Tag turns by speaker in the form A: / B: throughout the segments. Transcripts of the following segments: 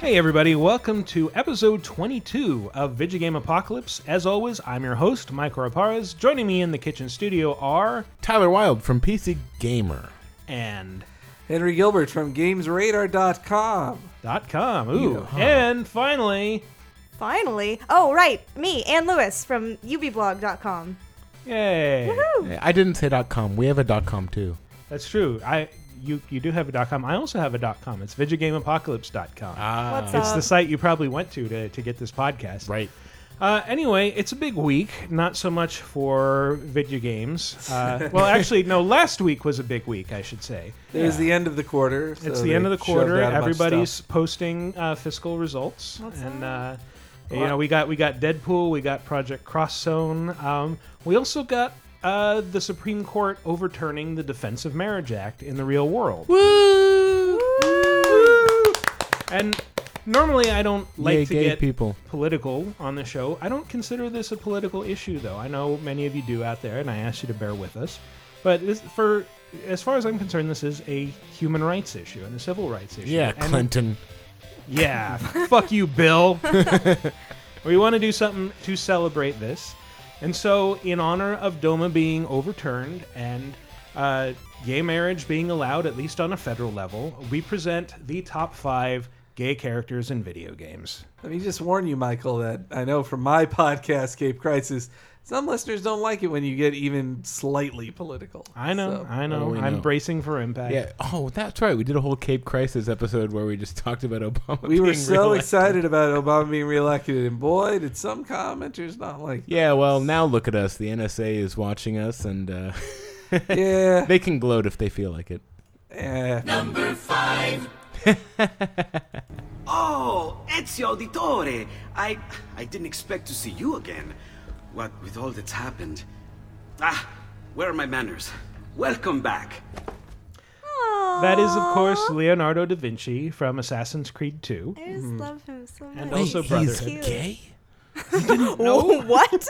A: Hey, everybody, welcome to episode 22 of Vigigame Apocalypse. As always, I'm your host, Mike Raparez. Joining me in the kitchen studio are
B: Tyler Wild from PC Gamer.
A: and
C: Henry Gilbert from GamesRadar.com.
A: dot com. Ooh, and finally,
D: Finally. Oh, right. Me, Ann Lewis from ubblog.com.
A: yay!
B: Yeah, I didn't say dot .com. We have a dot .com too.
A: That's true. I you you do have a dot com. I also have a dot com. It's VigigameApocalypse.com.
B: Ah,
D: What's
A: it's
C: Uh,
D: up?
A: the site you probably went to to, to get this podcast.
B: right.
A: Uh, anyway, it's a big week. Not so much for video games. Uh, well, actually, no. Last week was a big week, I should say.
C: It was the end of the quarter. so
A: It's the
C: they
A: end of the
C: shoved
A: quarter.
C: out a bunch of
A: Everybody's
C: stuff.
A: posting uh, fiscal results,
D: What's
A: and uh,
D: that?
A: you know we got we got Deadpool, we got Project Cross Zone. Um, we also got uh, the Supreme Court overturning the Defense of Marriage Act in the real world.
B: Woo!
A: Woo! And normally I don't like
B: Yay,
A: to
B: gay
A: get
B: people.
A: political on the show. I don't consider this a political issue, though. I know many of you do out there, and I ask you to bear with us. But this, for as far as I'm concerned, this is a human rights issue and a civil rights issue.
B: Yeah,
A: And-
B: Clinton.
A: Yeah, fuck you, Bill. we want to do something to celebrate this, and so in honor of DOMA being overturned and uh, gay marriage being allowed at least on a federal level, we present the top five gay characters in video games.
C: Let me just warn you, Michael, that I know from my podcast, Cape Crisis, some listeners don't like it when you get even slightly political.
A: I know,
C: So,
A: I
B: Oh,
A: know.
B: we
A: I'm
B: know.
A: bracing for impact.
B: Yeah. Oh, that's right. We did a whole Cape Crisis episode where we just talked about Obama.
C: we were
B: being
C: so
B: reelected.
C: excited about Obama being reelected, and boy, did some commenters not like it.
B: Yeah. Well, now look at us. The NSA is watching us, and uh,
C: Yeah.
B: they can gloat if they feel like it.
C: eh.
E: Oh, Ezio Auditore! I I didn't expect to see you again. What with all that's happened. Ah, where are my manners? Welcome back.
A: That is, of course, Leonardo da Vinci from Assassin's Creed 2.
D: I just love him so much.
A: Mm-hmm. And also Wait, brother. he's
D: Cute. Oh,
A: No.
D: What?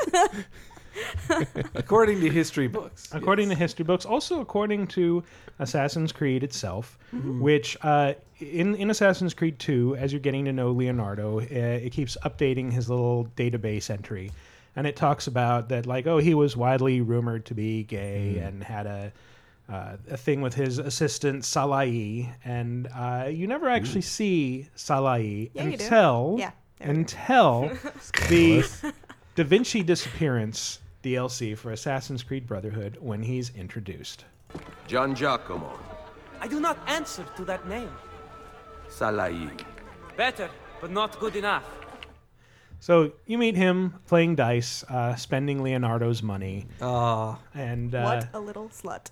C: According to history books.
A: according to history books, also according to Assassin's Creed itself, which uh, in in Assassin's Creed 2, as you're getting to know Leonardo, uh, it keeps updating his little database entry, and it talks about that like oh he was widely rumored to be gay and had a uh, a thing with his assistant Salai, and uh, you never actually see Salai
D: Yeah, you do.
A: until
D: Yeah, there we go.
A: until the Da Vinci Disappearance DLC for Assassin's Creed Brotherhood when he's introduced.
F: Gian Giacomo,
G: I do not answer to that name.
F: Salai.
G: Better, but not good enough.
A: So you meet him playing dice, uh, spending Leonardo's money,
C: Aw.
A: and uh,
D: what a little slut.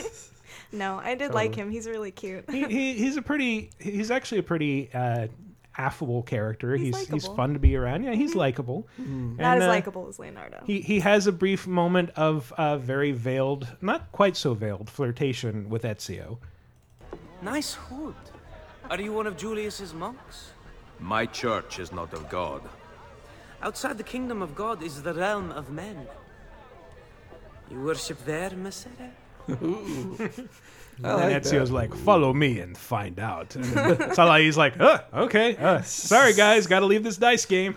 D: no, I did like him. He's really cute.
A: he, he, he's a pretty. He's actually a pretty uh, affable character. He's he's,
D: He's likable. Mm-hmm.
A: fun to be around. Yeah, he's likable. And,
D: Not as
A: uh,
D: likable as Leonardo.
A: He, he has a brief moment of uh, very veiled, not quite so veiled, flirtation with Ezio.
G: Nice hood. Are you one of Julius's monks?
F: My church is not of God.
G: Outside the kingdom of God is the realm of men. You worship there, Messere?
D: Oh,
C: I like
A: And
C: that.
A: Ezio's like, follow me and find out. And Salai's like, uh, okay, uh, sorry guys, gotta leave this dice game.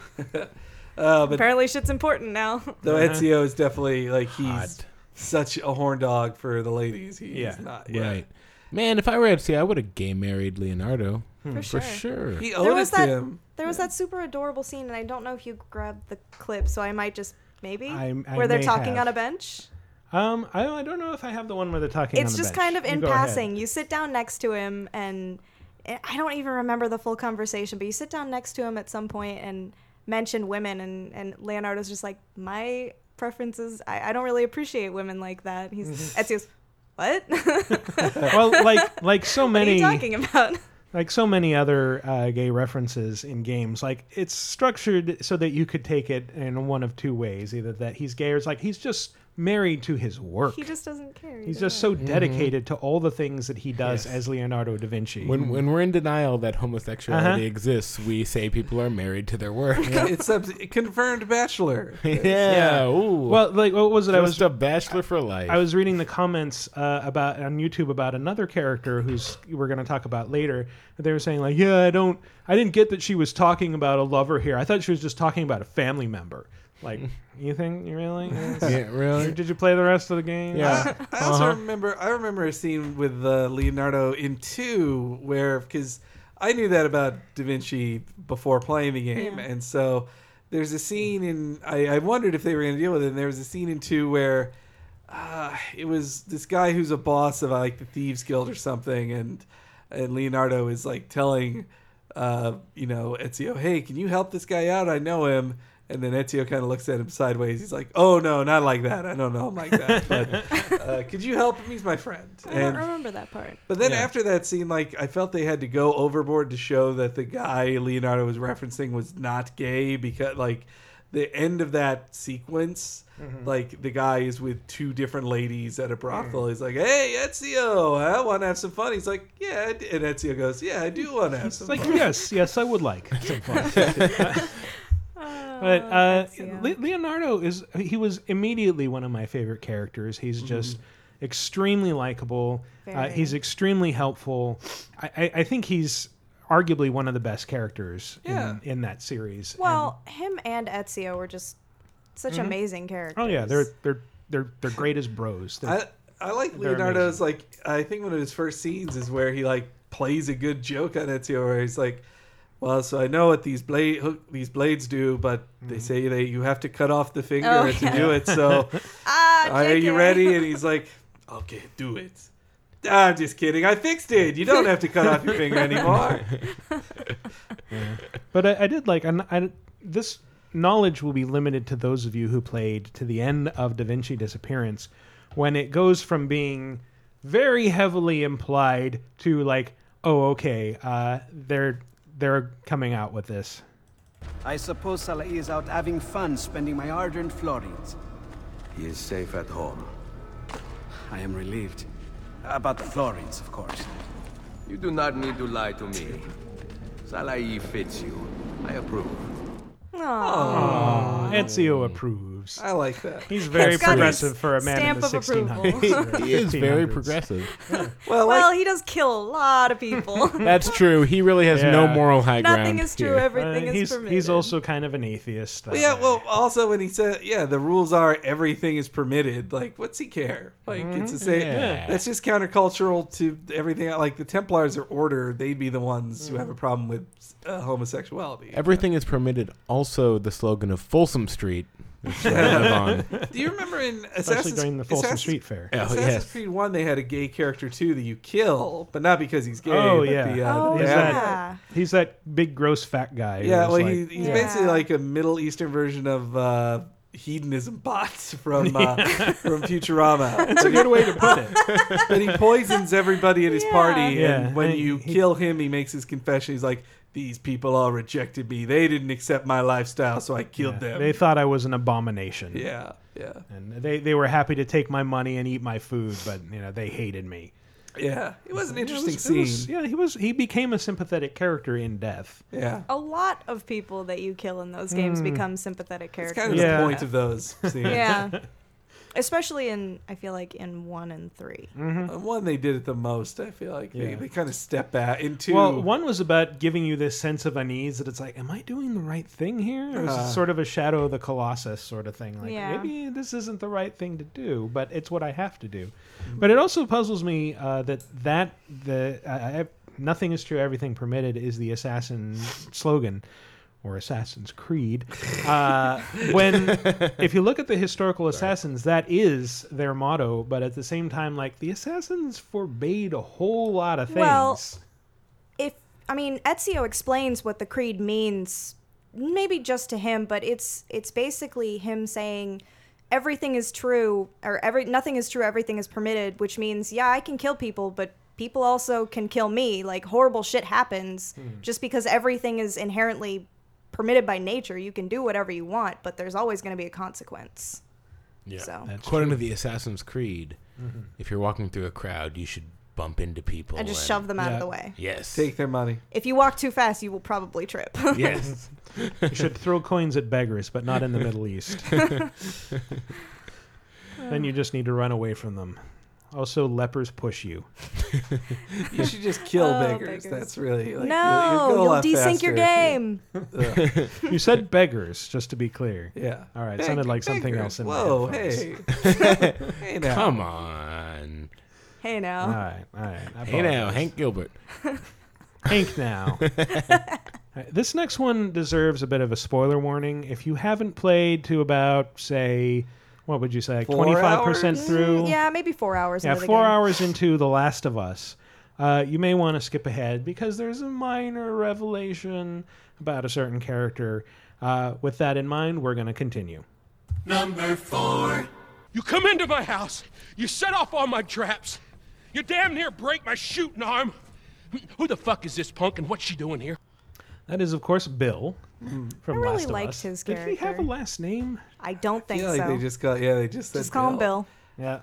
D: Apparently, shit's important now.
C: Though
A: uh-huh.
C: Ezio is definitely like he's
B: Hot.
C: such a horn dog for the ladies. He's
A: Yeah,
C: not
B: Right. Man, if I were FC, I would have gay married Leonardo
A: Hmm.
D: for
B: for
D: sure.
B: sure.
C: He
D: There
C: owed
D: was
C: it
D: that.
C: to him.
D: There was that super adorable scene, and I don't know if you grabbed the clip, so I might just maybe
A: I- I
D: where they're
A: may
D: talking
A: have.
D: on a bench.
A: Um, I, I don't know if I have the one where they're talking. on
D: it's
A: the
D: just
A: bench.
D: kind of
A: You
D: in
A: go ahead.
D: passing. You sit down next to him, and and I don't even remember the full conversation, but you sit down next to him at some point and mention women, and and Leonardo's just like, my preferences, I, I don't really appreciate women like that. He's Ezio's, what?
A: Well, like like so
D: what are
A: many
D: you talking about?
A: like so many other uh, gay references in games. Like it's structured so that you could take it in one of two ways: either that he's gay, or it's like he's just married to his work.
D: He just doesn't care.
A: He's
D: either
A: just
D: way.
A: so
B: Mm-hmm.
A: dedicated to all the things that he does as Leonardo da Vinci.
B: When, when we're in denial that homosexuality
A: Mm-hmm. Uh-huh.
B: exists, we say people are married to their work. yeah.
C: it's a confirmed bachelor.
B: Ooh.
A: well, like what was it? I was
B: just a bachelor for life.
A: I was reading the comments uh, about on YouTube about another character who's we're going to talk about later. But they were saying like, yeah, I don't, I didn't get that she was talking about a lover here. I thought she was just talking about a family member. Like, you think you really?
B: yeah, really?
A: Did you play the rest of the game?
B: Yeah.
C: I also remember I remember a scene with uh, Leonardo in two where because I knew that about Da Vinci before playing the game, and so there's a scene in I, I wondered if they were going to deal with it. and There was a scene in two where uh, it was this guy who's a boss of like the thieves guild or something, and and Leonardo is like telling uh, you know Ezio, hey, can you help this guy out? I know him. And then Ezio kind of looks at him sideways. He's like, "Oh no, not like that. I don't know him like that." But uh, could you help him? He's my friend.
D: I don't
C: And
D: remember that part.
C: but then after that scene, like I felt they had to go overboard to show that the guy Leonardo was referencing was not gay because like the end of that sequence, like the guy is with two different ladies at a brothel. He's like, "Hey, Ezio, I want to have some fun." He's like, "Yeah," I d-" and Ezio goes, "Yeah, I do want to have some
A: It's like
C: fun."
A: yes, yes, I would like some fun.
D: Oh,
A: but uh,
D: Ezio.
A: Le- Leonardo is—he was immediately one of my favorite characters. He's just extremely likable. Uh,
D: Very.
A: he's extremely helpful. I, I, I think he's arguably one of the best characters
C: Yeah.
A: in, in that series.
D: Well, him and Ezio were just such amazing characters.
A: And- oh yeah, they're they're they're they're great as bros. They're-
C: I I like Leonardo's like I think one of his first scenes is where he like plays a good joke on Ezio where he's like, "Well, so I know what these blade hook, these blades do, but
A: Mm-hmm.
C: they say that you have to cut off the finger
D: Oh,
C: to
D: yeah.
C: do it. So
D: Ah,
C: are you
D: JK.
C: ready?" And he's like, "Okay, do it." "Ah, I'm just kidding. I fixed it. You don't have to cut off your finger anymore.
A: But I, I did like, and I, this knowledge will be limited to those of you who played to the end of Da Vinci Disappearance, when it goes from being very heavily implied to like, oh, okay, uh, they're they're coming out with this.
H: I suppose Salai is out having fun spending my hard-earned florins.
F: He is safe at home.
H: I am relieved. About the florins, of course.
F: You do not need to lie to me. Salai fits you. I approve.
D: Aw.
B: Oh.
A: Ezio approves.
C: I like that.
A: He's very
D: It's Oh. got his
A: progressive for a man in
D: stamp
A: the
D: of
A: 1600s.
B: he is very
A: 1500s.
B: progressive.
C: Well,
D: Well,
C: like,
D: he does kill a lot of people.
B: That's true. He really has no
A: Yeah.
B: moral high ground.
D: Nothing is true.
B: here.
D: Everything
A: Uh,
D: is
A: he's,
D: permitted.
A: he's also kind of an atheist. uh, that
C: yeah.
A: way.
C: Well, also when he said, "Yeah, the rules are everything is permitted." Like, what's he care? Like, it's the same.
A: Mm-hmm.
B: Yeah.
C: That's just countercultural to everything. Like the Templars are order; they'd be the ones who have
A: Mm.
C: a problem with uh, homosexuality.
B: Everything is permitted. Also, the slogan of Folsom Street. Which I live on.
C: Do you remember in
A: especially
C: Assassin's,
A: during the Folsom
C: Assassin's-
A: Street Fair.
B: Yeah. Oh,
C: Assassin's
B: yes.
C: Creed One, they had a gay character too that you kill, but not because he's gay.
A: Oh
C: but
A: yeah,
C: the, uh,
D: Oh,
C: the
A: he's,
C: dad-
D: yeah.
A: that, he's that big gross fat guy. who
C: Yeah,
A: was
C: well,
A: like-
C: he, he's
D: Yeah.
C: basically like a Middle Eastern version of uh, hedonism bot from uh, from Futurama. That's a good way to put it. but he poisons everybody at his
D: Yeah.
C: party,
A: Yeah,
C: and when
A: and
C: you
A: he-
C: kill him, he makes his confession. He's like, "These people all rejected me. They didn't accept my lifestyle, so I killed
A: Yeah,
C: them."
A: They thought I was an abomination.
C: yeah, yeah,
A: And they, they were happy to take my money and eat my food, but you know, they hated me.
C: yeah. It was an interesting
A: It was- it
C: scene.
A: was- yeah, he was he became a sympathetic character in death.
C: yeah.
D: a lot of people that you kill in those games become sympathetic
C: It's
D: characters.
C: kind of
A: Hmm. Yeah.
C: the point of those scenes.
D: yeah. Especially in, I feel like in one and three.
C: Uh, One, they did it the most, I feel like. They,
A: Yeah.
C: they kind of step back into.
A: Well, one was about giving you this sense of unease that it's like, am I doing the right thing here? Or is
C: Uh.
A: it sort of a shadow of the colossus sort of thing? Like
D: Yeah.
A: maybe this isn't the right thing to do, but it's what I have to do. But it also puzzles me uh, that that the I, I, nothing is true, everything permitted is the assassin slogan. Or Assassin's Creed. Uh, when, if you look at the historical assassins, that is their motto. But at the same time, like the assassins forbade a whole lot of things.
D: Well, if I mean Ezio explains what the creed means maybe just to him but it's it's basically him saying everything is true or every nothing is true everything is permitted which means yeah I can kill people but people also can kill me like horrible shit happens
C: Hmm.
D: just because everything is inherently permitted by nature you can do whatever you want but there's always going to be a consequence
B: Yeah.
D: So
A: That's Mm-hmm.
B: According to the Assassin's Creed, if you're walking through a crowd, you should bump into people.
D: I just shove them out
A: Yeah.
D: of the way.
B: Yes.
C: Take their money.
D: If you walk too fast, you will probably trip.
B: yes.
A: You should throw coins at beggars, but not in the Middle East. then you just need to run away from them. Also, lepers push you.
C: You should just kill
D: Oh,
C: beggars.
D: beggars.
C: That's really like,
D: no,
C: go a
D: you'll
C: lot
D: desync
C: faster
D: your game.
C: if you- Ugh,
A: You said beggars, just to be clear.
C: yeah.
A: All right,
C: Beg-
A: sounded like something else
C: beggars.
A: in my
C: Whoa,
A: headphones.
C: hey, hey now.
B: Come on.
D: Hey now.
A: All right, all right. I
B: Hey now,
A: apologize.
B: Hank Gilbert.
A: Hank now. Alright, this next one deserves a bit of a spoiler warning. If you haven't played to about, say, what would you say,
C: Four
A: twenty five percent
C: hours?
A: through?
D: Mm, Yeah, maybe four hours.
A: Yeah,
D: into the
A: four
D: game.
A: hours into The Last of Us, uh, you may want to skip ahead because there's a minor revelation about a certain character. Uh, with that in mind, we're going to continue.
I: You come into my house, you set off all my traps, you damn near break my shooting arm. Who the fuck is this punk and what's she doing here?
A: That is, of course, Bill from
D: Mm. I really
A: Last of
D: liked
A: Us.
D: his
A: Did he have a
D: character.
A: last name?
D: I don't think
C: Yeah, like
D: so.
C: they just call. Yeah, they just said
D: Just call him Bill.
A: Yeah,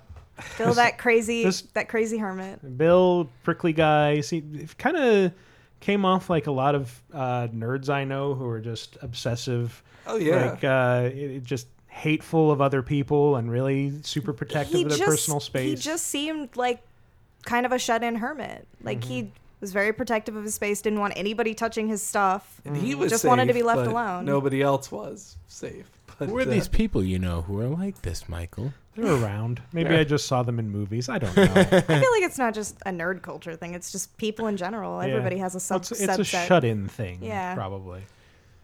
D: Bill, that crazy,
A: this-
D: that crazy hermit.
A: Bill, prickly guy. See, kind of came off like a lot of uh, nerds I know who are just obsessive.
C: Oh, yeah.
A: like uh, it, it just hateful of other people and really super protective
D: He
A: of their
D: just,
A: personal space.
D: he just seemed like kind of a shut-in hermit. Like he was very protective of his space. Didn't want anybody touching his stuff.
C: He was
D: Just wanted to
C: safe,
D: be left
C: but
D: alone.
C: Nobody else was safe. But,
B: Who are
C: uh,
B: these people you know who are like this, Michael?
A: They're around. Maybe I just saw them in movies. I don't know.
D: I feel like it's not just a nerd culture thing. It's just people in general. Everybody has a
A: Well,
D: sub
A: it's, it's a
D: subset.
A: shut-in thing.
D: Yeah.
A: probably.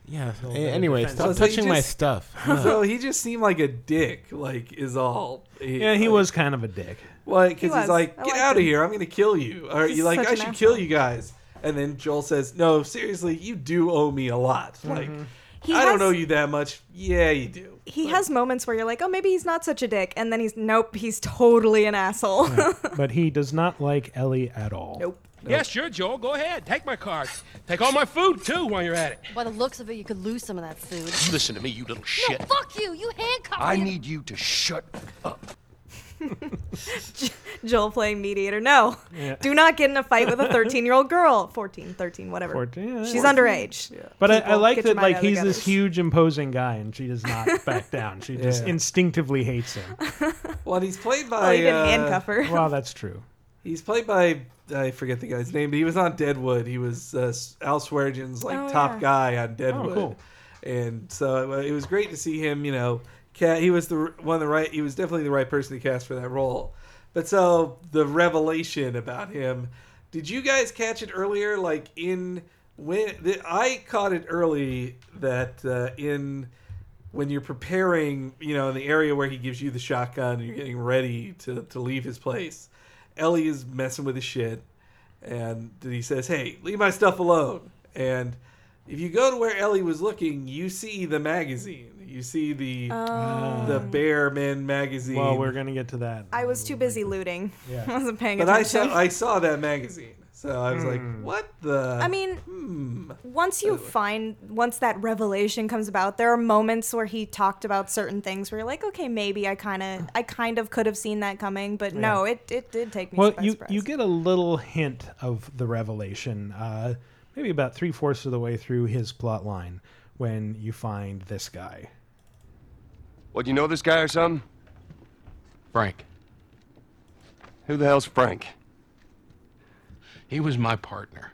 B: Yeah. a-
A: they're
B: anyway,
A: defensive.
B: stop
C: So they
B: touching my
C: just-
B: stuff.
C: So he just seemed like a dick. Like is all.
A: Yeah, he
C: like,
A: was kind of a dick.
C: Well, because
D: was.
C: he's like,
D: I
C: get
D: liked
C: out of
D: him.
C: here! I'm gonna kill you. Or
D: He's
C: you like,
D: such
C: I
D: an
C: should
D: asshole.
C: kill you guys. And then Joel says, No, seriously, you do owe me a lot.
A: Mm-hmm.
C: Like,
D: He
C: I
D: has-
C: don't owe you that much. Yeah, you do.
D: He has moments where you're like, oh, maybe he's not such a dick, and then he's nope, he's totally an asshole.
A: But he does not like Ellie at all.
D: nope.
I: Yeah, sure, Joel. Go ahead. Take my card. Take all my food, too, while you're at it.
J: By the looks of it, you could lose some of that food.
I: Listen to me, you little shit.
J: No, fuck you! You handcuffed
I: I
J: me.
I: need you to shut up.
D: Joel playing mediator. No, do not get in a fight with a 13 year old girl. 14, 13, whatever.
A: 14, yeah.
D: She's underage.
A: But I, I
D: People,
A: like
D: get your
A: that.
D: mind
A: Like
D: out of the
A: he's this
D: gutters.
A: huge, imposing guy, and she does not back down. She just
C: Yeah.
A: instinctively hates him.
C: Well, and he's played by.
D: Well, Oh, he didn't
C: uh,
D: handcuff her.
A: Well, that's true.
C: He's played by I forget the guy's name, but he was on Deadwood. He was uh, Al Swearengen's like
D: Oh,
C: top
D: yeah.
C: guy on Deadwood,
A: cool.
C: and so uh, it was great to see him. You know, cat. He was the r- one of the right. He was definitely the right person to cast for that role. But so the revelation about him. Did you guys catch it earlier? Like in when the, I caught it early that uh, in when you're preparing, you know, in the area where he gives you the shotgun and you're getting ready to, to leave his place, Ellie is messing with his shit. And he says, Hey, leave my stuff alone. And if you go to where Ellie was looking, you see the magazine. You see the
D: Oh.
C: the Bear Men magazine.
A: Well, we're gonna get to that.
D: I was too busy looting.
A: Yeah.
D: I wasn't paying
C: but I
D: attention.
C: saw I saw that magazine. So I was like, What the hmm."
D: I mean, once you find, once that revelation comes about, there are moments where he talked about certain things where you're like, okay, maybe I kind of, I kind of could have seen that coming, but no, it, it did take me
A: well,
D: by
A: you
D: surprise.
A: you get a little hint of the revelation, uh, maybe about three fourths of the way through his plot line, when you find this guy.
F: What, you know this guy or something?
I: Frank,
F: Who the hell's Frank?
I: he was my partner.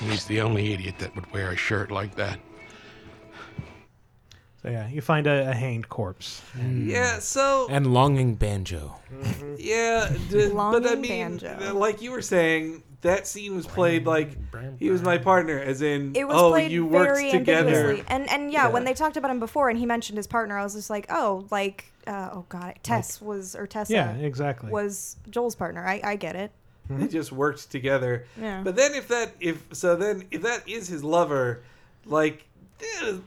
I: He's the only idiot that would wear a shirt like that.
A: So yeah, you find a, a hanged corpse.
C: Yeah, so
B: And longing banjo.
C: Yeah, d- but I
D: Longing
C: mean,
D: banjo.
C: th- like you were saying, that scene was played like he was my partner, as in,
D: it was
C: oh,
D: played
C: you
D: very
C: worked together.
D: ambiguously. And and yeah, when
C: Yeah.
D: they talked about him before and he mentioned his partner, I was just like, oh, like uh, oh god, Tess was or Tessa
A: Yeah, exactly.
D: was Joel's partner. I, I get it.
C: They just worked together.
D: Yeah.
C: But then if that if so then if that is his lover, like eh,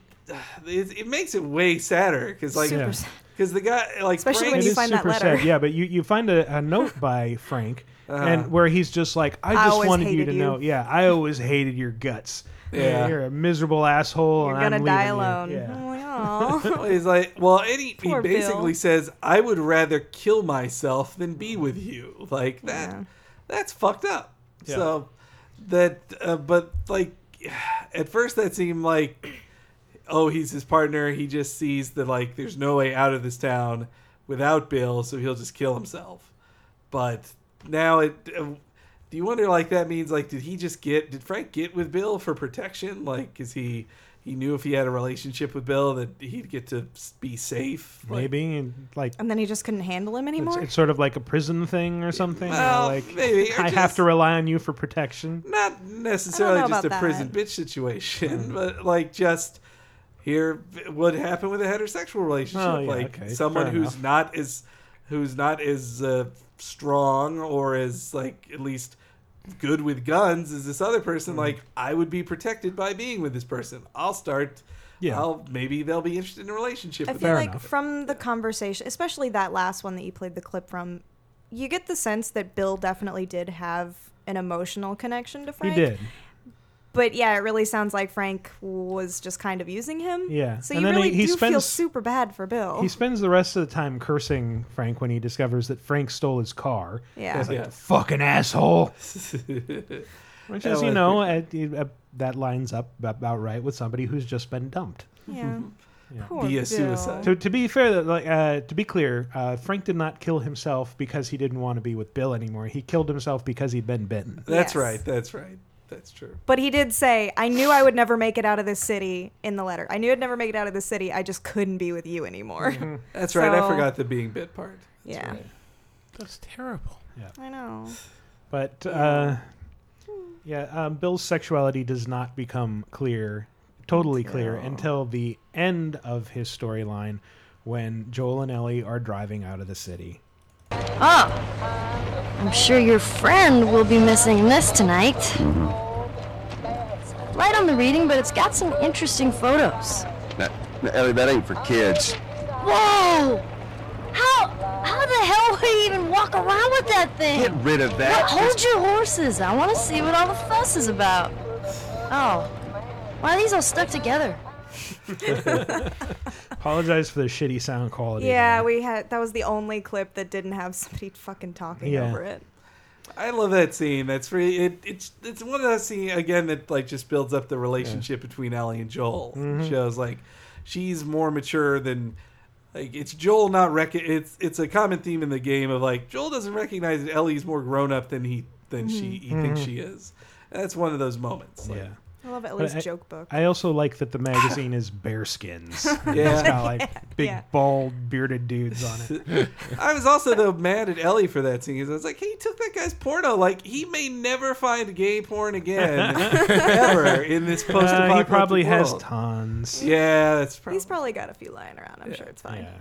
C: it, it makes it way sadder because like
D: Super sad.
C: Because the guy, like,
D: Especially
C: Frank-
D: when
A: It
D: you
A: is
D: find that
A: super
D: letter.
A: sad. Yeah, but you, you find a, a note by Frank,
C: Uh-huh.
A: and where he's just like, I
D: I
A: just
D: always
A: wanted you
D: hated
A: to
D: you."
A: know. Yeah, I always hated your guts.
C: Yeah.
A: you're a miserable asshole.
D: You're
A: and
D: gonna
A: I'm
D: die
A: leaving you."
D: alone.
A: Yeah.
D: Oh, aw.
C: He's like, well, and he, he
D: Poor Bill.
C: basically says, I would rather kill myself than be with you. Like that,
D: Mm. Yeah.
C: that's fucked up. So that, uh, but like, at first that seemed like, oh, he's his partner. He just sees that like there's no way out of this town without Bill, so he'll just kill himself. But now it. Uh, do you wonder like that means like did he just get did Frank get with Bill for protection like is he he knew if he had a relationship with Bill that he'd get to s- be safe Like,
A: Maybe and like
D: and then he just couldn't handle him
A: it's,
D: anymore.
A: it's sort of like a prison thing or something. you know,
C: Well,
A: like
C: maybe, or
A: I have
C: just-
A: to rely on you for protection.
C: not necessarily
D: know
C: just a
D: about
C: prison
D: that. Mm.
C: bitch situation but like just here what happened with a heterosexual relationship
A: Oh, yeah,
C: like
A: okay,
C: someone
A: fair
C: who's
A: enough.
C: not as who's not as uh, strong or as like at least good with guns as this other
D: Mm.
C: person like I would be protected by being with this person I'll start
A: Yeah.
C: I'll maybe they'll be interested in a relationship
D: I
C: with
D: feel
C: them.
D: like from the conversation, especially that last one that you played the clip from, you get the sense that Bill definitely did have an emotional connection to
A: He
D: Frank.
A: did.
D: But yeah, it really sounds like Frank was just kind of using him.
A: Yeah.
D: So
A: And
D: you
A: then
D: really
A: he- he
D: do feel
A: spends-
D: super bad for Bill.
A: He spends the rest of the time cursing Frank when he discovers that Frank stole his car.
D: Yeah.
A: He's like,
C: Yeah.
A: fucking asshole. Which is,
C: That
A: you
C: was
A: know, uh, uh, that lines up about right with somebody who's just been dumped.
D: yeah. Poor
C: Be a
D: Bill.
C: suicide.
A: To, to be fair, though, like, uh, to be clear, uh, Frank did not kill himself because he didn't want to be with Bill anymore. He killed himself because he'd been bitten.
C: That's
D: Yes.
C: right. That's right. That's true.
D: But he did say, I knew I would never make it out of this city in the letter. I knew I'd never make it out of this city. I just couldn't be with you anymore.
A: Mm-hmm.
C: That's right. I
D: So-
C: forgot the being bit part. That's
D: yeah.
C: right.
B: That's terrible.
D: I know.
A: But uh, yeah, um, Bill's sexuality does not become clear, totally clear, until the end of his storyline when Joel and Ellie are driving out of the city.
J: I'm sure your friend will be missing this tonight. Light on the reading, but it's got some interesting photos.
F: Nah, nah, Ellie, that ain't for kids.
J: Whoa! How how the hell would you even walk around with that thing?
F: Get rid of
J: Now,
F: that.
J: hold your horses. I want to see what all the fuss is about. Oh, why are these all stuck together?
A: Apologize for the shitty sound quality.
D: Yeah,
A: there.
D: we had that was the only clip that didn't have somebody fucking talking
A: Yeah.
D: over it.
C: I love that scene. That's really it, it's it's one of those scene again that like just builds up the relationship between Ellie and Joel.
A: Mm-hmm.
C: Shows like she's more mature than like it's Joel not rec- it's it's a common theme in the game of like Joel doesn't recognize that Ellie's more grown up than he than she he thinks she is. That's one of those moments. Like,
A: Mm-hmm. yeah.
D: I love at
A: But
D: least
A: I-
D: joke book.
A: I also like that the magazine is bearskins.
C: Yeah.
A: it's got like big
D: Yeah.
A: bald bearded dudes on it.
C: I was also though mad at Ellie for that scene. 'cause I was like, he took that guy's porno. Like he may never find gay porn again, ever in this post-apocalyptic
A: Uh, he probably has
C: world.
A: tons.
C: Yeah, that's probably.
D: He's probably got a few lying around. I'm sure it's fine.
A: Yeah.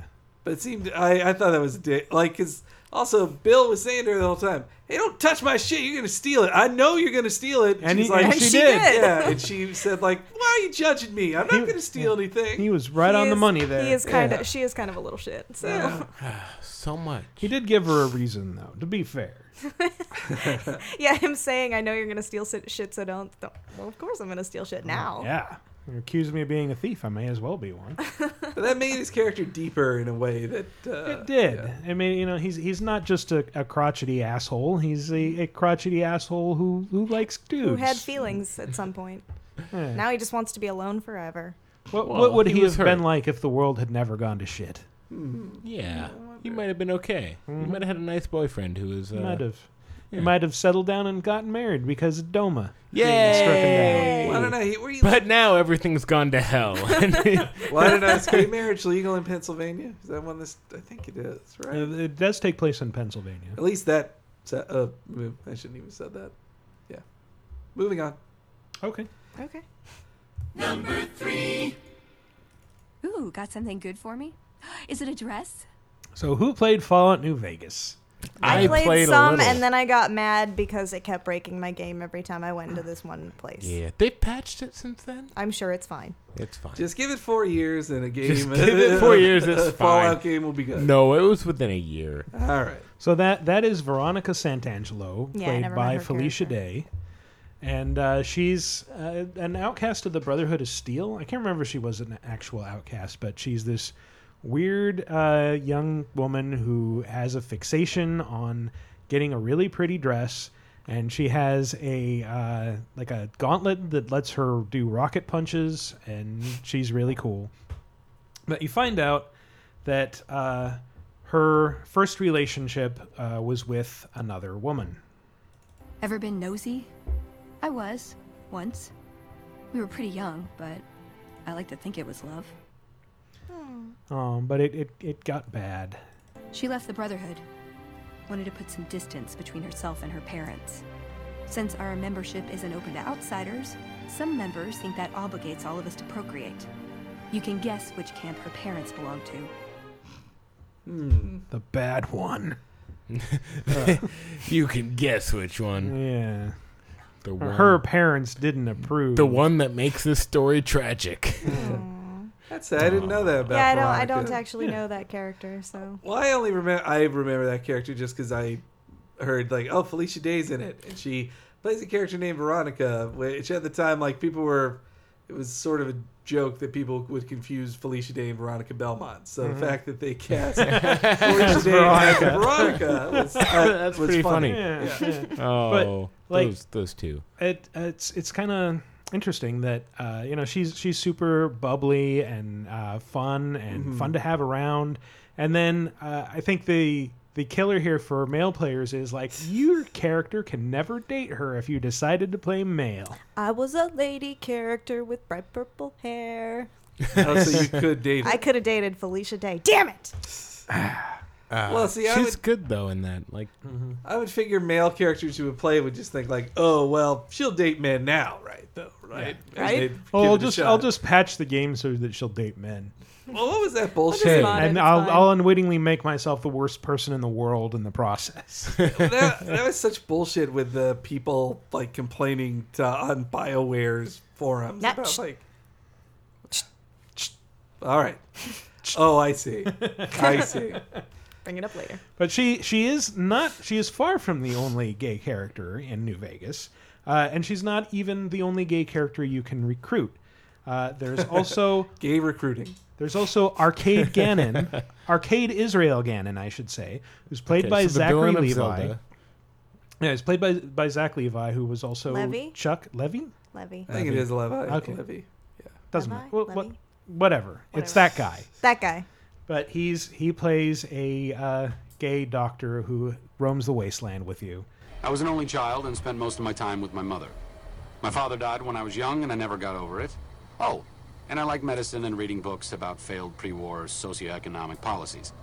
C: But it seemed I, I thought that was di- like because also Bill was saying to her the whole time, "Hey, don't touch my shit. You're gonna steal it. I know you're gonna steal it."
A: And
C: she's
A: he-
C: like,
A: and
D: she She did. did.
C: Yeah, and she said like, "Why are you judging me? I'm
A: He-
C: not gonna steal anything."
A: He was right
D: He
A: on the
D: is-
A: money there.
D: He is kind of. She is kind of a little shit. So yeah.
B: So much.
A: He did give her a reason though, to be fair.
D: him saying, "I know you're gonna steal si- shit, so don't, don't." Well, of course I'm gonna steal
B: Mm,
D: shit
B: Oh.
D: now.
A: Yeah. You accused me of being a thief, I may as well be one.
B: Uh,
C: But that made his character deeper in a way that uh,
A: It did. I mean, you know, he's he's not just a, a crotchety asshole. He's a, a crotchety asshole who, who likes dudes.
D: Who had feelings at some point? Now he just wants to be alone forever.
A: what, what would
B: he
A: he,
B: was
A: have
B: hurt.
A: been like if the world had never gone to shit?
B: Yeah. He might have been okay. He might have had a nice boyfriend who was. Uh,
A: might have.
B: yeah.
A: He might have settled down and gotten married because of Doma. struck
B: Yay!
A: him
C: I don't know. He, were you,
B: But now everything's gone to hell.
C: why did I escape marriage legal in Pennsylvania? Is that one? This I think it is right.
A: Uh, It does take place in Pennsylvania.
C: At least that. sa- Uh, I shouldn't even said that. Yeah. Moving on.
A: Okay.
D: Okay.
K: Ooh, got something good for me? Is it a dress?
A: So who played Fallout New Vegas?
D: I,
B: I
D: played,
B: played a
D: some
B: little.
D: and then I got mad because it kept breaking my game every time I went into this one place.
B: Yeah, they patched it since then.
D: I'm sure it's fine.
B: It's fine.
C: Just give it four years and a game.
B: Just give it four years. It's
C: a Fallout
B: fine.
C: game will be good.
B: No, it was within a year.
C: All right.
A: So that that is Veronica Santangelo,
D: Yeah, I
A: played
D: never
A: by
D: met her
A: Felicia Day, and uh, she's uh, an outcast of the Brotherhood of Steel. I can't remember if she was an actual outcast, but she's this weird uh, young woman who has a fixation on getting a really pretty dress. And she has a uh, like a gauntlet that lets her do rocket punches, and she's really cool. But you find out that uh, her first relationship uh, was with another woman.
K: Ever been nosy? I was, once. We were pretty young, but I like to think it was love.
A: Um, but it, it, it got bad.
K: She left the Brotherhood. Wanted to put some distance between herself and her parents. Since our membership isn't open to outsiders, some members think that obligates all of us to procreate. You can guess which camp her parents belong to.
A: The bad one.
B: you can guess which one.
A: Yeah.
B: The one,
A: Her parents didn't approve.
B: the one that makes this story tragic.
C: That's sad. I didn't know that about.
D: yeah, I don't. I
C: Veronica.
D: don't actually know that character. So
C: Well, I only remember I remember that character just because I heard like, oh, Felicia Day's in it, and she plays a character named Veronica, which at the time like people were, it was sort of a joke that people would confuse Felicia Day and Veronica Belmont. So
B: Mm-hmm.
A: Mhm.
C: the fact that they cast Felicia Day as
A: Veronica.
C: Veronica was, uh,
B: That's
C: was
B: pretty funny.
A: Yeah, yeah.
B: Oh,
A: But, like-
B: those those two.
A: it it's it's kind of interesting that uh, you know she's she's super bubbly and uh, fun and
C: Mhm.
A: fun to have around. And then uh, I think the the killer here for male players is like your character can never date her if you decided to play male.
D: I was a lady character with bright purple hair.
C: Oh, so you could date.
D: I could have dated Felicia Day. Damn it!
B: Uh,
C: Well, see, I
B: she's
C: would-
B: good though in that. Like,
C: I would figure male characters who would play would just think like, oh well, she'll date men now, right? Though, right? And
D: Right?
C: they'd
A: Oh,
C: give
A: I'll
C: it a
A: just
C: shot.
A: I'll just patch the game so that she'll date men,
C: Well, what was that
D: just
C: bullshit?
D: mod it,
A: and
D: it's
A: I'll
D: fine.
A: I'll unwittingly make myself the worst person in the world in the process.
C: that, that was such bullshit with the people like complaining to on BioWare's forums
D: Not
C: about
D: sh-
C: like. All right. Oh, I see. I see.
D: Bring it up later.
A: But she she is not she is far from the only gay character in New Vegas, uh, and she's not even the only gay character you can recruit. Uh, there's also
C: Gay recruiting.
A: there's also Arcade Gannon, Arcade Israel Gannon, I should say, who's played
B: okay,
A: by
B: so the
A: Zachary
B: villain of
A: Levi.
B: Zelda.
A: Yeah, he's played by by Zach Levi, who was also
D: Levy?
A: Chuck Levy.
D: Levy.
C: I think it is Levi.
A: Okay.
C: Levy.
A: Doesn't
D: Levi?
A: matter. Well, what,
D: Levy?
A: whatever. It's that guy.
D: That guy.
A: But he's he plays a uh, gay doctor who roams the wasteland with you.
L: I was an only child and spent most of my time with my mother. My father died when I was young and I never got over it. Oh, and I like medicine and reading books about failed pre war socioeconomic policies.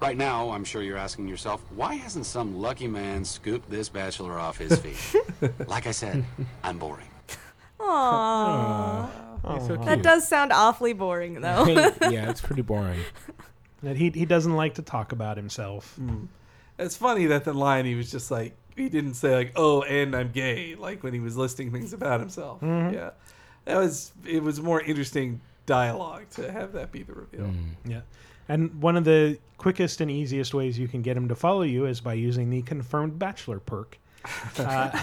L: Right now, I'm sure you're asking yourself, why hasn't some lucky man scooped this bachelor off his feet? like I said, I'm boring.
B: Oh.
D: Aww.
B: It's so
D: That
B: cute.
D: does sound awfully boring, though.
B: yeah, it's pretty boring.
A: That he he doesn't like to talk about himself.
C: It's funny that the line he was just like he didn't say like oh and I'm gay like when he was listing things about himself.
B: Mm-hmm.
C: Yeah, that was it was more interesting dialogue to have that be the reveal.
B: Mm.
A: Yeah. And one of the quickest and easiest ways you can get him to follow you is by using the confirmed bachelor perk. Uh,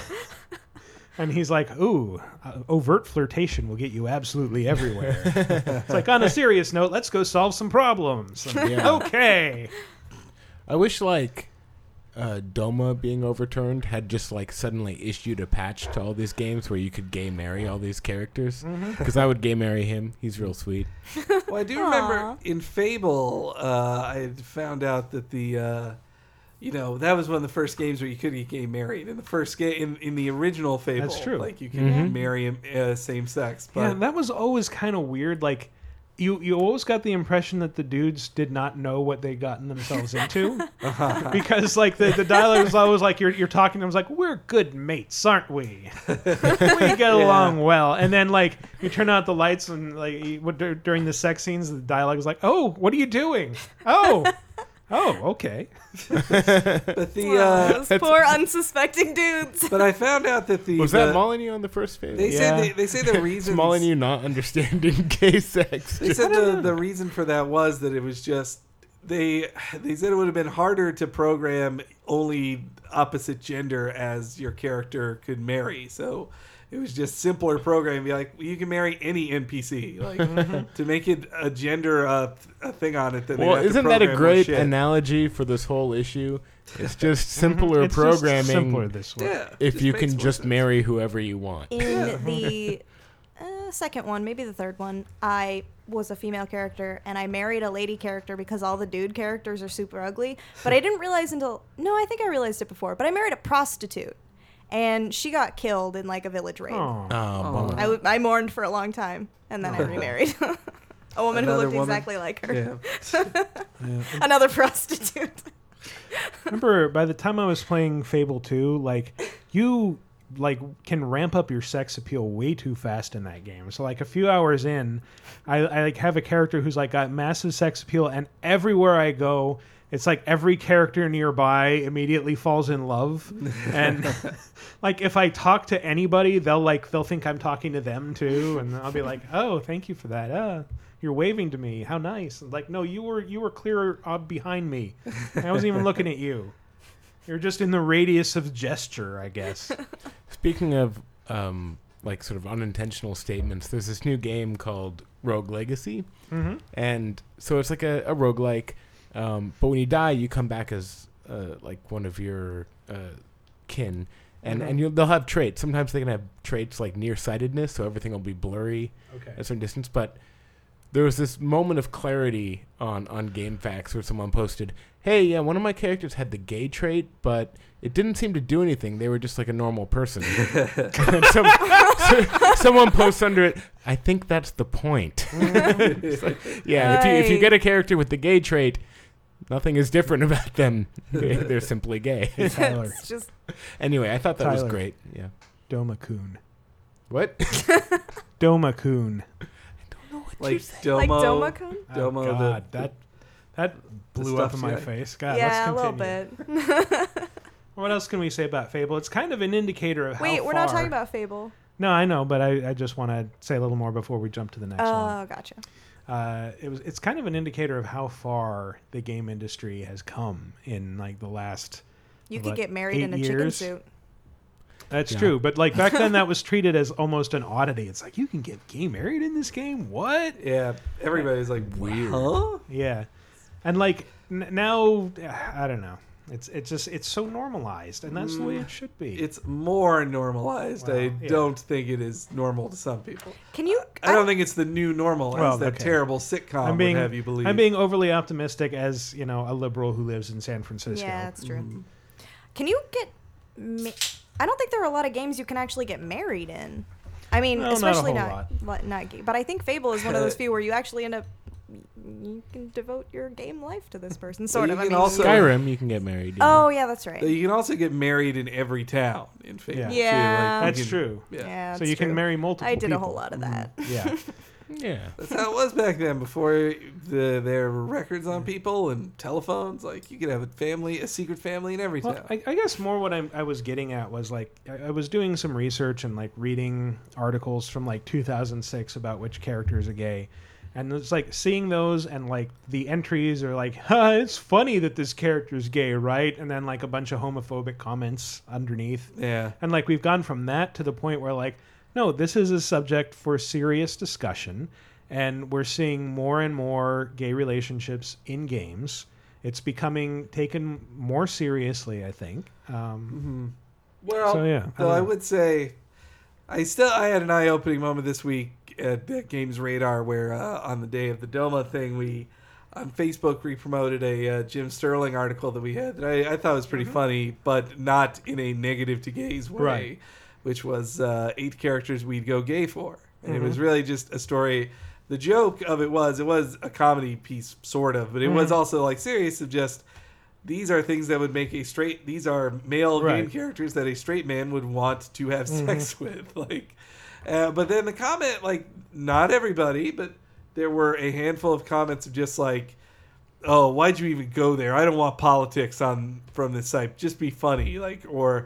A: and he's like, "Ooh, uh, overt flirtation will get you absolutely everywhere." it's like on a serious note, let's go solve some problems. And,
B: Yeah.
A: Okay.
B: I wish like uh, Doma being overturned had just like suddenly issued a patch to all these games where you could gay marry all these characters.
A: Mm-hmm.
B: Because I would gay marry him. He's real sweet.
C: Well, I do remember
D: Aw.
C: in Fable, uh, I had found out that the, uh, you know, that was one of the first games where you could get gay married. In the first game, in, in the original Fable,
A: That's true.
C: Like you can
B: Mm-hmm.
C: marry him, uh, same sex, but
A: yeah, that was always kind of weird. Like, you you always got the impression that the dudes did not know what they'd gotten themselves into, because like the, the dialogue was always like you're you're talking to them it's like we're good mates, aren't we? we get along well, and then like you turn out the lights and like you- what- dur- during the sex scenes, the dialogue is like, oh, what are you doing? Oh. Oh, okay.
C: but the uh,
D: Those poor unsuspecting dudes.
C: but I found out that the
B: Was that
C: the-
B: Molyneux on the first phase?
C: They say they, they say the reason
B: It's Molyneux not understanding gay sex.
C: They
B: Just-
C: said the, the reason for that was that it was just they they said it would have been harder to program only opposite gender as your character could marry. So it was just simpler programming. Be like you can marry any NPC. Like to make it a gender uh, a thing on it. Then they'd
B: Mm-hmm. well,
C: have to
B: isn't that a
C: program more
B: great
C: shit.
B: analogy for this whole issue? It's just
A: Mhm.
B: simpler
A: It's just
B: programming.
A: simpler this way. Yeah,
B: if
A: just
B: you
A: makes
B: can
A: more
B: just marry whoever you want.
D: in the uh, second one, maybe the third one, I was a female character and I married a lady character because all the dude characters are super ugly. But I didn't realize until no, I think I realized it before. But I married a prostitute, and she got killed in like a village raid.
B: Oh, bummer.
D: I, w- I mourned for a long time, and then I
B: Aw.
D: remarried a woman
A: Another
D: who looked
A: woman.
D: exactly like her.
A: Yeah.
D: Another prostitute.
A: Remember, by the time I was playing Fable 2, like you like can ramp up your sex appeal way too fast in that game. So like a few hours in, I, I like have a character who's like got massive sex appeal and everywhere I go, it's like every character nearby immediately falls in love. And like if I talk to anybody, they'll like they'll think I'm talking to them too and I'll be like, "Oh, thank you for that." Uh you're waving to me. How nice. And, Like, no, you were you were clear uh, behind me. I wasn't even looking at you. You're just in the radius of gesture, I guess.
B: Speaking of um, like sort of unintentional statements, there's this new game called Rogue Legacy,
A: Mhm.
B: and so it's like a, a roguelike, um, but when you die, you come back as uh, like one of your uh, kin, and
A: Mhm.
B: and you'll, they'll have traits. Sometimes they can have traits like nearsightedness, so everything will be blurry
A: Okay.
B: at a certain distance, but. There was this moment of clarity on, on GameFAQs where someone posted, hey, yeah, one of my characters had the gay trait, but it didn't seem to do anything. They were just like a normal person. And some- so- someone posts under it, I think that's the point. It's like, yeah, if you, if you
A: Right.
B: get a character with the gay trait, nothing is different about them. They- They're simply gay.
A: Tyler. It's just-
B: Anyway, I thought that was
A: Tyler.
B: great. Yeah.
A: Doma Coon.
B: What?
A: Doma Coon.
C: like Domo,
D: Like Domo
C: Domo,
D: Kun?
A: Oh,
C: Domo the-
A: God, that that
C: the
A: blew up in
C: stuff's
A: my
C: right.
A: face. God,
D: yeah, a
A: let's
D: little
A: continue.
D: bit.
A: What else can we say about Fable? It's kind of an indicator of how
D: Wait, we're not
A: far-
D: talking about Fable.
A: No, I know, but I, I just want to say a little more before we jump to the next one.
D: Oh, gotcha.
A: uh, it was it's kind of an indicator of how far the game industry has come in like the last.
D: You could
A: what,
D: get married in a
A: eight
D: chicken
A: years?
D: suit.
A: That's
B: Yeah.
A: true, but like back then, that was treated as almost an oddity. It's like you can get gay married in this game. What?
C: Yeah, everybody's like weird.
A: Yeah, and like n- now, uh, I don't know. It's it's just it's so normalized, and that's the way it should be.
C: It's more normalized. I
A: Wow, yeah.
C: don't think it is normal to some people.
D: Can you?
C: I don't think it's the new normal. as that
A: okay.
C: terrible sitcom
A: I'm being,
C: would have you believe.
A: I'm being overly optimistic as you know a liberal who lives in San Francisco.
D: Yeah, that's true.
C: Mm-hmm.
D: Can you get? Ma- I don't think there are a lot of games you can actually get married in. I mean,
A: No, not a
D: especially
A: whole
D: not not, not gay. But I think Fable is one of those few where you actually end up you can devote your game life to this person, sort
C: you
D: of. I
C: can
D: mean,
C: also-
B: Skyrim, you can get married. yeah.
D: Oh yeah, that's right.
C: Though You can also get married in every town in Fable. too.
D: Yeah. Yeah.
C: Like, you
A: That's
C: can-
A: true.
C: Yeah.
A: so you can marry multiple.
D: I did a whole
A: people.
D: lot of
C: Mm-hmm.
D: that.
A: Yeah.
B: Yeah.
C: That's how it was back then. Before the, there were records on people and telephones, like you could have a family, a secret family in every
A: Well,
C: town.
A: I, I guess more what I'm, I was getting at was like I, I was doing some research and like reading articles from like 2006 about which characters are gay, and it's like seeing those and like the entries are like, huh, it's funny that this character's gay, right? And then like a bunch of homophobic comments underneath.
C: Yeah.
A: And like we've gone from that to the point where like, no, this is a subject for serious discussion. And we're seeing more and more gay relationships in games. It's becoming taken more seriously, I think. Um,
C: Well,
A: So, yeah, Um, I
C: Though
A: don't
C: I
A: know.
C: would say, I still I had an eye opening moment this week at, at Games Radar where uh, on the day of the Doma thing we on Facebook we promoted a uh, Jim Sterling article that we had that I, I thought was pretty funny, but not in a negative to gays way,
A: Mm-hmm. Right.
C: which was uh, eight characters we'd go gay for, and it
A: Mhm.
C: was really just a story. The joke of it was it was a comedy piece sort of, but it was
A: Mhm.
C: also like serious of just these are things that would make a straight these are male game
A: Right.
C: characters that a straight man would want to have sex with like uh, but then the comment like not everybody but there were a handful of comments of just like oh, why'd you even go there? I don't want politics on from this site. Just be funny, like or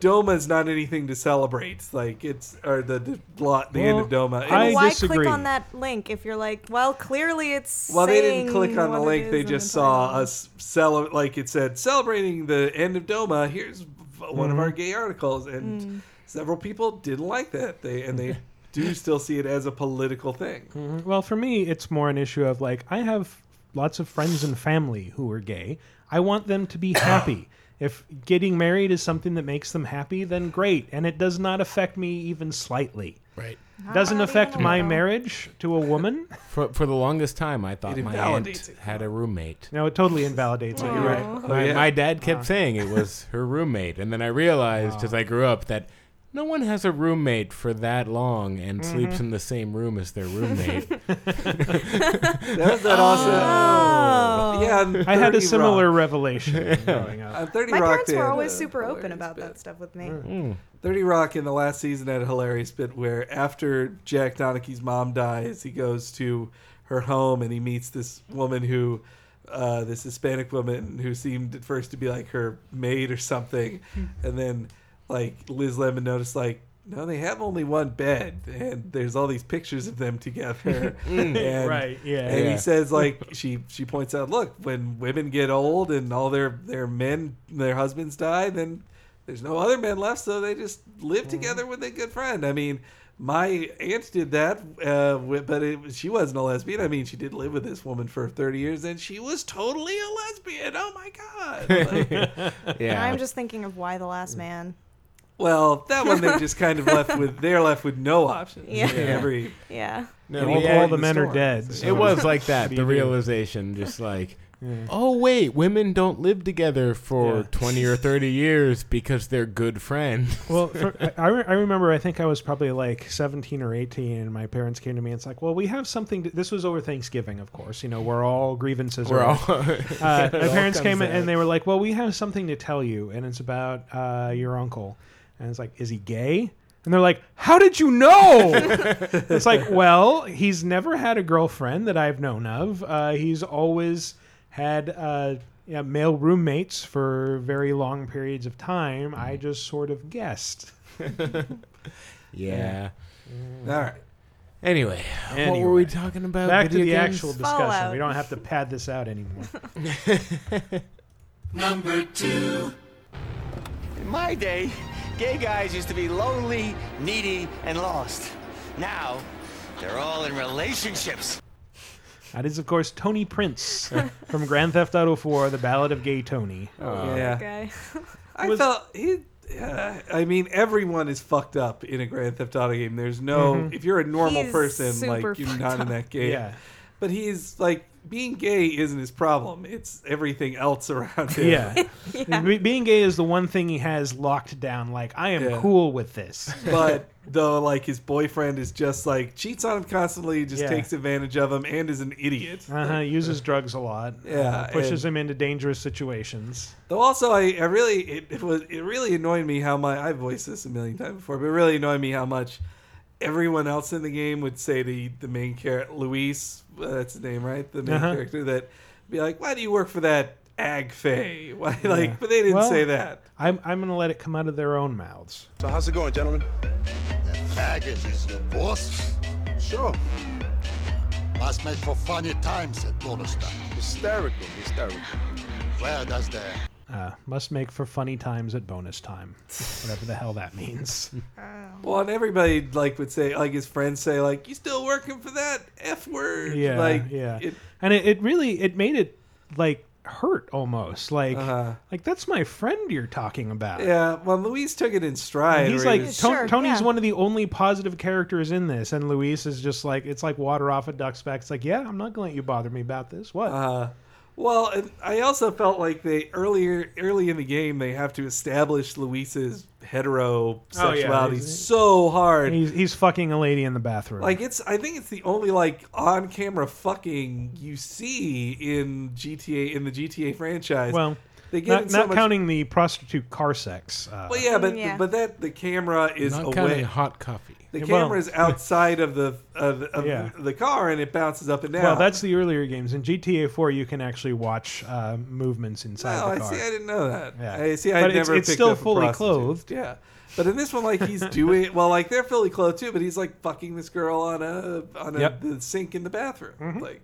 C: Doma is not anything to celebrate. Like it's or the the, blot, the end of Doma. It's-
D: Then why click on that link if you're like, well, clearly it's.
C: Well, they didn't
D: saying
C: click on the
D: what it
C: link.
D: is
C: They
D: and
C: just
D: it's
C: saw us cele- like it said, celebrating the end of Doma. Here's v- one of
A: Mhm.
C: our gay articles, and
D: Mm.
C: several people didn't like that. They and they do still see it as a political thing.
A: Mhm. Well, for me, it's more an issue of like I have lots of friends and family who are gay. I want them to be happy. if getting married is something that makes them happy, then great, and it does not affect me even slightly.
B: Right.
D: Not
A: Doesn't
D: really,
A: affect
D: no.
A: my marriage to a woman.
B: For, for the longest time, I thought my aunt
A: invalidates
B: had a roommate.
A: No, it totally invalidates it. You're right.
D: Oh,
B: My, my dad kept
D: Uh.
B: saying it was her roommate, and then I realized as I grew up that no one has a roommate for that long and
D: Mm-hmm.
B: sleeps
C: Mhm.
B: in the same room as their roommate.
C: That was that awesome.
D: Oh.
C: Yeah, on
A: I had
C: 30
A: a
C: Rock.
A: similar revelation growing up.
C: On Thirty
D: My
C: Rock,
D: parents
C: they
D: were
C: had
D: always
C: a
D: super open about that stuff with me.
A: Mm.
C: Thirty Rock in the last season had a hilarious bit where after Jack Donaghy's mom dies, he goes to her home and he meets this woman who, uh, this Hispanic woman who seemed at first to be like her maid or something, and then like Liz Lemon noticed like. No, they have only one bed, and there's all these pictures of them together.
A: Mm.
C: And-
A: Right, yeah.
C: And
A: Yeah.
C: he says, like, she she points out, look, when women get old and all their their men their husbands die, then there's no other men left, so they just live together with a good friend. I mean, my aunt did that, uh, wi- but it, she wasn't a lesbian. I mean, she did live with this woman for 30 years, and she was totally a lesbian. Oh my god! Like-
D: And I'm just thinking of why the
C: Mm.
D: last man.
C: well, that one they just kind of left with. They're left with no options.
D: Yeah.
C: in Every
D: Yeah.
B: No,
C: any
B: we
C: part
B: had-
C: of story.
B: It was like that. the realization, just like, oh wait, women don't live together for twenty or thirty years because they're good friends.
A: well, for, I- I, re- I remember I think I was probably like 17 or 18, and my parents came to me and it's like, well, we have something. To, this was over Thanksgiving, of course. You know, we're all grievances. are
B: We're all-
A: out. uh,
B: It
A: my
B: all
A: parents
B: comes
A: came in
B: out.
A: and they were like, well, we have something to tell you, and it's about uh, your uncle. And it's like, is he gay? And they're like, how did you know? it's like, well, he's never had a girlfriend that I've known of. Uh, he's always had uh, yeah, male roommates for very long periods of time.
B: Mm-hmm.
A: I just sort of guessed.
B: yeah.
C: All right.
B: Anyway, what were
A: Anyway.
B: we talking about?
A: Back to
B: Video
A: the
B: games?
A: actual discussion. We don't have to pad this out anymore.
M: Number two. In my day, gay guys used to be lonely, needy, and lost. Now, they're all in relationships.
A: That is, of course, Tony Prince from Grand Theft Auto 4, The Ballad of Gay Tony.
C: Oh, yeah. I felt he. Uh, I mean, everyone is fucked up in a Grand Theft Auto game. There's no
A: Mhm.
C: if you're a normal
A: He's
C: person, like
A: super
C: you're
A: fucked
C: not in
A: up.
C: that game.
A: Yeah.
C: But he's like being gay isn't his problem. It's everything else around him.
A: Yeah. Be- Being gay is the one thing he has locked down. Like, I am
C: Yeah.
A: cool with this.
C: but though, like his boyfriend is just like cheats on him constantly, just
A: Yeah.
C: takes advantage of him, and is an idiot.
A: uh-huh, uses drugs a lot. uh,
C: Yeah,
A: pushes him into dangerous situations.
C: Though also, I, I really it, it was it really annoyed me how my I voiced this a million times before, but it really annoyed me how much everyone else in the game would say to the main character Luis, uh, that's his name, right? The main
A: Uh-huh.
C: character that be like, "Why do you work for that ag fay?" Why like? But they didn't
A: Well,
C: say that.
A: I'm, I'm going to let it come out of their own mouths.
N: So how's it going, gentlemen? Faggot is the boss. Sure. Must make for funny times at bonus time. Hysterical, hysterical. Well, that's the
A: Uh, must make for funny times at bonus time. Whatever the hell that means.
C: Well, and everybody like would say like his friends say like, "You still working for that f word?"
A: yeah
C: like
A: yeah
C: it-
A: and it, it really it made it like hurt almost like like that's my friend you're talking about
C: Uh-huh. yeah. Well, Luis took it in stride.
A: And he's
C: where he
A: like
C: was-
A: "Ton- tony's one of the only positive characters in this and luis is just like it's like water off a duck's back it's like yeah i'm not gonna let you bother me about this what
C: Uh, well, and I also felt like they earlier early in the game they have to establish Luis's heterosexuality so hard
A: he's, he's fucking a lady in the bathroom
C: Like it's, I think it's the only like on camera fucking you see in GTA in the GTA franchise.
A: well
C: they get
A: not,
C: in so
A: not
C: much-
A: counting the prostitute car sex uh,
C: Well, yeah, but
D: Yeah.
C: but that the camera is
B: Not
C: away.
B: counting hot coffee.
C: the
A: Well-
C: camera's outside of the of, of
A: Yeah.
C: the car and it bounces up and down.
A: Well, that's the earlier games. In GTA 4, you can actually watch uh, movements inside
C: Oh,
A: the
C: I
A: car.
C: see. I didn't know that.
A: Yeah.
C: I see. I
A: but
C: never.
A: it's, it's
C: picked
A: still
C: up a
A: fully
C: prostitute.
A: clothed.
C: Yeah, but in this one, like he's doing well. Like they're fully clothed too, but he's like fucking this girl on a on a
B: Yep.
C: the sink in the bathroom.
A: Mm-hmm.
C: Like,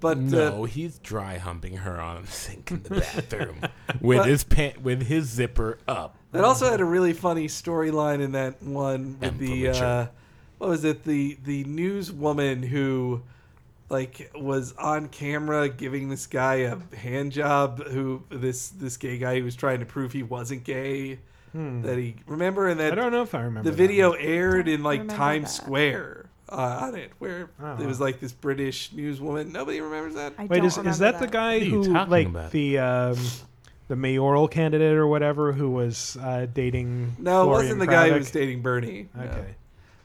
C: but
B: no,
C: uh,
B: he's dry humping her on the sink in the bathroom with his pant with his zipper up.
C: That also had a really funny storyline in that one with the
B: Emperor.
C: uh, what was it the the newswoman who like was on camera giving this guy a hand job who this this gay guy who was trying to prove he wasn't gay
A: Hmm.
C: that he remember and that
A: I don't know if I remember that
C: the video aired in like
A: remember
C: Times
A: that.
C: Square uh, on it where
A: Oh,
C: it was
A: wow.
C: like this British newswoman nobody remembers that
A: Wait, is, is that, the guy
B: What are you
A: who
B: talking
A: like
B: about?
A: the um, the mayoral candidate or whatever who was uh, dating?
C: No, it
A: Florian
C: wasn't the guy who
A: Craddock?
C: was dating Bernie. No.
A: Okay.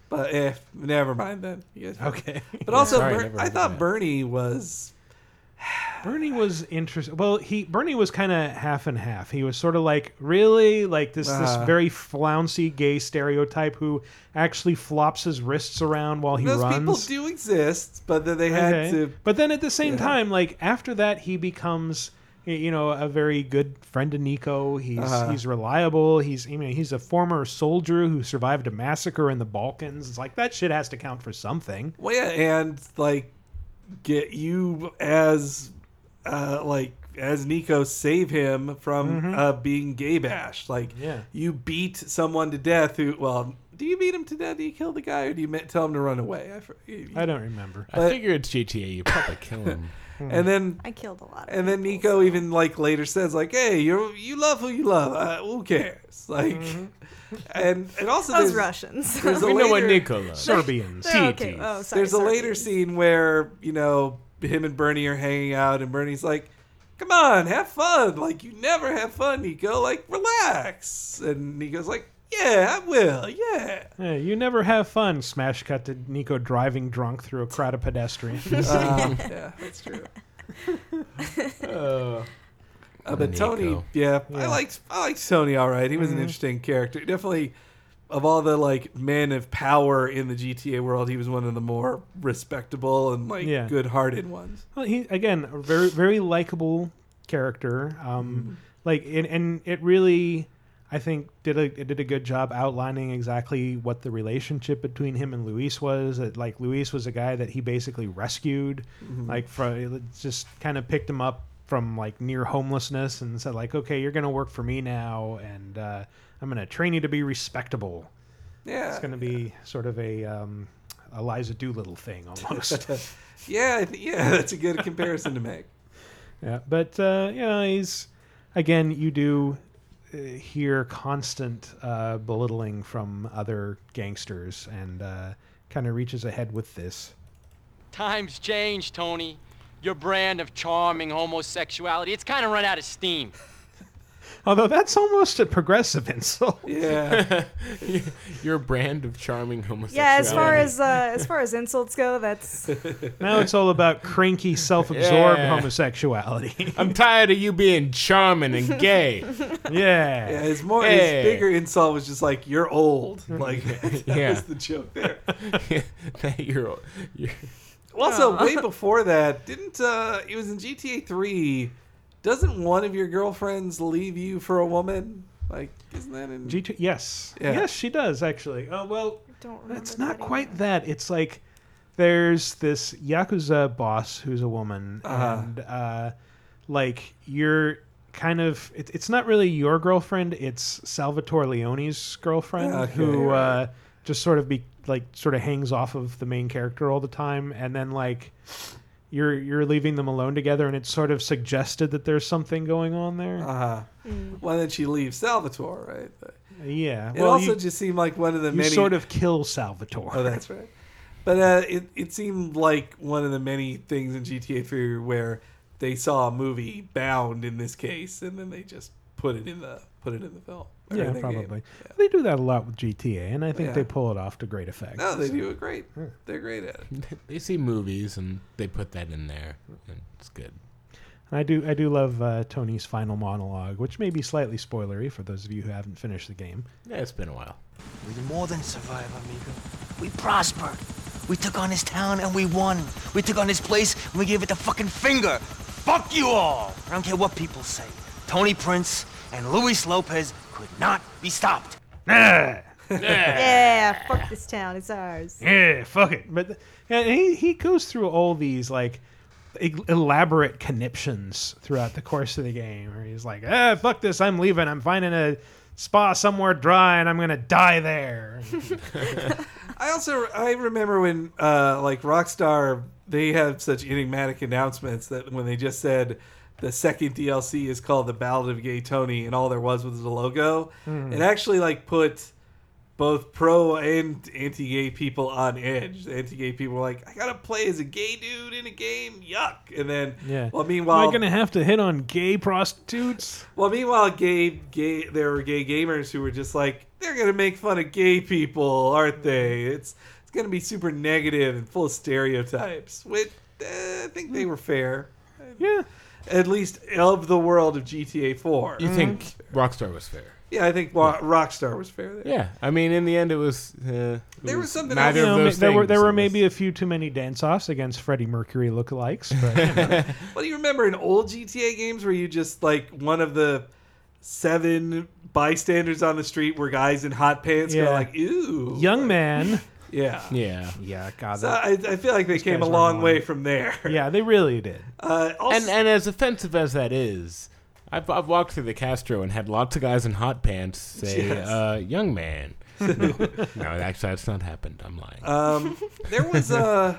C: But eh, never mind then. You guys
A: Okay.
C: But also,
A: Sorry,
C: Ber-
A: never
C: I
A: mind
C: thought
A: that.
C: Bernie was.
A: Bernie was interesting. Well, he Bernie was kind of half and half. He was sort of like really like this
C: Ah.
A: this very flouncy gay stereotype who actually flops his wrists around while he
C: those
A: runs.
C: people do exist, but then they had
A: Okay.
C: to.
A: But then at the same
C: Yeah.
A: time, like after that, he becomes y- you know a very good friend to Nico. He's
C: Uh-huh.
A: he's reliable. He's I mean he's a former soldier who survived a massacre in the Balkans. It's like that shit has to count for something.
C: Well, yeah, and like get you as uh, like as Nico save him from
A: Mhm.
C: uh, being gay bashed. Like
A: Yeah.
C: you beat someone to death. Who well, do you beat him to death? Do you kill the guy, or do you ma- tell him to run away? I, for- you-
A: I don't remember.
B: I figure it's GTA. You probably kill him.
C: and then
D: I killed a lot.
C: and then Nico even like later says like, "Hey, you you love who you love. Uh, who cares?" Like,
A: Mm-hmm.
C: and and also
D: Those
C: there's-
D: Russians.
C: There's a
D: We know what
C: later-
D: Nico loves. Serbians. They're okay.
C: Tietes.
D: Oh, sorry,
C: there's a later scene where you know him and Bernie are hanging out, and Bernie's like, "Come on, have fun. Like you never have fun, Nico. Like relax." And Nico's like, "Yeah, I will. Yeah."
A: Yeah, you never have fun. Smash cut to Nico driving drunk through a crowd of pedestrians.
C: Uh,
A: Oh.
C: yeah, that's true. Uh, but Tony,
A: Nico.
C: yeah, I
A: Oh. Yeah.
C: liked I liked Tony all right. He was an
A: Mhm.
C: interesting character. Definitely, of all the like men of power in the GTA world, he was one of the more respectable and like
A: Yeah.
C: good-hearted ones.
A: Well, he again a very very likable character. Um, Like and, and it really, I think did a it did a good job outlining exactly what the relationship between him and Luis was. That like Luis was a guy that he basically rescued,
C: Mhm.
A: like from just kind of picked him up from like near homelessness and said like, okay, you're gonna work for me now, and uh, I'm gonna train you to be respectable.
C: Yeah,
A: it's gonna be sort of a um, Eliza Doolittle thing almost.
C: Yeah, I th- yeah, that's a good comparison to make.
A: Yeah, but uh, you know, he's again. You do uh, hear constant uh, belittling from other gangsters, and uh, kind of reaches ahead with this.
O: Times change, Tony. Your brand of charming homosexuality, it's kind of run out of steam.
A: Although that's almost a progressive insult.
C: Yeah.
B: Your brand of charming homosexuality.
D: Yeah, as far as uh, as far as insults go, that's
A: now it's all about cranky, self-absorbed
B: Yeah.
A: homosexuality.
B: I'm tired of you being charming and gay.
A: yeah.
C: Yeah, his more
B: Hey.
C: his bigger insult was just like you're old. Like that
B: Yeah.
C: was the joke there.
B: that you're, you're
C: Well, Also,
B: Aw.
C: way before that, didn't uh it was in GTA three, doesn't one of your girlfriends leave you for a woman? Like, isn't that in
A: G two. Yes.
C: Yeah.
A: Yes, she does actually. Oh well,
D: don't
A: it's not quite that. It's like there's this yakuza boss who's a woman,
C: Uh-huh.
A: and uh, like you're kind of it, it's not really your girlfriend. It's Salvatore Leone's girlfriend
C: Okay.
A: who uh, just sort of be like sort of hangs off of the main character all the time, and then like. You're you're leaving them alone together, and it's sort of suggested that there's something going on there.
C: Uh-huh. Well then she leaves Salvatore, right?
A: Yeah.
C: It
A: well,
C: also
A: you-
C: just seemed like one of the
A: you
C: many
A: sort of kill Salvatore.
C: Oh, that's right. But uh, it it seemed like one of the many things in GTA 3 where they saw a movie bound in this case, and then they just put it in the put it in the film. or in
A: Yeah,
C: the game.
A: probably. They do that a lot with GTA, and I think
C: Yeah.
A: they pull it off to great effect.
C: No, they
A: so.
C: do it great. They're great at it.
B: they see movies and they put that in there. And it's good.
A: And I do I do love uh, Tony's final monologue, which may be slightly spoilery for those of you who haven't finished the game.
B: Yeah, it's been a while.
P: We more than survived, amigo. We prospered. We took on this town and we won. We took on this place and we gave it the fucking finger. Fuck you all! I don't care what people say. Tony Prince and Luis Lopez could not be stopped.
A: Nah.
D: yeah, fuck this town. It's ours.
A: Yeah, fuck it. But th- and he he goes through all these like e- elaborate conniptions throughout the course of the game, where he's like, "Ah, fuck this! I'm leaving. I'm finding a spa somewhere dry, and I'm gonna die there."
C: I also I remember when uh, like Rockstar they have such enigmatic announcements that when they just said the second DLC is called the Ballad of Gay Tony and all there was was the logo,
A: Hmm.
C: it actually like put both pro and anti-gay people on edge. The anti-gay people were like, I gotta play as a gay dude in a game, yuck. And then
A: yeah.
C: well meanwhile
A: am I gonna have to hit on gay prostitutes?
C: well, meanwhile, gay, gay, there were gay gamers who were just like, they're gonna make fun of gay people, aren't they?
A: Mm-hmm.
C: It's it's gonna be super negative and full of stereotypes. Which uh, I think they
A: Mm.
C: were fair.
A: Yeah.
C: At least of the world of GTA Four.
A: Mm-hmm.
B: You think Rockstar was fair?
C: Yeah, I think Wa- Rockstar was fair there.
B: Yeah, I mean, in the end, it was. Uh,
C: There was something
B: neither
A: You know,
B: of those
A: there
B: things.
A: were there were maybe a few too many dance offs against Freddie Mercury lookalikes, but you know.
C: Well, do you remember in old GTA games where you just like one of the seven bystanders on the street were guys in hot pants go
A: Yeah.
C: like, ooh,
A: young man.
C: yeah,
B: yeah,
A: yeah. God,
C: So
A: that-
C: I, I feel like they
A: these
C: came a
A: guys were
C: long
A: on.
C: way from there.
A: Yeah, they really did.
C: Uh,
B: and and as offensive as that is, I've, I've walked through the Castro and had lots of guys in hot pants say,
C: Yes.
B: uh, "Young man." no, no, actually, that's not happened. I'm lying.
C: Um, there was uh,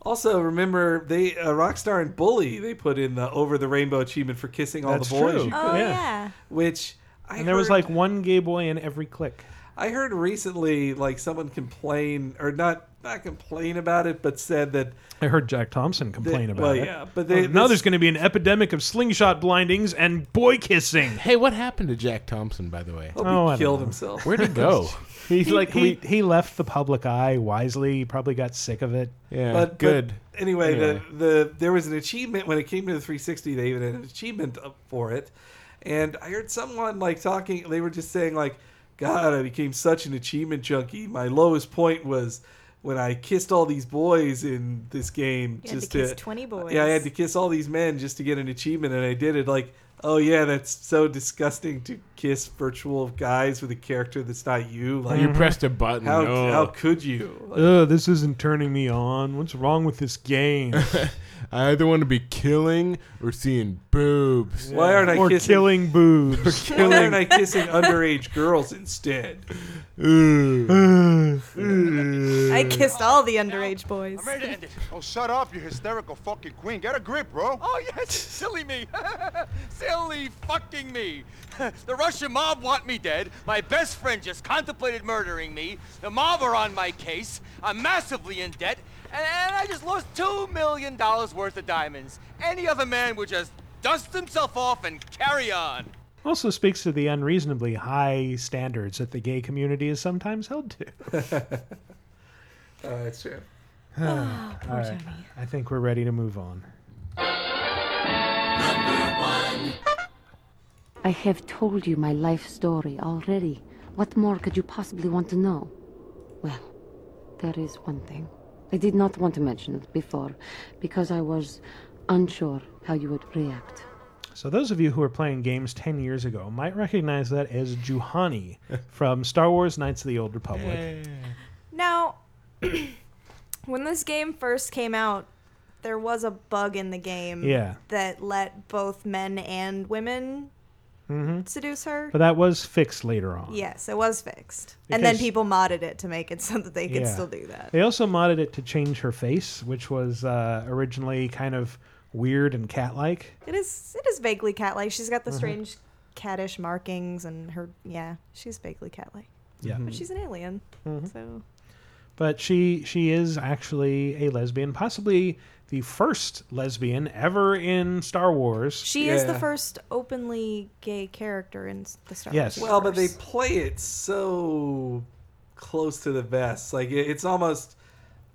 C: also remember they uh, Rockstar and Bully they put in the over the rainbow achievement for kissing all
A: That's
C: the boys.
A: true.
C: you
A: Oh,
C: could.
A: yeah.
C: Which I
A: and there was
C: heard-
A: like one gay boy in every click.
C: I heard recently like someone complain or not not complain about it, but said that
A: I heard Jack Thompson complain
C: They-
A: about
C: well,
A: it.
C: yeah, but they-
A: now
C: this-
A: there's going to be an epidemic of slingshot blindings and boy kissing.
B: Hey, what happened to Jack Thompson, by the way?
A: Hope he Oh, I don't
C: killed know. himself.
B: Where'd he go?
A: He's like he, he left the public eye wisely. He probably got sick of it.
B: Yeah,
C: but, But anyway, The, the there was an achievement when it came to the 360. They even had an achievement up for it, and I heard someone like talking. They were just saying like, "God, I became such an achievement junkie. My lowest point was." When I kissed all these boys in this game,
D: You had to
C: just uh,
D: kiss 20 boys.
C: Yeah, I had to kiss all these men just to get an achievement, and I did it. Like, oh yeah, that's so disgusting to kiss virtual guys with a character that's not you. Like,
A: Mm-hmm.
B: You pressed a button.
C: How,
B: Oh.
C: how could you?
A: Ugh, this isn't turning me on. What's wrong with this game?
B: I either want to be killing or seeing boobs.
C: Why aren't I
A: or
C: kissing-
A: killing boobs?
C: Why aren't I kissing underage girls instead?
D: I kissed all the underage boys.
Q: Oh, shut up, you hysterical fucking queen. Get a grip, bro.
L: Oh, yes, silly me. silly fucking me. the Russian mob want me dead. My best friend just contemplated murdering me. The mob are on my case. I'm massively in debt. And, and I just lost $2 million worth of diamonds. Any other man would just dust himself off and carry on.
A: also speaks to the unreasonably high standards that the gay community is sometimes held to.
C: Uh, it's true.
A: All right. I think we're ready to move on.
R: I have told you my life story already. What more could you possibly want to know? Well, there is one thing. I did not want to mention it before because I was unsure how you would react.
A: So those of you who were playing games 10 years ago might recognize that as Juhani from Star Wars Knights of the Old Republic.
D: Now, when this game first came out, there was a bug in the game
A: Yeah.
D: that let both men and women
A: hmm
D: seduce her.
A: But that was fixed later on.
D: Yes, it was fixed. and then
A: Because-
D: people modded it to make it so that they could
A: Yeah.
D: still do that.
A: They also modded it to change her face, which was uh, originally kind of weird and cat-like.
D: It is it is vaguely cat like. She's got the
A: Mhm.
D: strange catish markings and her yeah, she's vaguely cat like.
A: Yeah.
D: But she's an alien.
A: Mhm.
D: So
A: Mm-hmm. But she she is actually a lesbian, possibly the first lesbian ever in Star Wars.
D: she is the first openly gay character in s- the Star
A: Yes.
D: Wars.
A: Well,
C: Oh, but they
D: universe.
C: play it so close to the vest. Like it, it's almost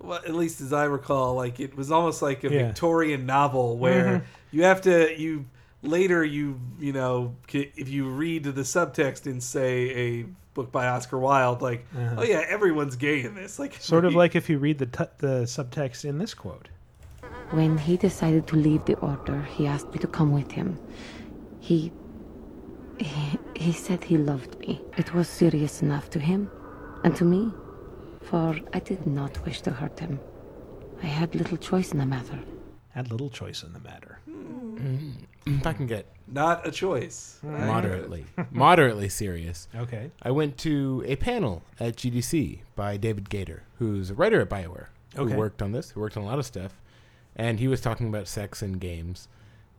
C: well, at least as I recall, like it was almost like a
A: Yeah.
C: Victorian novel where
A: Mhm.
C: you have to you later you you know c- if you read the subtext in say a book by Oscar Wilde, like
A: Uh-huh.
C: oh yeah, everyone's gay in this, like
A: Sort of like if you read the t- the subtext in this quote.
R: When he decided to leave the order, he asked me to come with him. He. He, he said he loved me. It was serious enough to him and to me, for I did not wish to hurt him. I had little choice in the matter.
A: Had little choice in the matter.
B: If I can get
C: not a choice.
A: Hmm.
B: moderately, moderately serious.
A: Okay.
B: I went to a panel at GDC by David Gator, who's a writer at Bioware,
A: Okay.
B: who worked on this, who worked on a lot of stuff, and he was talking about sex in games,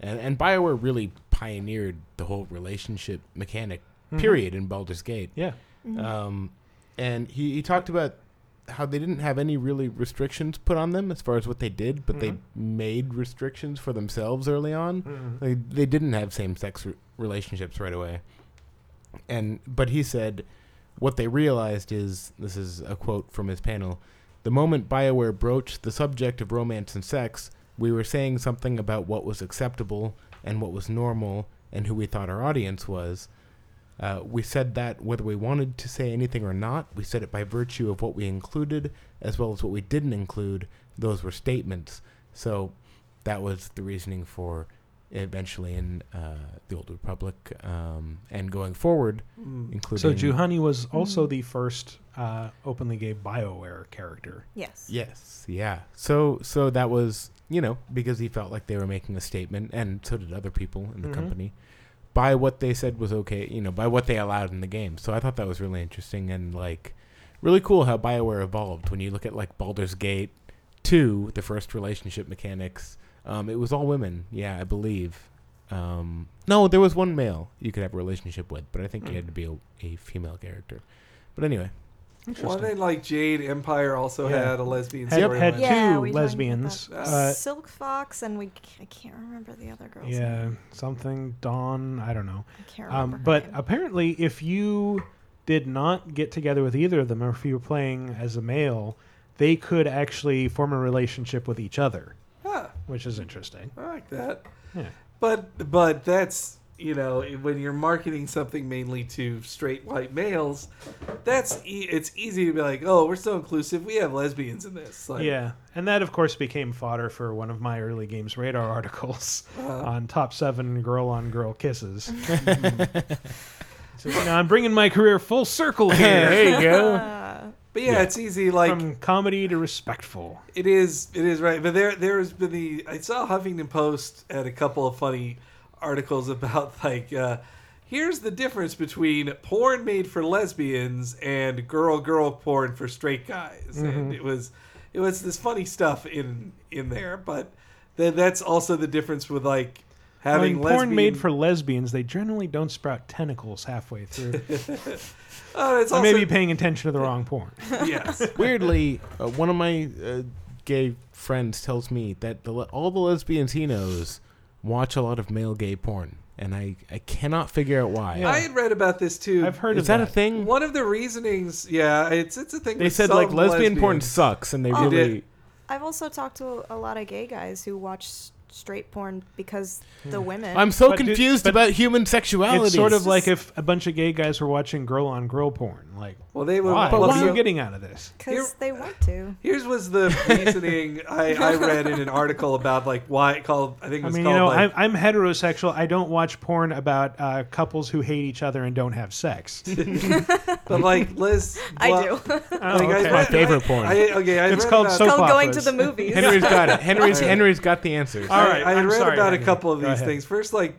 B: and and Bioware really pioneered the whole relationship mechanic
A: Mhm.
B: period in Baldur's Gate.
A: Yeah. Mhm.
B: Um, and he, he talked about how they didn't have any really restrictions put on them as far as what they did, but
A: Mhm.
B: they made restrictions for themselves early on.
A: Mhm.
B: They they didn't have same sex r relationships right away. And but he said what they realized is this is a quote from his panel. The moment BioWare broached the subject of romance and sex, we were saying something about what was acceptable and what was normal and who we thought our audience was. Uh, we said that whether we wanted to say anything or not, we said it by virtue of what we included as well as what we didn't include. Those were statements. So that was the reasoning for eventually in uh, the Old Republic um, and going forward,
A: Mm.
B: including.
A: So Juhani was
D: Mm-hmm.
A: also the first uh, openly gay Bioware character.
D: Yes.
B: Yes, yeah. So so that was you know because he felt like they were making a statement, and so did other people in the
A: Mhm.
B: company. By what they said was okay, you know, by what they allowed in the game. So I thought that was really interesting and like really cool how Bioware evolved. When you look at like Baldur's Gate two, the first relationship mechanics, um, it was all women. Yeah, I believe. Um, no, there was one male you could have a relationship with, but I think you had to be a, a female character. But anyway,
C: Well, then like Jade Empire also
A: Yeah.
C: had a lesbian.
A: Had-
C: storyline.
A: had
D: Yeah,
A: Uh, two
D: we talked about
A: lesbians.
D: that.
A: Uh,
D: Silk Fox and we I can't remember the other girl's name.
A: Yeah, something Dawn. I don't know.
D: I can't
A: Um,
D: remember her
A: but apparently, if you did not get together with either of them, or if you were playing as a male, they could actually form a relationship with each other,
C: Ah.
A: which is interesting.
C: I like that.
A: Yeah.
C: But but that's you know when you're marketing something mainly to straight white males, that's e- it's easy to be like, oh, we're so inclusive. We have lesbians in this. Like,
A: yeah, and that of course became fodder for one of my early games radar articles
C: Uh-huh.
A: on top seven girl on girl kisses. so, you know, I'm bringing my career full circle here. there you go.
C: But yeah, it's easy. Like
A: from comedy to respectful.
C: It is. It is right. But there, there has been the. I saw Huffington Post had a couple of funny articles about like, uh, here's the difference between porn made for lesbians and girl girl porn for straight guys. And
A: Mhm.
C: it was, it was this funny stuff in in there. But then that's also the difference with like having
A: when porn
C: lesbian-
A: made for lesbians, they generally don't sprout tentacles halfway through.
C: Oh, it's
A: I
C: also
A: may be paying attention to the wrong porn.
C: yes.
B: Weirdly, uh, one of my uh, gay friends tells me that the le- all the lesbians he knows watch a lot of male gay porn, and I, I cannot figure out why.
C: I had read about this too. I've
A: heard
B: Is of that a that. thing?
C: One of the reasonings, yeah, it's it's a thing.
B: They
C: with
B: said, like,
C: some
B: lesbian porn
C: lesbians. Oh.
B: sucks, and they
C: It
B: really-
C: did.
D: I've also talked to a lot of gay guys who watch s- straight porn because
A: Hmm.
D: the women.
B: I'm so confused about human sexuality.
A: It's sort of like if a bunch of gay guys were watching girl on girl porn. Like,
C: Well, they were-
A: Why?
C: but
A: What
C: why-
A: are you getting out of this?
D: because they want to.
C: Here's was the reasoning I, I read in an article about like why it called I think it
A: I
C: was
A: mean, you
C: called
A: know,
C: like,
A: I'm, I'm heterosexual. I don't watch porn about uh, couples who hate each other and don't have sex.
C: but like Liz
D: I
C: well,
D: do.
C: like,
A: Oh, okay.
C: read-
A: My favorite porn.
C: I, okay, I
A: It's
C: read
A: called
C: about-
A: soap It's called going operas. to the
D: movies.
B: Henry's got it. Henry's
C: All right.
B: Henry's got the answers.
C: All right, I,
A: I'm
C: read
A: sorry,
C: about a
A: Henry.
C: couple of
A: Go
C: these
A: ahead.
C: things. First, like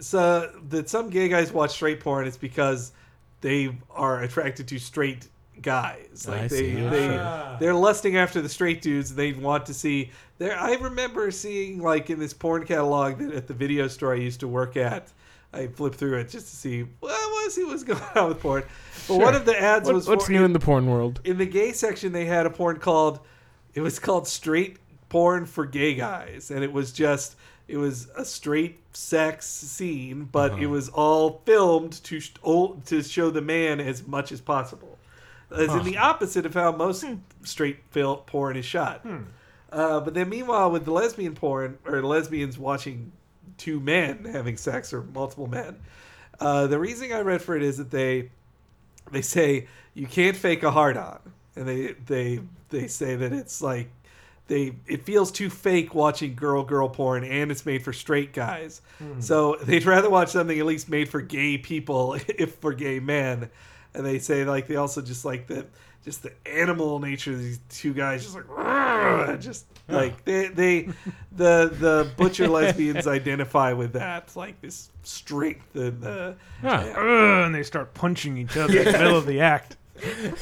C: so that some gay guys watch straight porn, it's because they are attracted to straight guys. Like
B: I
C: they,
B: see.
C: they
B: Ah.
C: they're lusting after the straight dudes. and They want to see there. I remember seeing like in this porn catalog that at the video store I used to work at. I flipped through it just to see. Well, I want to see what's going on with porn. But one
B: Sure.
C: of the ads
B: What-
C: was
B: what's
C: for-
B: new in the porn world?
C: in the gay section they had a porn called it was called straight porn for gay guys and it was just it was a straight sex scene but it was all filmed to sh- old, to show the man as much as possible As
A: Huh.
C: in the opposite of how most straight fil- porn is shot. Uh, but then, meanwhile, with the lesbian porn or lesbians watching two men having sex or multiple men, uh, the reasoning I read for it is that they they say you can't fake a hard on, and they they they say that it's like they it feels too fake watching girl girl porn, and it's made for straight guys.
A: Hmm.
C: So they'd rather watch something at least made for gay people, if for gay men. And they say like they also just like the just the animal nature of these two guys, just like "Rrrr," just like they they the the butcher lesbians identify with that like this strength and
D: Uh,
C: the
A: Ugh, and they start punching each other in the
C: Yeah.
A: middle of the act.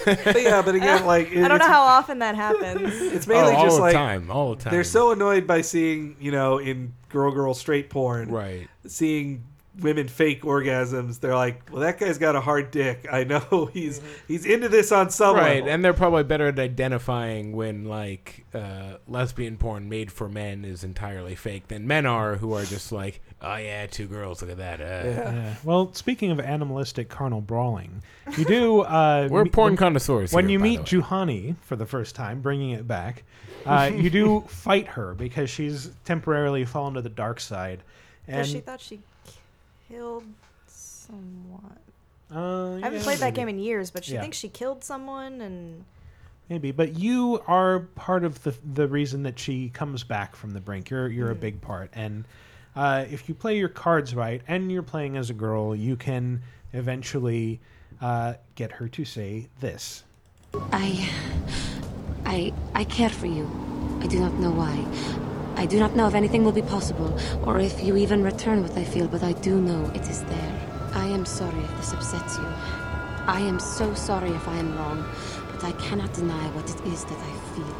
C: But yeah, but again, like
D: I don't
C: it's-
D: know how often that happens.
C: It's mainly
B: Oh, all
C: just
B: the
C: like
B: time, all the
C: They're
B: time.
C: so annoyed by seeing, you know, in girl girl straight porn,
B: Right.
C: Seeing women fake orgasms, they're like, "Well, that guy's got a hard dick. I know he's he's into this on some
B: Mm-hmm. right,
C: level."
B: and they're probably better at identifying when like uh, lesbian porn made for men is entirely fake than men are, who are just like, oh yeah, two girls, look at that. Uh.
A: Yeah. Well, speaking of animalistic carnal brawling, you do. Uh,
B: We're
A: me-
B: porn
A: when-
B: connoisseurs
A: When
B: here,
A: you
B: by
A: meet Juhani for the first time, bringing it back, uh, you do fight her because she's temporarily fallen to the dark side. And
D: Because she thought she killed someone.
A: Uh,
D: I haven't
A: yeah,
D: played that
A: maybe.
D: game in years, but she
A: Yeah.
D: thinks she killed someone, and
A: Maybe, but you are part of the the reason that she comes back from the brink. You're you're a
D: Mm.
A: big part, and uh, if you play your cards right and you're playing as a girl, you can eventually uh, get her to say this.
R: I. I. I care for you. I do not know why. I do not know if anything will be possible, or if you even return what I feel, but I do know it is there. I am sorry if this upsets you. I am so sorry if I am wrong, but I cannot deny what it is that I feel.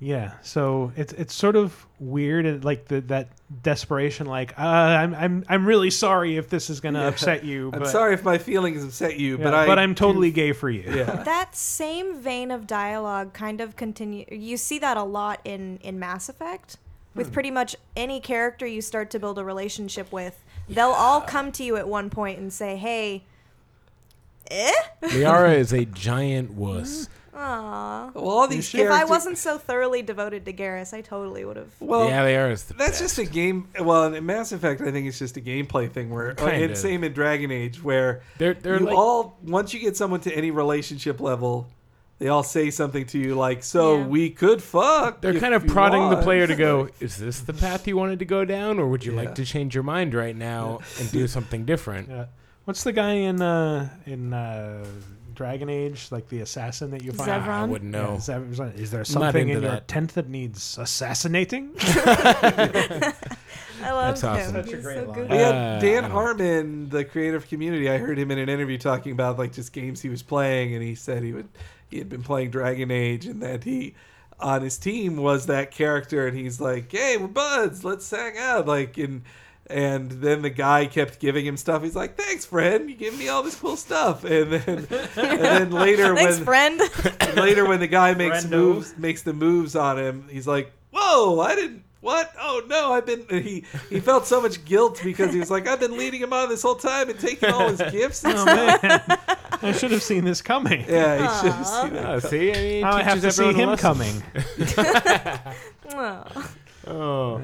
A: Yeah, so it's it's sort of weird and like the, that desperation, like uh, I'm I'm I'm really sorry if this is gonna
C: Yeah.
A: upset you.
C: I'm
A: but,
C: sorry if my feelings upset you,
A: Yeah,
C: but I
A: but I'm totally
C: do-
A: gay for you.
C: Yeah.
D: that same vein of dialogue kind of continue. You see that a lot in in Mass Effect with
K: Hmm.
D: pretty much any character you start to build a relationship with. They'll all come to you at one point and say, "Hey, eh."
B: Liara is a giant wuss.
D: Aww.
C: Well, all these
D: if I
C: character-
D: wasn't so thoroughly devoted to Garrus, I totally would have.
C: Well,
B: Yeah, they are is the
C: that's just a game. Well, in Mass Effect, I think it's just a gameplay thing. Where
B: Kinda.
C: and same in Dragon Age, where
B: They're- they're
C: you
B: like-
C: all once you get someone to any relationship level, they all say something to you like, "So we could fuck."
B: They're
C: if
B: kind of
C: you
B: prodding the
C: want."
B: player to go, is this the path you wanted to go down, or would you like to change your mind right now and do something different?
A: Yeah. What's the guy in uh, in uh, Dragon Age, like the assassin that you find?
B: Zevran? I wouldn't know.
A: Yeah, Zevran. Is there
B: Not
A: something
B: into
A: in your
B: that.
A: tent that needs assassinating?
D: I love
B: That's awesome.
D: him. He's so good.
C: We had
B: Uh, I
C: Dan
B: don't-
C: Harmon, the creative community. I heard him in an interview talking about like just games he was playing, and he said he would he had been playing Dragon Age, and that he on his team was that character, and he's like, "Hey, we're buds. Let's hang out." Like and and then the guy kept giving him stuff. He's like, "Thanks, friend. You give me all this cool stuff." And then and then later
D: Thanks,
C: when
D: friend.
C: later when the guy makes
A: Friendo.
C: moves makes the moves on him, he's like, "Whoa, I didn't what? Oh no, I've been." and he he felt so much guilt because he was like, "I've been leading him on this whole time and taking all his gifts." And
A: oh
C: stuff."
A: man, I should have seen this coming.
C: Yeah, you should have seen that.
B: Oh, see, I mean, it
A: Now I have to
B: teaches
A: see him
B: everyone a lesson.
A: coming.
D: Aw.
B: Oh,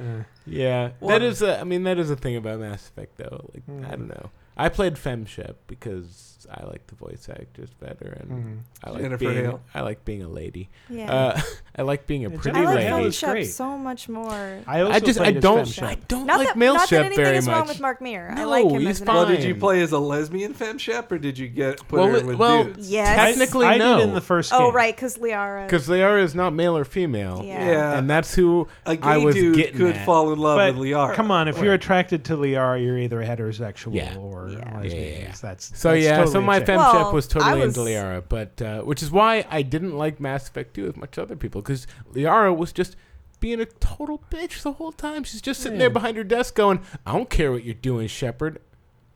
B: yeah. that is. A, I mean, that is a thing about Mass Effect, though. Like, I don't know. I played FemShep because I like the voice actors better, and
A: Mm.
B: I like
C: Jennifer
B: being.
C: Hale.
B: I like being a lady.
D: Yeah.
B: Uh, I like being a
A: Yeah,
B: pretty
D: I like
B: lady.
D: Philip Shep so much more.
B: I also just- I played as don't- Fem Shep. I don't
D: not
B: like
D: that,
B: male
D: not
B: Shep
D: that anything
B: very
D: is wrong
B: much.
D: with Mark Mir. I
B: No,
D: like him
B: he's
D: as an
C: Well,
D: actor.
C: did you play as a lesbian femme shep, or did you get put
B: Well,
C: her in with
B: well,
C: dudes?
D: Yes.
B: Technically,
A: I did
B: no.
A: in the first
D: Oh right, because Liara.
B: Because Liara is not male or female.
D: Yeah. Yeah.
B: And that's who
C: A gay
B: I was
C: dude
B: getting
C: could
B: at.
C: fall in love
A: But
C: with Liara.
A: come on, if you're attracted to Liara, you're either heterosexual or lesbian. That's
B: so
A: that's
B: yeah. so
A: totally
B: my
A: a
B: fem
A: thing.
B: chef was
A: I
B: totally
A: was-
B: into Liara, but uh, which is why I didn't like Mass Effect 2 as much as other people because Liara was just being a total bitch the whole time. She's just sitting there
A: Yeah.
B: behind her desk going, "I don't care what you're doing, Shepard.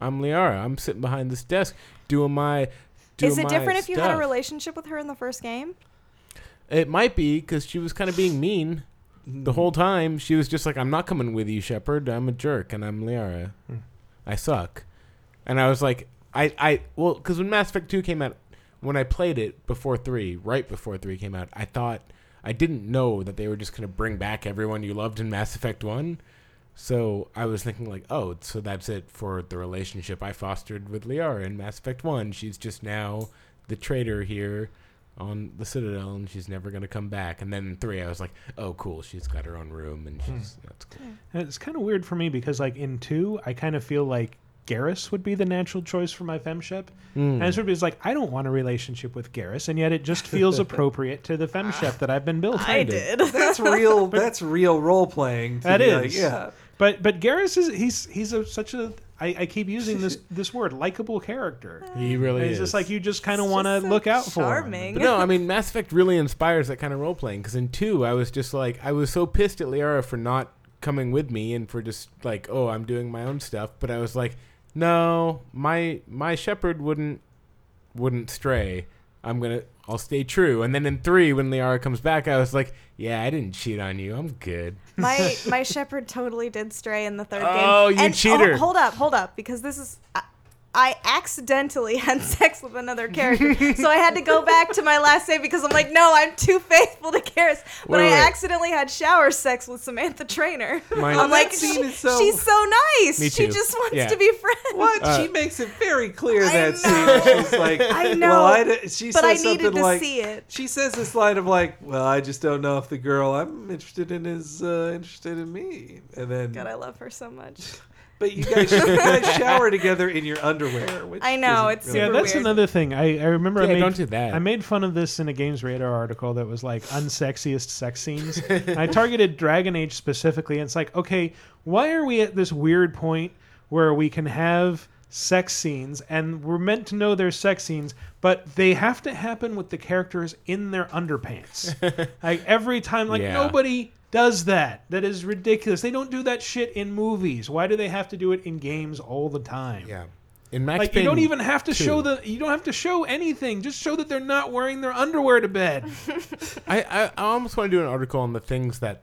B: I'm Liara. I'm sitting behind this desk doing my." Doing
D: Is it
B: my
D: different if you had a
B: stuff."
D: relationship with her in the first game?
B: It might be because she was kind of being mean the whole time. She was just like, "I'm not coming with you, Shepard. I'm a jerk, and I'm Liara. I suck." And I was like, "I, I, well, because when Mass Effect Two came out, when I played it before three, right before three came out, I thought I didn't know that they were just gonna bring back everyone you loved in Mass Effect One. So I was thinking like, oh, so that's it for the relationship I fostered with Liara in Mass Effect One. She's just now the traitor here on the Citadel, and she's never gonna come back. And then in three, I was like, oh, cool, she's got her own room, and
A: Hmm.
B: she's that's cool.
A: And it's kind of weird for me because, like, in two, I kind of feel like Garrus would be the natural choice for my femship.
B: Mm.
A: And sort of is like, I don't want a relationship with Garrus, and yet it just feels appropriate to the femship that I've been built.
C: I did. That's real- that's real role playing. to
A: That
C: be
A: is,
C: like, yeah.
A: But but Garrus is he's he's a, such a I, I keep using this this word likable character.
B: He really
A: And
B: is.
A: it's just like you just kind of want to look out
D: charming.
A: for.
B: But no, I mean Mass Effect really inspires that kind of role playing because in two, I was just like, I was so pissed at Liara for not coming with me and for just like, oh, I'm doing my own stuff. But I was like, no, my my shepherd wouldn't wouldn't stray. I'm gonna, I'll stay true. And then in three, when Liara comes back, I was like, yeah, I didn't cheat on you. I'm good.
D: My my shepherd totally did stray in the third game.
B: Oh, you
D: and,
B: cheater.
D: oh, hold up, hold up, because this is. I, I accidentally had sex with another character, so I had to go back to my last save because I'm like, no, I'm too faithful to Karis. But
B: Wait,
D: I
B: wait.
D: accidentally had shower sex with Samantha Trainer.
B: Mine- That
D: I'm like,
C: scene
D: "She-
C: is so-
D: she's so nice.
B: Me
D: She
B: too.
D: just wants
B: Yeah.
D: to be friends.
C: What?
B: Uh,
C: she makes it very clear that scene. She's like,
D: I know,
C: Well, I d- she
D: but
C: says
D: I
C: something
D: needed to
C: like,
D: see it.
C: She says this line of like, "Well, I just don't know if the girl I'm interested in is uh, interested in me." And then,
D: God, I love her so much.
C: but you guys, you guys shower together in your underwear. Which
D: I know,
C: isn't
D: it's
C: really
A: yeah, that's another thing. I, I remember
B: Yeah,
A: I made
B: don't do that.
A: I made fun of this in a Games Radar article that was like unsexiest sex scenes. And I targeted Dragon Age specifically, and it's like, okay, why are we at this weird point where we can have sex scenes and we're meant to know they're sex scenes, but they have to happen with the characters in their underpants. like every time, like
B: Yeah.
A: nobody does that. That is ridiculous. They don't do that shit in movies. Why do they have to do it in games all the time?
B: Yeah. In Max
A: like you don't
B: Payne
A: even have to
B: 2.
A: show the you don't have to show anything. Just show that they're not wearing their underwear to bed.
B: I, I, I almost want to do an article on the things that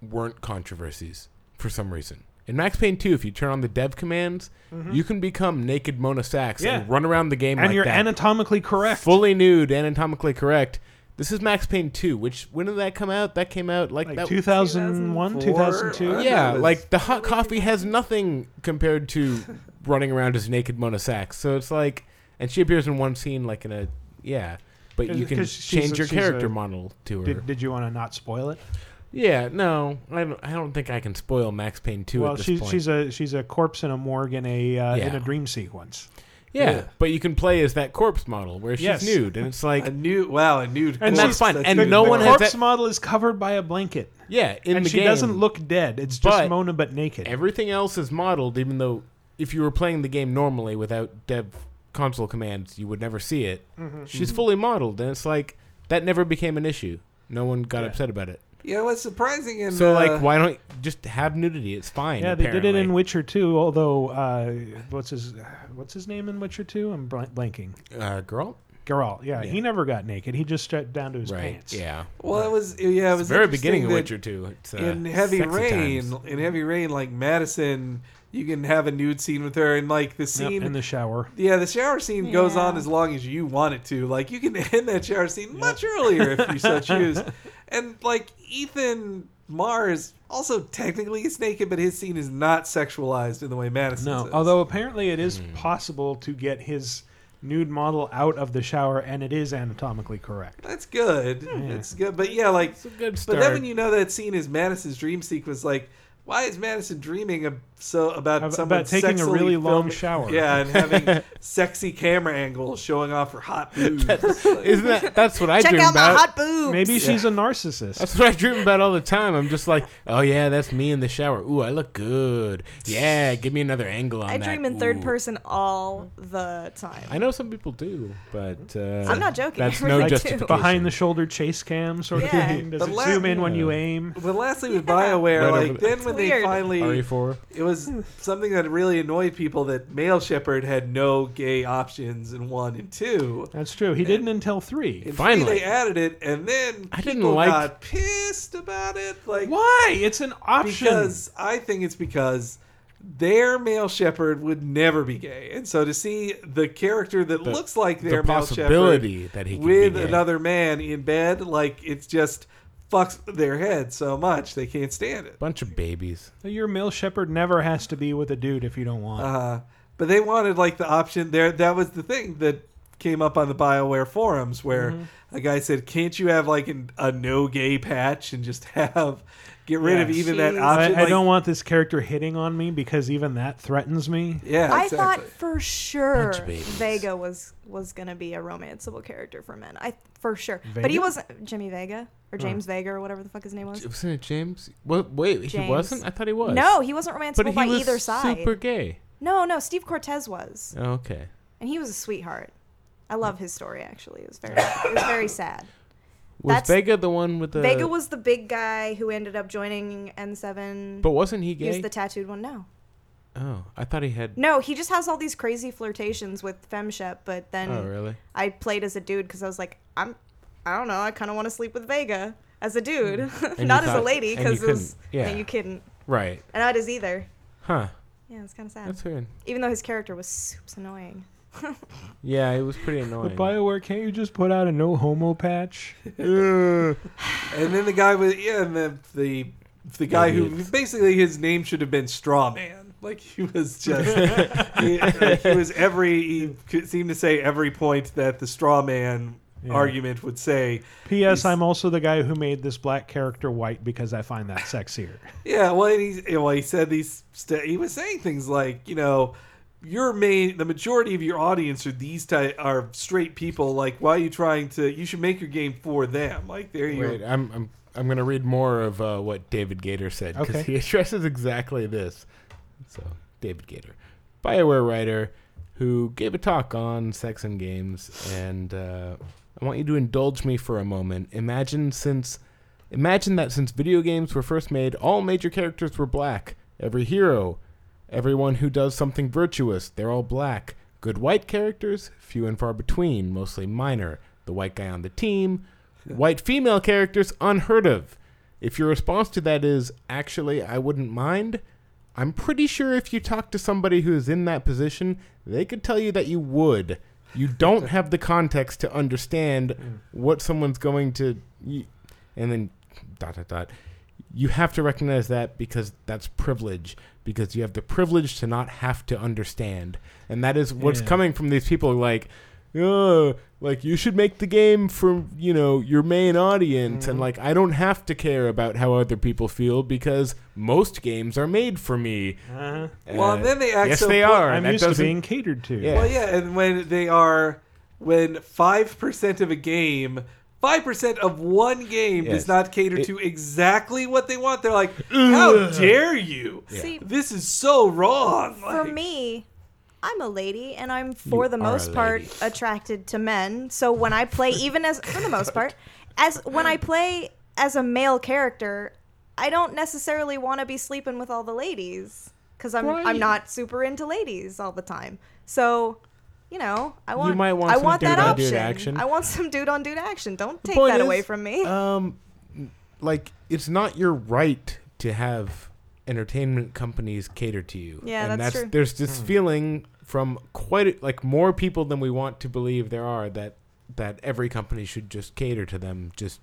B: weren't controversies for some reason. In Max Payne 2, if you turn on the dev commands,
A: Mhm.
B: you can become naked Mona Sachs
A: Yeah.
B: and run around the game
A: and
B: like
A: you're
B: that.
A: anatomically correct.
B: Fully nude, anatomically correct. This is Max Payne 2, which when did that come out? That came out like, that
A: 2001, 2002.
B: Yeah, like the hot coffee has nothing compared to running around as naked Mona Sachs. So it's like and she appears in one scene like in a yeah, but you can
A: 'Cause she's
B: change
A: a-
B: your
A: she's a-
B: character model to her.
A: Did, did you want to not spoil it?
B: Yeah, no, I don't. I don't think I can spoil Max Payne two
A: well,
B: at this
A: she's
B: point.
A: she's a she's a corpse in a morgue in a uh, in
B: Yeah.
A: a dream sequence.
B: yeah, but you can play as that corpse model where she's
A: Yes.
B: nude, and it's like
C: a nude. Wow, a nude.
B: and that's
A: she's-
B: fine. and
A: the-
B: no
A: the
B: one has
A: corpse
B: that.
A: model is covered by a blanket.
B: Yeah, in
A: and
B: the
A: she
B: game.
A: doesn't look dead. It's just
B: But-
A: Mona but naked.
B: Everything else is modeled, even though if you were playing the game normally without dev console commands, you would never see it.
A: Mm-hmm.
C: Mhm.
B: She's
C: Mhm.
B: fully modeled, and it's like that never became an issue. No one got upset about it.
C: Yeah, what's surprising in
B: so,
C: uh,
B: like, why don't just have nudity? It's fine.
A: Yeah, they did it
B: apparently.
A: in Witcher 2, although uh, what's his what's his name in Witcher 2? I'm bl- blanking.
B: uh, Geralt.
A: Geralt, yeah,
B: Yeah.
A: he never got naked. He just stripped down to his
B: Right,
A: pants.
B: yeah.
C: Well, it was yeah. It
B: It's
C: was
B: the very
C: interesting
B: beginning of
C: that
B: Witcher 2. It's, uh,
C: in heavy
B: sexy
C: rain,
B: times.
C: in heavy rain, like Madison, you can have a nude scene with her, and like the
A: Yep,
C: scene
A: in the shower.
C: Yeah, the shower scene goes
A: Yeah.
C: on as long as you want it to. Like you can end that shower scene much earlier if you so choose. And like Ethan Mars also technically is naked, but his scene is not sexualized in the way Madison.
A: No, although apparently it
C: Hmm.
A: is possible to get his nude model out of the shower, and it is anatomically correct.
C: That's good. That's good. But yeah, like, but then
A: start.
C: when you know that scene is Madison's dream sequence, like, why is Madison dreaming ab- so about
A: Ab-
C: someone
A: about taking a
C: sexily
A: really long
C: filming-
A: shower.
C: Yeah, and having sexy camera angles showing off her hot boobs. Isn't
B: that that's what I
D: Check
B: dream
D: out
B: about?
D: my hot boobs.
A: Maybe she's a narcissist.
B: That's what I dream about all the time. I'm just like, oh yeah, that's me in the shower. Ooh, I look good. Yeah, give me another angle on
D: I
B: that.
D: dream in third
B: Ooh.
D: person all the time.
B: I know some people do, but uh,
D: I'm not joking.
B: That's
D: I
B: no
D: really do.
B: justification.
A: Behind the shoulder chase cam sort of
D: Yeah.
A: thing. Does
C: But
A: it
C: la-
A: zoom in when you aim?
C: But lastly, with Bioware,
A: Right over
C: like
A: the-
C: then when they
A: Weird.
C: finally
B: RE4.
C: it was something that really annoyed people that Male Shepherd had no gay options in one and two.
A: That's true. He didn't until three.
C: In three, they added it, and then I
A: didn't
C: people
A: like-
C: got pissed about it. Like
A: why? It's an option.
C: Because I think it's because their male shepherd would never be gay, and so to see the character that
B: The-
C: looks like
B: the
C: their male
B: possibility
C: shepherd
B: that he could be
C: with
B: gay.
C: another man in bed, like it's just fucks their head so much they can't stand it.
B: Bunch of babies.
A: Your male shepherd never has to be with a dude if you don't want.
C: Uh, but they wanted like the option there. That was the thing that came up on the Bioware forums where
A: Mhm.
D: Mm-hmm.
C: a guy said, "Can't you have like an, a no gay patch and just have get rid of
A: Yes.
C: even that option?"
A: I, I
C: Like,
A: don't want this character hitting on me because even that threatens me.
C: Yeah,
D: I thought for sure
A: Bunch of babies.
D: Vega was was gonna be a romanceable character for men. I for sure, but he
B: Vega?
D: wasn't Jimmy Vega
B: Huh.
D: or James Vega or whatever the fuck his name was.
B: Wasn't it James? What, wait,
D: James.
B: he wasn't? I thought he was.
D: No, he wasn't romanceable
B: But he
D: by
B: was
D: either side.
B: super gay.
D: No, no, Steve Cortez was,
B: Oh, okay.
D: and he was a sweetheart. I love his story actually. It was very it was very sad.
B: Was
D: That's-
B: Vega the one with the.
D: Vega was the big guy who ended up joining N7.
B: But wasn't he
D: He was
B: gay?
D: the tattooed one. No.
B: Oh, I thought he had.
D: No, he just has all these crazy flirtations with femshep, but then
B: Oh, really?
D: I played as a dude because I was like, I'm, I don't know, I kind of want to sleep with Vega as a dude,
B: you
D: not as a
B: thought-
D: lady
B: Mm. and you
D: because it was,
B: couldn't.
D: yeah.
B: Yeah.
D: you couldn't,
B: Right.
D: and not as either.
B: Huh.
D: Yeah, it's kind of sad.
B: That's weird.
D: Even though his character was super annoying.
B: Yeah, it was pretty
A: But
B: annoying.
A: Bioware, can't you just put out a no homo patch?
C: and then the guy with yeah, and the the, the guy who basically his name should have been Strawman. Like he was just he, like, he was every he could seemed to say every point that the Strawman
A: Yeah.
C: argument would say.
A: P.S. I'm also the guy who made this black character white because I find that sexier.
C: Yeah, well, and he, well, he said these. St- he was saying things like, you know, your main, the majority of your audience are these ty- are straight people. Like, why are you trying to? You should make your game for them. Like, there you.
B: Wait, I'm I'm I'm gonna read more of uh, what David Gator said because
C: Okay.
B: he addresses exactly this. So David Gator, Bioware writer, who gave a talk on sex and games, and uh, I want you to indulge me for a moment. Imagine since imagine that since video games were first made, all major characters were black. Every hero, everyone who does something virtuous, they're all black. Good white characters, few and far between, mostly minor. The white guy on the team, White female characters unheard of. If your response to that is actually I wouldn't mind, I'm pretty sure if you talk to somebody who is in that position, they could tell you that you would. You don't have the context to understand what someone's going to y- and then dot dot dot. You have to recognize that because that's privilege because you have the privilege to not have to understand. And that is what's
A: Yeah.
B: coming coming from these people like "Ugh, like you should make the game for you know your main audience
A: Mm-hmm.
B: and like i don't have to care about how other people feel because most games are made for me Uh,
A: Uh-huh.
C: Well, and then they act
B: yes
C: so
B: they
C: pl-
B: are
A: I'm
B: and that
A: used to
B: doesn't-
A: being catered to.
B: yeah.
C: Well, yeah, and when they are, when five percent of a game. 5% of one game
B: Yes.
C: does not cater
B: It-
C: to exactly what they want. They're like, how dare you?
D: Yeah. See-
C: this is so wrong.
D: For me, I'm a lady, and I'm for
C: You
D: the
C: are a
D: most part
C: lady.
D: attracted to men. So when I play, even as for the most part, as when I play as a male character, I don't necessarily want to be sleeping with all the ladies because I'm
B: Right.
D: I'm not super into ladies all the time. So. You know, I
B: You
D: want,
B: might want
D: I
B: some
D: want that
B: dude-on-dude
D: option.
B: action.
D: I want some dude on dude action. Don't
B: The
D: take
B: point
D: that away
B: is,
D: from me.
B: Um, like it's not your right to have entertainment companies cater to you.
D: Yeah,
B: and
D: that's true.
B: There's this feeling from quite a- like more people than we want to believe there are that that every company should just cater to them just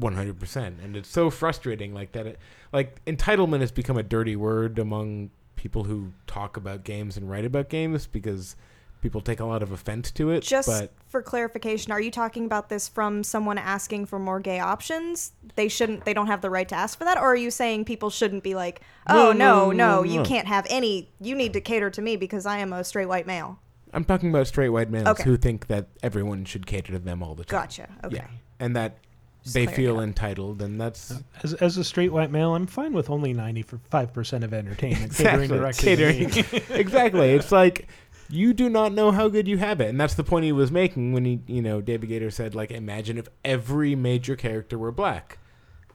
B: 100%. And it's so frustrating like that it, like entitlement has become a dirty word among people who talk about games and write about games because people take a lot of offense to it.
D: Just
B: but
D: for clarification, are you talking about this from someone asking for more gay options? They shouldn't. They don't have the right to ask for that. Or are you saying people shouldn't be like,
B: No,
D: oh no,
B: no,
D: no,
B: no,
D: you
B: no.
D: can't have any. You need to cater to me because I am a straight white male.
B: I'm talking about straight white males
D: Okay.
B: who think that everyone should cater to them all the time.
D: Gotcha. Okay.
B: And that
D: Just
B: they
D: cleared
B: feel entitled, and that's
A: As, as a straight white male, I'm fine with only 95% of entertainment
B: exactly
A: catering directly.
B: catering.
A: to me.
B: exactly. It's like you do not know how good you have it, and that's the point he was making when he, you know, David Gator said, like, imagine if every major character were black,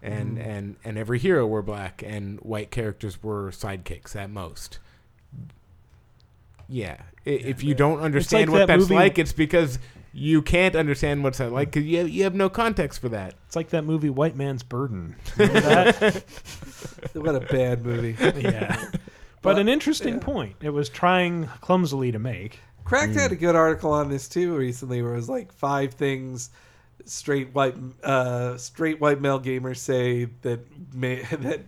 B: and
A: Mm.
B: and and every hero were black, and white characters were sidekicks at most. Yeah, I- if you don't understand
A: like
B: what
A: that
B: that's
A: movie-
B: like, it's because you can't understand what's that like because you have, you have no context for that.
A: It's like that movie White Man's Burden. Remember that?
C: What a bad movie.
A: yeah. But an interesting point. It was trying clumsily to make.
C: Cracked had a good article on this too recently, where it was like five things straight white uh, straight white male gamers say that may, that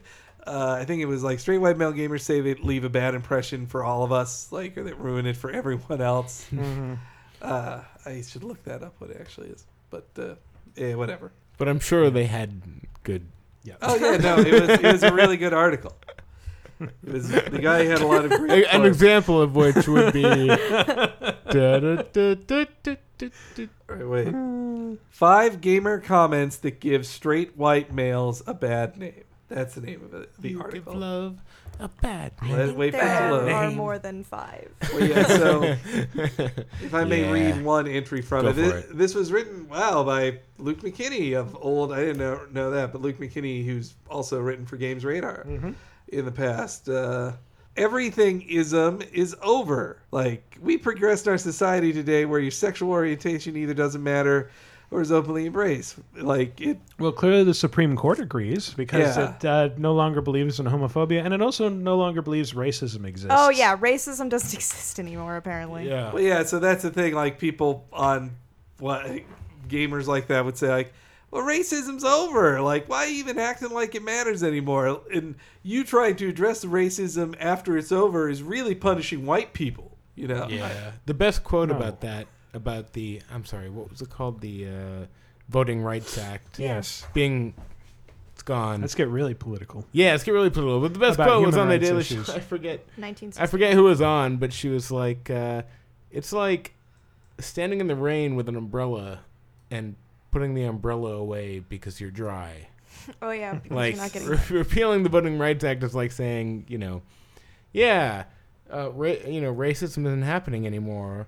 C: uh, I think it was like straight white male gamers say they leave a bad impression for all of us, like or that ruin it for everyone else.
A: Mhm.
C: Uh, I should look that up. What it actually is, but uh, eh, whatever.
B: But I'm sure they had good.
A: Yeah.
C: Oh yeah, no, it was it was a really good article. It was the guy had a lot of great
B: An
C: quotes.
B: example of which would be.
C: Alright, wait. Five gamer comments that give straight white males a bad name. That's the name of it. The article.
B: love a bad
C: Let- wait for it to
D: There
A: uh,
C: load.
D: are more than five.
C: Well, yeah, so if I may read one entry from
B: Go
C: it.
B: for
C: This, this was written wow by Luke McKinney of old. I didn't know, know that, but Luke McKinney, who's also written for Games Radar
A: Mhm.
C: in the past. Uh, Everything ism is over. Like we progressed in our society today, where your sexual orientation either doesn't matter or is openly embraced. Like it
A: Well, clearly the Supreme Court agrees because
C: Yeah.
A: it uh, no longer believes in homophobia and it also no longer believes racism exists.
D: Oh yeah, racism doesn't exist anymore apparently.
C: Well, yeah. So that's the thing. Like people on what gamers like that would say, like, "Well, racism's over. Like, why even acting like it matters anymore?" And you trying to address racism after it's over is really punishing white people. You know?
B: Yeah. The best quote about that, about the, I'm sorry, what was it called? The uh, Voting Rights Act.
A: Yes.
B: Being, it's gone.
A: Let's get really political.
B: Yeah, it's get really political. But the best
A: About
B: quote was
A: human
B: on the
A: rights
B: Daily
A: issues.
B: Show. I forget.
D: 1960.
B: I forget who was on, but she was like, uh, "It's like standing in the rain with an umbrella and putting the umbrella away because you're dry."
D: Oh yeah, because
B: like
D: you're not getting
B: re- repealing the Voting Rights Act is like saying, you know, yeah, uh, ra- you know, racism isn't happening anymore.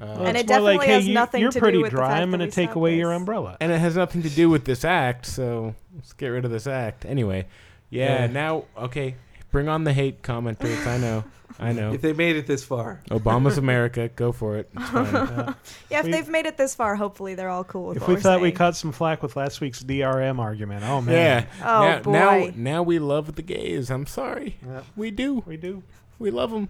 B: Uh,
A: Well, it's more like, hey, you, you're pretty dry. I'm going to take away your umbrella.
B: and it has nothing to do with this act, so let's get rid of this act. Anyway,
A: Yeah.
B: yeah, now, okay, bring on the hate commenters. I know, I know.
C: If they made it this far,
B: Obama's America, go for it. It's fine.
D: yeah, if
A: We-
D: they've made it this far, hopefully they're all cool with
A: If
D: what
A: we
D: we're
A: thought we
D: saying.
A: caught some flack with last week's DRM argument, oh
B: Yeah.
A: man.
D: Oh,
B: now, now,
D: boy.
B: now we love the gays. I'm sorry. We do.
A: We do.
B: We love them.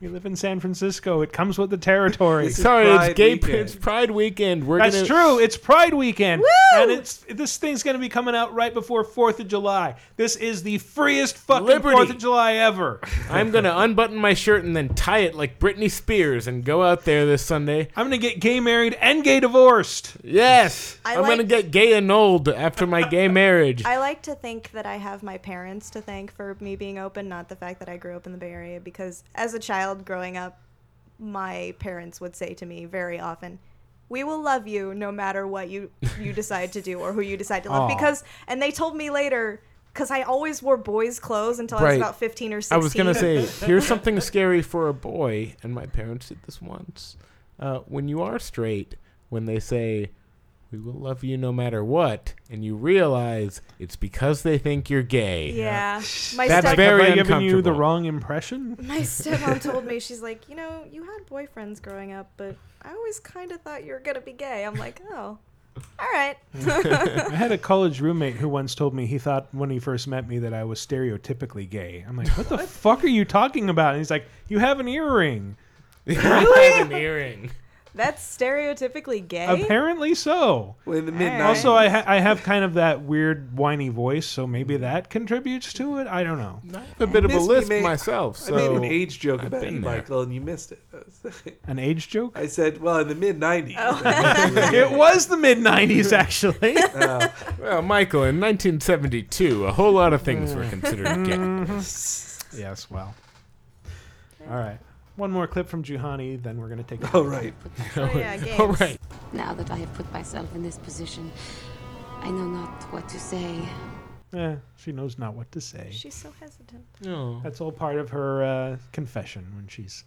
A: We live in San Francisco. It comes with the territory.
B: Sorry, it's gay. It's Pride Weekend. We're
A: That's
B: gonna,
A: true. It's Pride Weekend, and it's this thing's going to be coming out right before Fourth of July. This is the freest fucking
B: Liberty.
A: Fourth of July ever.
B: I'm gonna unbutton my shirt and then tie it like Britney Spears and go out there this Sunday.
A: I'm gonna get gay married and gay divorced.
B: Yes,
D: I
B: I'm gonna
D: like-
B: get gay annulled after my gay marriage.
D: I like to think that I have my parents to thank for me being open, not the fact that I grew up in the Bay Area. Because as a child growing up, my parents would say to me very often, "We will love you no matter what you you decide to do or who you decide to love."
B: Aw.
D: Because and they told me later because I always wore boys' clothes until I was
B: Right.
D: about fifteen or
B: I
D: sixteen.
B: was gonna say, here's something scary for a boy, and my parents did this once. Uh, when you are straight, when they say, "We will love you no matter what," and you realize it's because they think you're gay.
D: Yeah. My
B: that's
D: step-
B: very
A: Have I given
B: uncomfortable.
A: you the wrong impression?
D: My stepmom told me, she's like, you know, you had boyfriends growing up, but I always kind of thought you were going to be gay. I'm like, oh, all right.
A: I had a college roommate who once told me he thought when he first met me that I was stereotypically gay. I'm like, what the fuck are you talking about? And he's like, you have an earring.
B: An earring.
D: That's stereotypically gay.
A: Apparently so.
C: in the
D: midnight.
A: Also, I ha- I have kind of that weird whiny voice, so maybe that contributes to it. I don't know.
B: a bit of a
C: Miss, we
B: lisp
C: made-
B: myself. So
C: I made an age joke
B: I've
C: about
B: been
C: you,
B: there.
C: Michael, and you missed it.
A: An age joke?
C: I said, well, in the mid '90s.
A: it was the mid '90s, actually.
B: Well, Michael, in 1972, a whole lot of things
D: Mm.
B: were considered gay.
A: Mhm. yes. Well. All right. One more clip from Juhani, then we're gonna take.
C: All right.
D: Oh,
R: yeah,
B: All
R: games.
B: right.
R: Now that I have put myself in this position, I know not what to say.
A: Eh, she knows not what to say.
D: She's so hesitant.
A: That's all part of her uh, confession when she's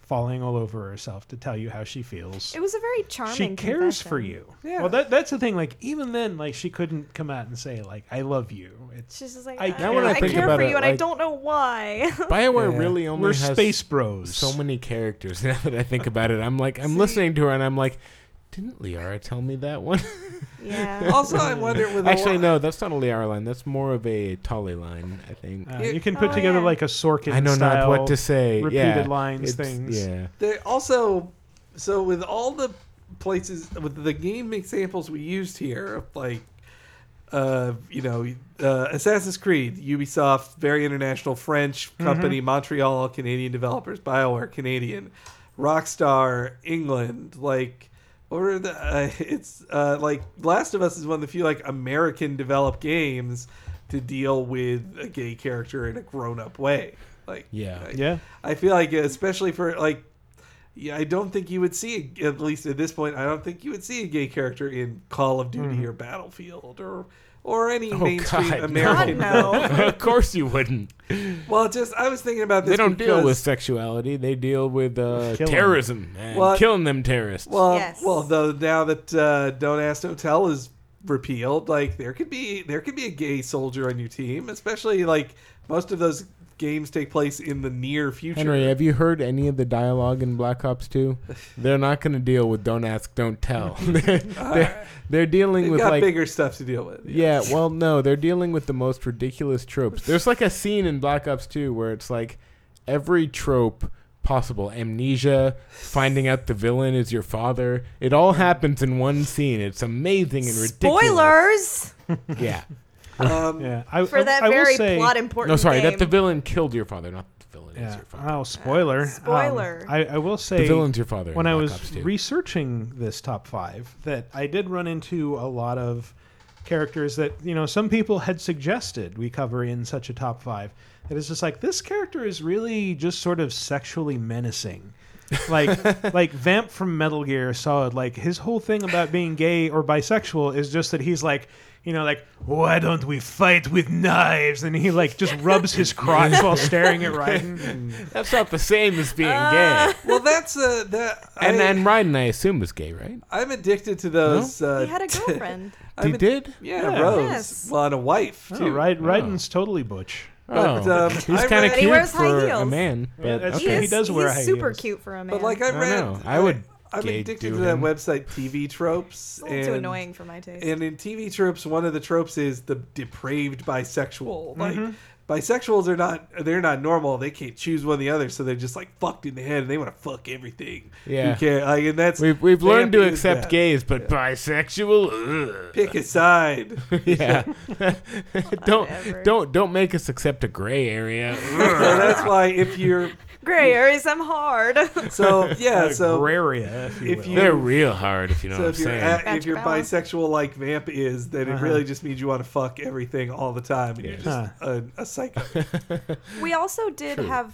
A: falling all over herself to tell you how she feels.
D: It was a very charming
A: She cares
D: confession.
A: for you.
D: Yeah.
A: Well, that, that's the thing. Like even then, like she couldn't come out and say like I love you. It's
D: She's just like,
A: I
D: I,
A: care.
D: care,
A: Now when I
D: I
A: think
D: care
A: about
D: for
A: it,
D: you, and I
A: like-
D: don't know why.
B: Bioware
A: Yeah.
B: really only
A: We're
B: has
A: space bros.
B: So many characters. Now that I think about it, I'm like, I'm listening to her and I'm like, Didn't Liara tell me that one?
D: Yeah.
A: Oh,
C: Also, I wonder with a
B: Actually,
C: wa-
B: no, that's not a Liara line. That's more of a Tolly line, I think.
A: Uh, you can put Oh, together, yeah. like, a Sorkin
B: I know not what
A: style,
B: to say.
A: repeated
B: yeah,
A: lines,
B: it's-
A: things.
B: Yeah.
C: There also, so with all the places with the game examples we used here, like uh, you know, uh, Assassin's Creed, Ubisoft, very international French company,
A: Mhm.
C: Montreal, Canadian developers, Bioware, Canadian, Rockstar, England, like. Or the, uh, it's uh, like Last of Us is one of the few like American developed games to deal with a gay character in a grown up way. Like
B: Yeah.
C: I-
A: Yeah.
C: I feel like, especially for like, yeah, I don't think you would see, at least at this point, I don't think you would see a gay character in Call of Duty or Battlefield or or any
B: Mm-hmm. Oh,
C: mainstream
B: God, no.
C: American.
B: God, no. Of course you wouldn't.
C: Well, just I was thinking about this.
B: They don't deal
C: because-
B: with sexuality. They deal with uh,
A: Killing.
B: terrorism and
C: Well-
B: killing them terrorists.
C: Well, well, though now that uh, Don't Ask, Don't Tell is repealed, like there could be there could be a gay soldier on your team, especially like most of those games take place in the near future.
B: Henry, have you heard any of the dialogue in Black Ops 2? They're not going to deal with don't ask, don't tell. they're, they're, they're dealing
C: They've
B: with
C: got
B: like
C: bigger stuff to deal with.
B: Yeah, well, no, they're dealing with the most ridiculous tropes. There's like a scene in Black Ops 2 where it's like every trope possible amnesia, finding out the villain is your father. It all happens in one scene. It's amazing and
D: Spoilers
B: ridiculous. Yeah.
C: Um,
A: yeah. I,
D: for that
A: I will
D: very
A: say-
D: plot important.
B: no, sorry,
D: game.
B: that the villain killed your father, not the villain.
A: Yeah. Oh, spoiler. Um,
D: spoiler.
A: I, I will say
B: The villain's your father in
A: When I
B: Black
A: was
B: Ops 2.
A: researching this top five, that I did run into a lot of characters that you know some people had suggested we cover in such a top five. That it's just like this character is really just sort of sexually menacing. like like Vamp from Metal Gear Solid, like his whole thing about being gay or bisexual is just that he's like, you know, like why don't we fight with knives? And he like just rubs his crotch while staring at Raiden.
B: That's not the same as being gay.
C: Well, that's uh, that.
B: And
C: I,
B: and Ryden, I assume, was gay, right?
C: I'm addicted to those. Uh,
D: He had a girlfriend.
C: I'm
B: He did?
C: Yeah,
A: Yeah.
C: Rose.
A: Yes.
C: Well, and a wife
A: Oh,
C: too.
A: Ry- Ryden's totally butch.
C: But, um, I
B: Oh, kinda
C: read-
B: But he cute wears high for a heels. man, but
A: that's
B: okay.
A: true.
B: He
A: He
B: is-
A: does wear
D: He's
A: high
D: super
A: heels.
D: cute for a man.
C: But like I
B: don't
C: read,
B: know. I would
C: I'm
B: gay
C: addicted
B: do
C: to that
B: him.
C: website TV Tropes.
D: a little too annoying for my taste.
C: And in TV Tropes, one of the tropes is the depraved bisexual. Like
B: Mm-hmm.
D: Mhm.
C: bisexuals are not they're not normal. They can't choose one or the other, so they're just like fucked in the head and they want to fuck everything.
B: Yeah.
C: Who care? Like, and that's
B: We've, we've
C: they have
B: learned to
C: use
B: accept
C: that.
B: gays, but bisexual. Ugh.
C: Pick a side.
B: yeah. don't don't don't make us accept a gray area.
C: so that's why if you're
D: Gray areas, I'm hard.
C: so yeah, so
A: Agraria, if you will.
B: They're real hard, if you know
C: so
B: what I'm
C: if you're
B: saying.
C: at- if you're
D: Balance.
C: bisexual like Vamp is, then it
B: Uh-huh.
C: really just means you want to fuck everything all the time, and you're just
A: Huh.
C: a, a psycho.
D: we also did
C: True.
D: have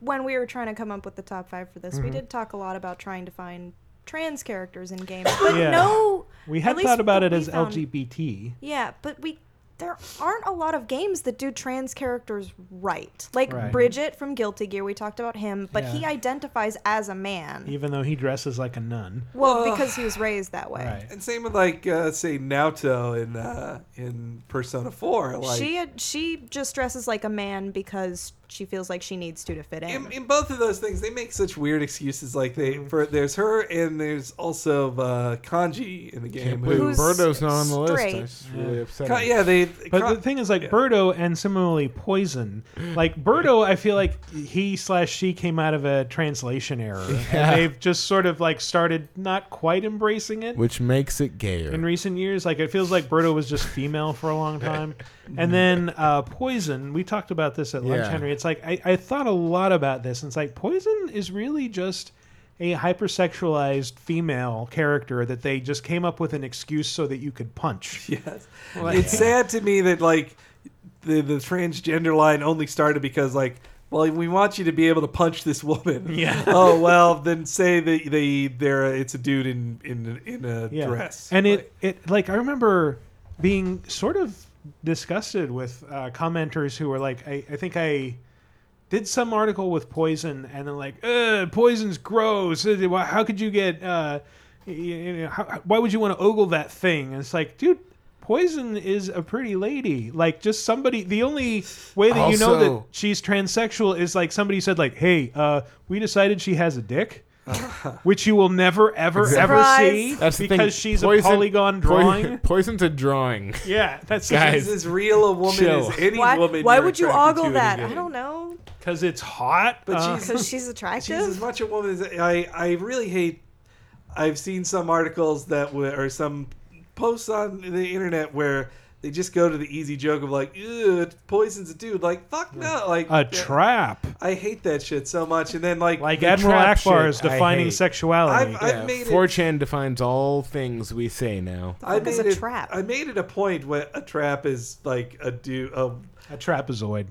D: when we were trying to come up with the top five for this. We
A: Mhm.
D: did talk a lot about trying to find trans characters in games, but
A: Yeah.
D: no,
A: We
D: at
A: had
D: least
A: thought about it
D: what we
A: as
D: found-
A: LGBT.
D: Yeah, but we there aren't a lot of games that do trans characters right. Like
A: Right.
D: Bridget from Guilty Gear, we talked about him, but he
A: Yeah.
D: identifies as a man.
A: Even though he dresses like a nun.
D: Well,
C: Well-
D: because he was raised that way.
C: and same with like uh, say Naoto in uh, in Persona Four. Like
D: she had- she just dresses like a man because she feels like she needs to to fit in.
C: in both of those things, they make such weird excuses. Like they
B: Mm-hmm.
C: for there's her and there's also uh, Kanji in the game.
B: believe
C: who's-
B: Birdo's not on the list.
D: straight.
B: That's just really upsetting.
C: Ka- yeah, they.
A: But
C: Ka-
A: the thing is, like Birdo and similarly Poison, like Birdo, I feel like he slash she came out of a translation error,
B: Yeah.
A: and they've just sort of like started not quite embracing it
B: Which makes it gayer.
A: in recent years. Like it feels like Birdo was just female for a long time, and then uh, Poison. We talked about this at lunch,
B: Yeah.
A: Henry. It's like I, I thought a lot about this, and it's like Poison is really just a hypersexualized female character that they just came up with an excuse so that you could punch.
C: Yes.
A: Like-
C: it's sad to me that like the the transgender line only started because like well we want you to be able to punch this woman.
A: Yeah.
C: oh well, then say that they they're it's a dude in in in a
A: yeah.
C: dress.
A: And it, it like I remember being sort of disgusted with uh, commenters who were like, I, I think I did some article with poison and then like, Ugh, poison's gross. Uh, why- How could you get? Uh, y- you know, how, why would you want to ogle that thing? And it's like, dude. Poison is a pretty lady. Like just somebody the only way that you know that
B: Also-
A: she's transsexual is like somebody said like, "Hey, uh we decided she has a dick." which you will never, ever, ever see because she's a polygon drawing.
B: Poison's a drawing.
A: Yeah, that's
B: guys.
D: why, Why would you ogle
C: in
D: that?
C: a
D: I
C: game.
D: don't know.
A: Because it's hot.
C: But
D: Uh,
C: she's,
D: 'Cause she's attractive?
C: She's as much a woman as I. I really hate. I've seen some articles that were or some posts on the internet where they just go to the easy joke of like, "Ew, it poisons a dude." Like, fuck no! Like
A: Uh, A trap.
C: I hate that shit so much. And then like,
A: Like Admiral Akbar is defining
C: I've,
A: sexuality.
C: I've made it.
B: 4chan defines all things we say now.
C: I made it, trap. I made it a point where a trap is like a do a,
A: a trapezoid.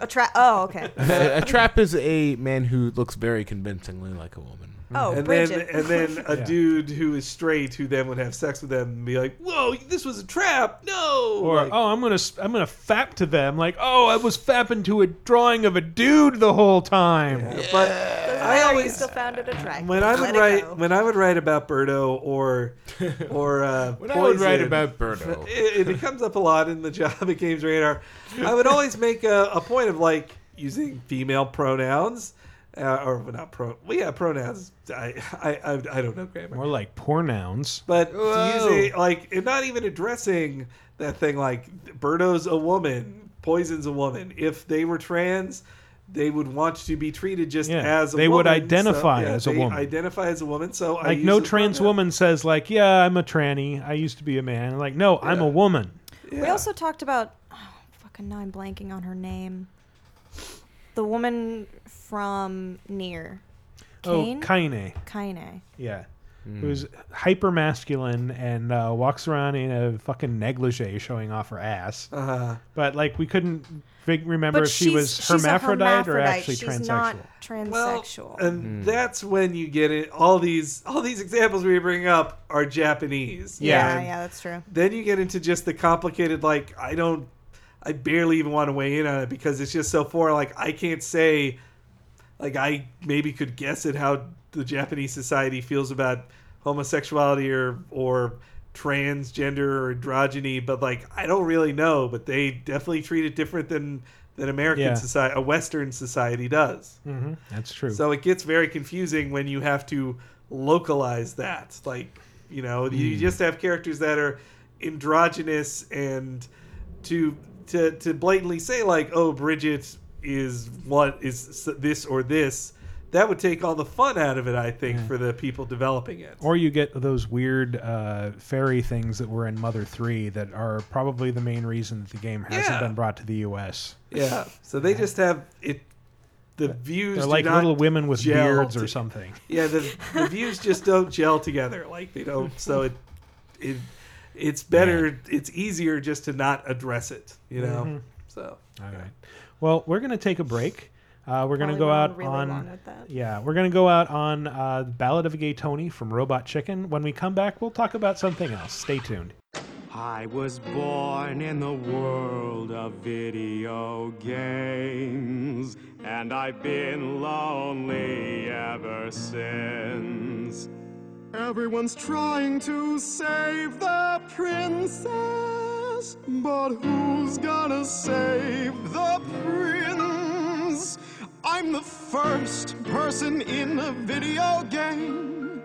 D: A trap. Oh, okay.
B: a trap is a man who looks very convincingly like a woman.
D: Oh,
C: and
D: Bridget.
C: then and then a
B: Yeah.
C: dude who is straight who then would have sex with them and be like, "Whoa, this was a trap!" No,
A: Or
C: Like,
A: oh, I'm gonna s- I'm gonna fap to them like oh, I was fapping to a drawing of a dude the whole time.
C: but
D: I always still found it attractive.
C: when I
D: Let
C: would
D: it
C: write
D: go.
C: when I would write about Birdo or or uh,
B: When I would write
C: Poison,
B: about Birdo.
C: it, it comes up a lot in the job at Games Radar. I would always make a, a point of like using female pronouns. Uh, or not pro? Well, yeah, pronouns. I, I I I don't know grammar.
A: More like pronouns.
C: But
A: Whoa.
C: to use a, like, and not even addressing that thing like Birdo's a woman, Poison's a woman. If they were trans, they would want to be treated just
A: Yeah,
C: as a
A: they would
C: woman.
A: identify
C: so, yeah,
A: as a
C: they
A: woman.
C: Identify as a woman. So I
A: like
C: use
A: no
C: the
A: trans
C: pronoun.
A: woman says like yeah, I'm a tranny. I used to be a man. Like no, I'm a woman.
D: We also talked about. Oh, fucking now I'm blanking on her name. The woman from Near.
A: Oh,
D: Kane?
A: Kaine.
D: Kaine.
A: Yeah.
B: Mm.
C: Hmm.
A: Who's hyper masculine and uh, walks around in a fucking negligee showing off her ass.
C: Uh-huh.
A: But like we couldn't fig- remember
D: But
A: if she
D: she's-
A: was
D: she's a
A: hermaphrodite, or
D: hermaphrodite.
A: actually
D: She's
A: transsexual.
D: not transsexual.
A: Hmm.
C: And that's when you get it. All these all these examples we bring up are Japanese.
D: Yeah,
C: And
D: yeah, that's true.
C: Then you get into just the complicated. Like I don't, I barely even want to weigh in on it because it's just so foreign. Like I can't say, like I maybe could guess at how the Japanese society feels about homosexuality or or transgender or androgyny, but like I don't really know. But they definitely treat it different than than American
A: Yeah.
C: society, a Western society does.
A: Mhm, That's true.
C: So it gets very confusing when you have to localize that. Like, you know, you
A: Mm.
C: just have characters that are androgynous and to to to blatantly say like, "Oh, Bridget is what is s- this or this." That would take all the fun out of it, I think, for the people developing it.
A: Or you get those weird uh, fairy things that were in Mother 3 that are probably the main reason that the game hasn't
C: Yeah.
A: been brought to the US.
C: Yeah. So they just have it. The views
A: They're
C: do
A: like
C: not
A: little women with
C: gel
A: beards
C: to-
A: or something.
C: Yeah, the, the views just don't gel together. Like they don't. So it, it it's better. It's easier just to not address it. You know.
A: Mhm.
C: So
A: All right. Well, we're going to take a break. Uh, we're going to
C: Probably
A: go
C: went
A: out
C: really
A: on
C: long with that.
A: yeah, we're going to go out on uh, Ballad of a Gay Tony from Robot Chicken. When we come back, we'll talk about something else. Stay tuned.
S: I was born in the world of video games, and I've been lonely ever since. Everyone's trying to save the princess, but who's gonna save the prince? I'm the first person in a video game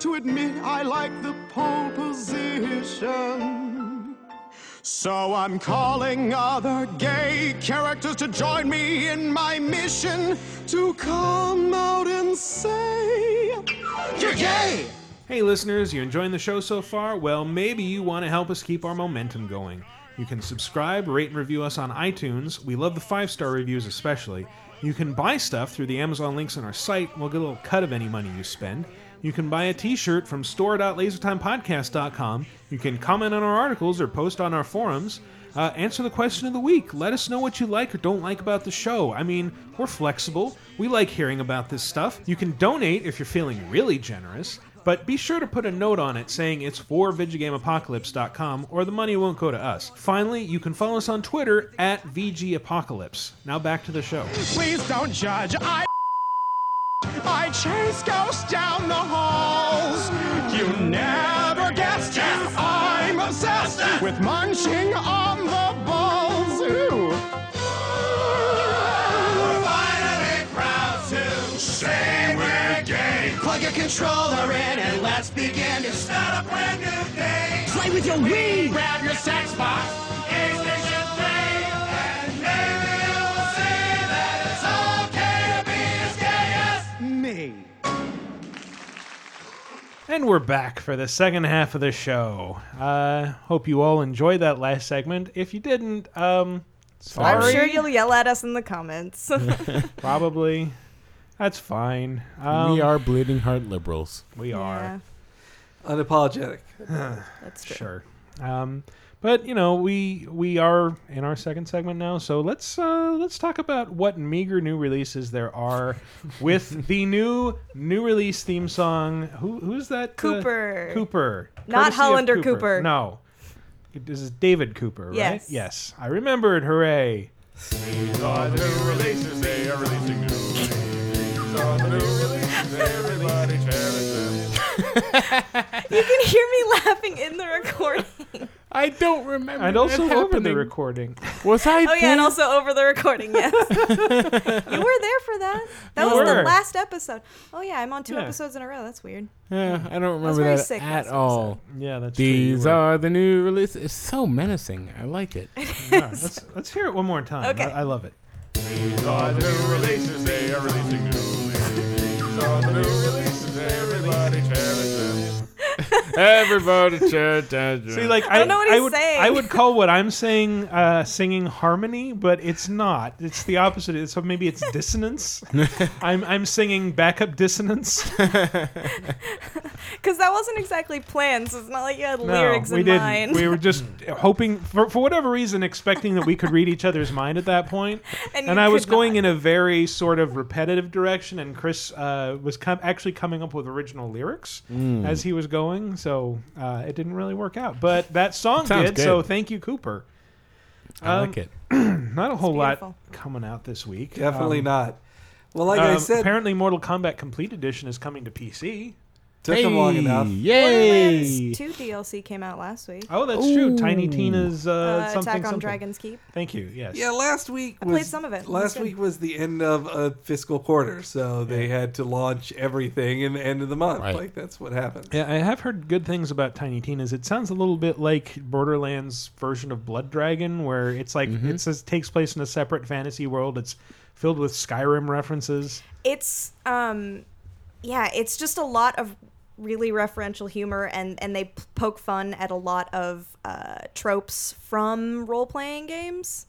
S: to admit I like the pole position. So I'm calling other gay characters to join me in my mission to come out and say, You're gay!
A: Hey, listeners, you enjoying the show so far? Well, maybe you want to help us keep our momentum going. You can subscribe, rate, and review us on iTunes. We love the five star reviews, especially. You can buy stuff through the Amazon links on our site. We'll get a little cut of any money you spend. You can buy a t shirt from store.lasertimepodcast.com. You can comment on our articles or post on our forums. Uh, answer the question of the week. Let us know what you like or don't like about the show. I mean, we're flexible. We like hearing about this stuff. You can donate if you're feeling really generous, but be sure to put a note on it saying it's for VideoGameApocalypse.com or the money won't go to us. Finally, you can follow us on Twitter at VGApocalypse. Now back to the show.
S: Please don't judge. I. I chase ghosts down the halls. You never guessed. I'm obsessed with munching on the balls. Ooh. We're finally proud to say we're gay. Plug
T: controller in and let's begin to start a brand new day. Play with your Wii. Grab your sex box. PlayStation 3, and maybe you'll see that it's okay to be as gay as me.
A: And we're back for the second half of the show. Uh, hope you all enjoyed that last segment. If you didn't, um, sorry.
D: I'm sure you'll yell at us in the comments.
A: Probably. That's fine. Um,
B: we are bleeding heart liberals.
A: We are.
C: Unapologetic.
A: That's true. Sure. Um, but you know, we we are in our second segment now, so let's uh, let's talk about what meager new releases there are with the new new release theme song. Who who's that? uh,
D: Cooper.
A: Cooper.
D: Not
A: Courtesy of
D: Hollander Cooper.
A: No. This is David Cooper, right?
D: Yes.
A: Yes. I remembered. Hooray.
T: These are the new releases, they are releasing new releases. These are the new releases, everybody cherishes.
D: you can hear me laughing in the recording.
B: I don't remember.
A: And also over the recording.
B: Was I?
D: oh yeah, and
B: there?
D: also over the recording. Yes, you were there for that. That
B: You
D: was the
B: were.
D: last episode. Oh yeah, I'm on two
B: Yeah.
D: episodes in a row. That's weird.
B: Yeah, I don't
D: I was
B: remember
D: very
B: that
D: sick
B: at
D: last
B: all.
A: Yeah, that's true, you
B: These
A: were.
B: are the new release. It's so menacing. I like it.
A: Yeah, let's let's hear it one more time.
T: Okay.
A: I, I love it.
T: These are the new releases, they are releasing new releases. These are the new releases, everybody cherishes.
B: Everybody, church, church.
A: See, like I, I would I would call what I'm saying uh, singing harmony, but it's not. It's the opposite. So maybe it's dissonance. I'm I'm singing backup dissonance.
D: Because that wasn't exactly planned, so it's not like you had
A: no,
D: lyrics
A: we
D: in
A: didn't.
D: mind.
A: We were just hoping for for whatever reason, expecting that we could read each other's mind at that point.
D: And
A: And,
D: you
A: I was
D: could
A: going in a very sort of repetitive direction, and Chris uh, was com- actually coming up with original lyrics
C: Hmm.
B: Mm.
A: as he was going. So uh, it didn't really work out, but that song
B: Sounds
A: did. So
B: good.
A: thank you, Cooper.
B: I like it.
A: Not a whole lot
C: beautiful.
A: coming out this week.
C: Definitely
A: Um,
C: not. Well, like I
A: um,
C: said,
A: apparently Mortal Kombat Complete Edition is coming to PC.
C: Took 'em long Hey, enough.
B: Yay!
D: Two DLC came out last week.
A: Oh, that's true.
B: Ooh.
A: Tiny Tina's uh,
D: Uh,
A: something.
D: Attack on
A: something.
D: Dragon's Keep.
A: Thank you. Yes.
C: Yeah, last week
D: I
C: was,
D: played some of it. It was
C: Last
D: good.
C: week was the end of a fiscal quarter, so they had to launch everything in the end of the month. Like that's what happened.
A: Yeah, I have heard good things about Tiny Tina's. It sounds a little bit like Borderlands version of Blood Dragon, where it's like
B: Mm-hmm.
A: it says takes place in a separate fantasy world. It's filled with Skyrim references.
D: it's um yeah it's just a lot of really referential humor and and they p- poke fun at a lot of uh tropes from role-playing games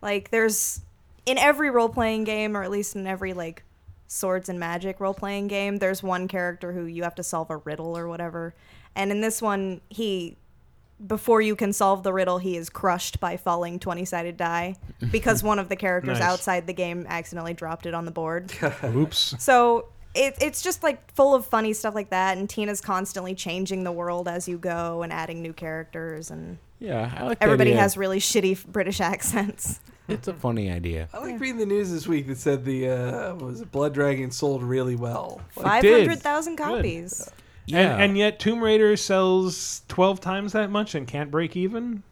D: like there's in every role-playing game or at least in every like swords and magic role-playing game there's one character who you have to solve a riddle or whatever and in this one he before you can solve the riddle he is crushed by falling 20-sided die because one of the characters
A: Nice.
D: outside the game accidentally dropped it on the board
A: Oops.
D: so it, it's just like full of funny stuff like that, and Tina's constantly changing the world as you go and adding new characters, and
B: Yeah, I like that
D: everybody
B: idea.
D: has really shitty f- British accents.
B: It's a funny idea.
C: I like reading the news this week that said the uh, what was it, Blood Dragon sold really well.
D: Five hundred thousand copies.
A: And, and yet Tomb Raider sells twelve times that much and can't break even.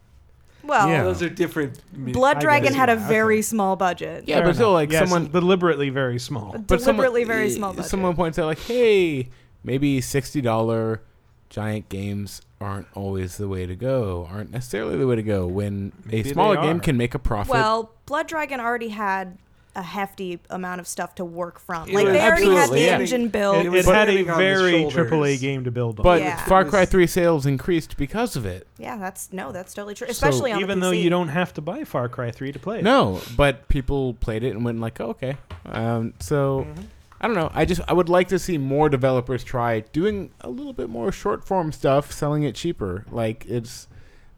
D: Well,
C: those are different.
D: Blood
A: I
D: Dragon
A: guess,
D: had a
A: yeah, okay.
D: very small budget.
B: Yeah, but still, like
A: Yes,
B: someone
A: deliberately very small.
B: But someone-
D: Deliberately very small budget.
B: Someone points out, like, hey, maybe sixty dollar giant games aren't always the way to go. Aren't necessarily the way to go when
A: Maybe
B: a
A: they
B: smaller game
A: are.
B: can make a profit.
D: well, Blood Dragon already had a hefty amount of stuff to work from.
B: It
D: Like
B: was
D: they already had
B: absolutely,
D: the
B: yeah.
D: engine
A: It,
D: built.
A: it had a
B: standing on his
A: very
B: shoulders.
A: AAA game to build on.
B: but
D: Yeah.
B: Far Cry Three sales increased because of it.
D: Yeah, that's no, that's totally true. Especially on the
A: even though
D: PC.
A: you don't have to buy Far Cry Three to play it.
B: No, but people played it and went like, oh, okay. Um, so
A: Mm-hmm.
B: I don't know. I just I would like to see more developers try doing a little bit more short form stuff, selling it cheaper. Like it's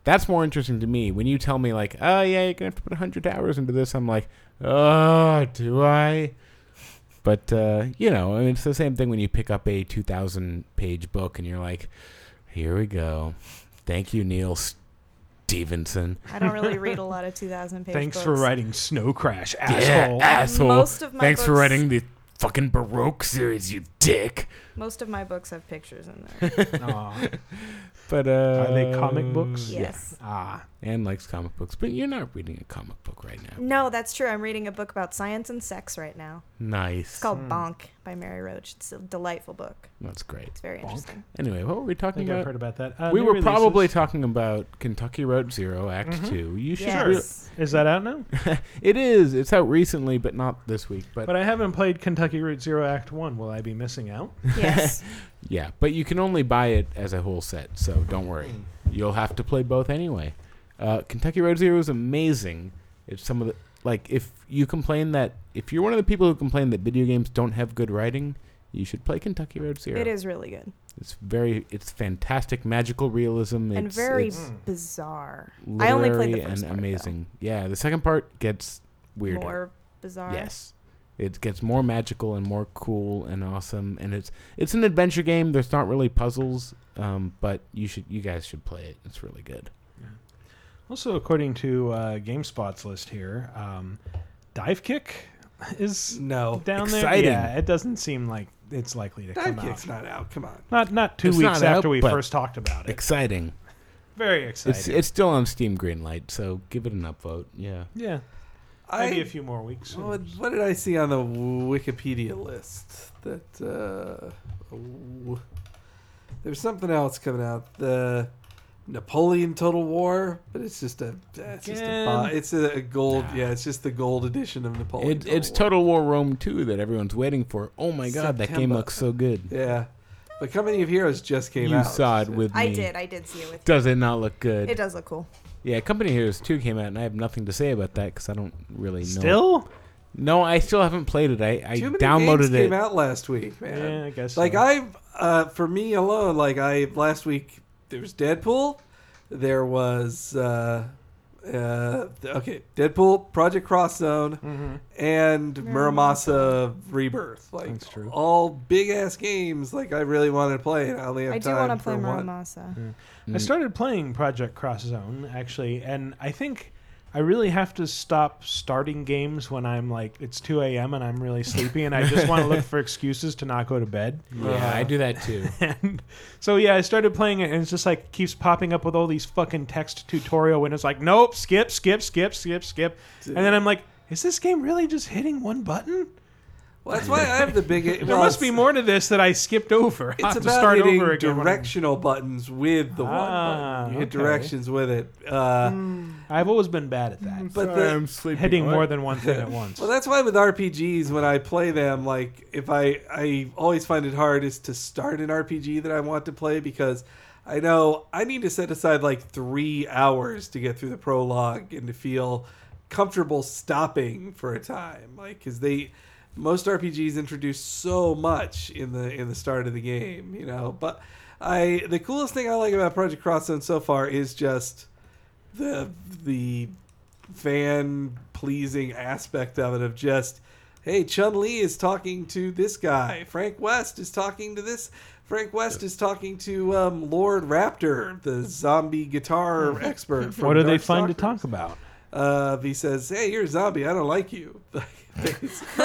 B: that's more interesting to me. When you tell me like, oh yeah, you're gonna have to put hundred hours into this, I'm like, oh, do I? But uh, you know, I mean, it's the same thing when you pick up a two thousand page book and you're like, here we go. Thank you, Neil Stevenson.
D: I don't really read a lot of two thousand page.
A: Thanks
D: books.
A: for writing Snow Crash,
B: Yeah,
A: asshole.
B: asshole.
D: Most of my
B: Thanks for
D: books-
B: writing the fucking Baroque series, you dick.
D: Most of my books have pictures in
B: Aw.
D: there.
B: But uh,
A: Are they comic books?
B: yeah.
D: Yes.
A: Ah.
B: Anne likes comic books, but you're not reading a comic book right now.
D: no, that's true. I'm reading a book about science and sex right now.
B: Nice.
D: It's called Bonk by Mary Roach. It's a delightful book.
B: That's great.
D: It's very interesting.
B: Anyway, what were we talking
A: think I've
B: about?
A: heard about that. Uh,
B: we
A: new
B: were
A: releases.
B: probably talking about Kentucky Road Zero Act
A: Mhm.
B: Two. You should.
A: Sure. Yes. Is that out now?
B: it is. It's out recently, but not this week. But,
A: But I haven't played Kentucky Route Zero Act One. Will I be missing out?
D: Yes.
B: yeah, but you can only buy it as a whole set, so don't worry. You'll have to play both anyway. Uh, Kentucky Road Zero is amazing. It's some of the like if you complain that if you're one of the people who complain that video games don't have good writing, you should play Kentucky Road Zero.
D: It is really good
B: It's very. It's fantastic, magical realism.
D: and
B: it's,
D: very
B: it's
D: bizarre. I only played the
B: literary
D: first
B: and
D: part,
B: amazing. Yeah, the second part gets weirder.
D: More bizarre.
B: Yes. It gets more magical and more cool and awesome, and it's it's an adventure game. There's not really puzzles, um, but you should you guys should play it. It's really good.
A: Also, according to uh, GameSpot's list here, um, Dive Kick is
C: no
A: down
C: Exciting.
A: there. Yeah, it doesn't seem like it's likely to come
C: Dive Kick's
A: out.
C: not out. Come on.
A: Not not two
B: It's
A: weeks
B: not out,
A: after we
B: but
A: first talked about it.
B: Exciting.
A: Very
B: It's,
A: exciting.
B: it's still on Steam Greenlight, so give it an upvote. Yeah.
A: Yeah. Maybe a few more weeks.
B: Oh,
C: What, what did I see on the Wikipedia list? That uh, w- there's something else coming out. The Napoleon Total War, but it's just a it's just a bo-
B: Again?
C: it's a, a gold. Yeah, it's just the gold edition of Napoleon.
B: It, it's Total War Rome 2 that everyone's waiting for. Oh my god, that game
C: September.
B: looks so good.
C: yeah, but Company of Heroes just came
B: you
C: out.
B: saw it with
D: I
B: me.
D: did. I did see it with
B: Does it not look good?
D: It does look cool.
B: Yeah, Company of Heroes 2 came out, and I have nothing to say about that because I don't really know.
A: Still?
B: No, I still haven't played it. I, I
C: Too many
B: downloaded
C: games
B: it.
C: Came out last week, man.
A: Yeah, I guess
C: Like
A: so.
C: I, uh, for me alone, like I last week there was Deadpool, there was uh, uh, okay, Deadpool, Project Cross Zone,
A: Mm-hmm.
C: and Muramasa Rebirth. Like
A: That's true.
C: all big ass games. Like I really wanted to play, and I only have
D: I do
C: time
D: want to
C: for
D: play
C: one.
D: Muramasa.
C: Mm.
A: I started playing Project Cross Zone actually, and I think I really have to stop starting games when I'm like it's 2 a.m. and I'm really sleepy, and I just want to look for excuses to not go to bed.
B: Yeah, I do that too.
A: and so yeah, I started playing it, and it's just like keeps popping up with all these fucking text tutorial windows. Like, nope, skip, skip, skip, skip, skip, and then I'm like, is this game really just hitting one button?
C: Well, that's why I have the big.
A: There
C: well,
A: must
C: it's-
A: be more to this that I skipped over. I
C: It's
A: have
C: about
A: to start
C: hitting
A: over again. when I'm-
C: directional buttons with the one. button. You hit
A: okay. Mm.
C: directions with it. Uh,
A: I've always been bad at that.
C: But sorry, the- I'm sleepy.
A: hitting
C: What?
A: more than one thing at once.
C: Well, that's why with RPGs, when I play them, like if I I always find it hard is to start an RPG that I want to play because I know I need to set aside like three hours to get through the prologue and to feel comfortable stopping for a time, like because they most RPGs introduce so much in the in the start of the game, you know. But I the coolest thing I like about Project Cross Zone so far is just the the fan pleasing aspect of it of just hey Chun Li is talking to this guy Frank West is talking to this Frank West is talking to um, Lord Raptor the zombie guitar expert from
A: what do they
C: Darkstalkers.
A: find to talk about?
C: uh, he says hey you're a zombie I don't like you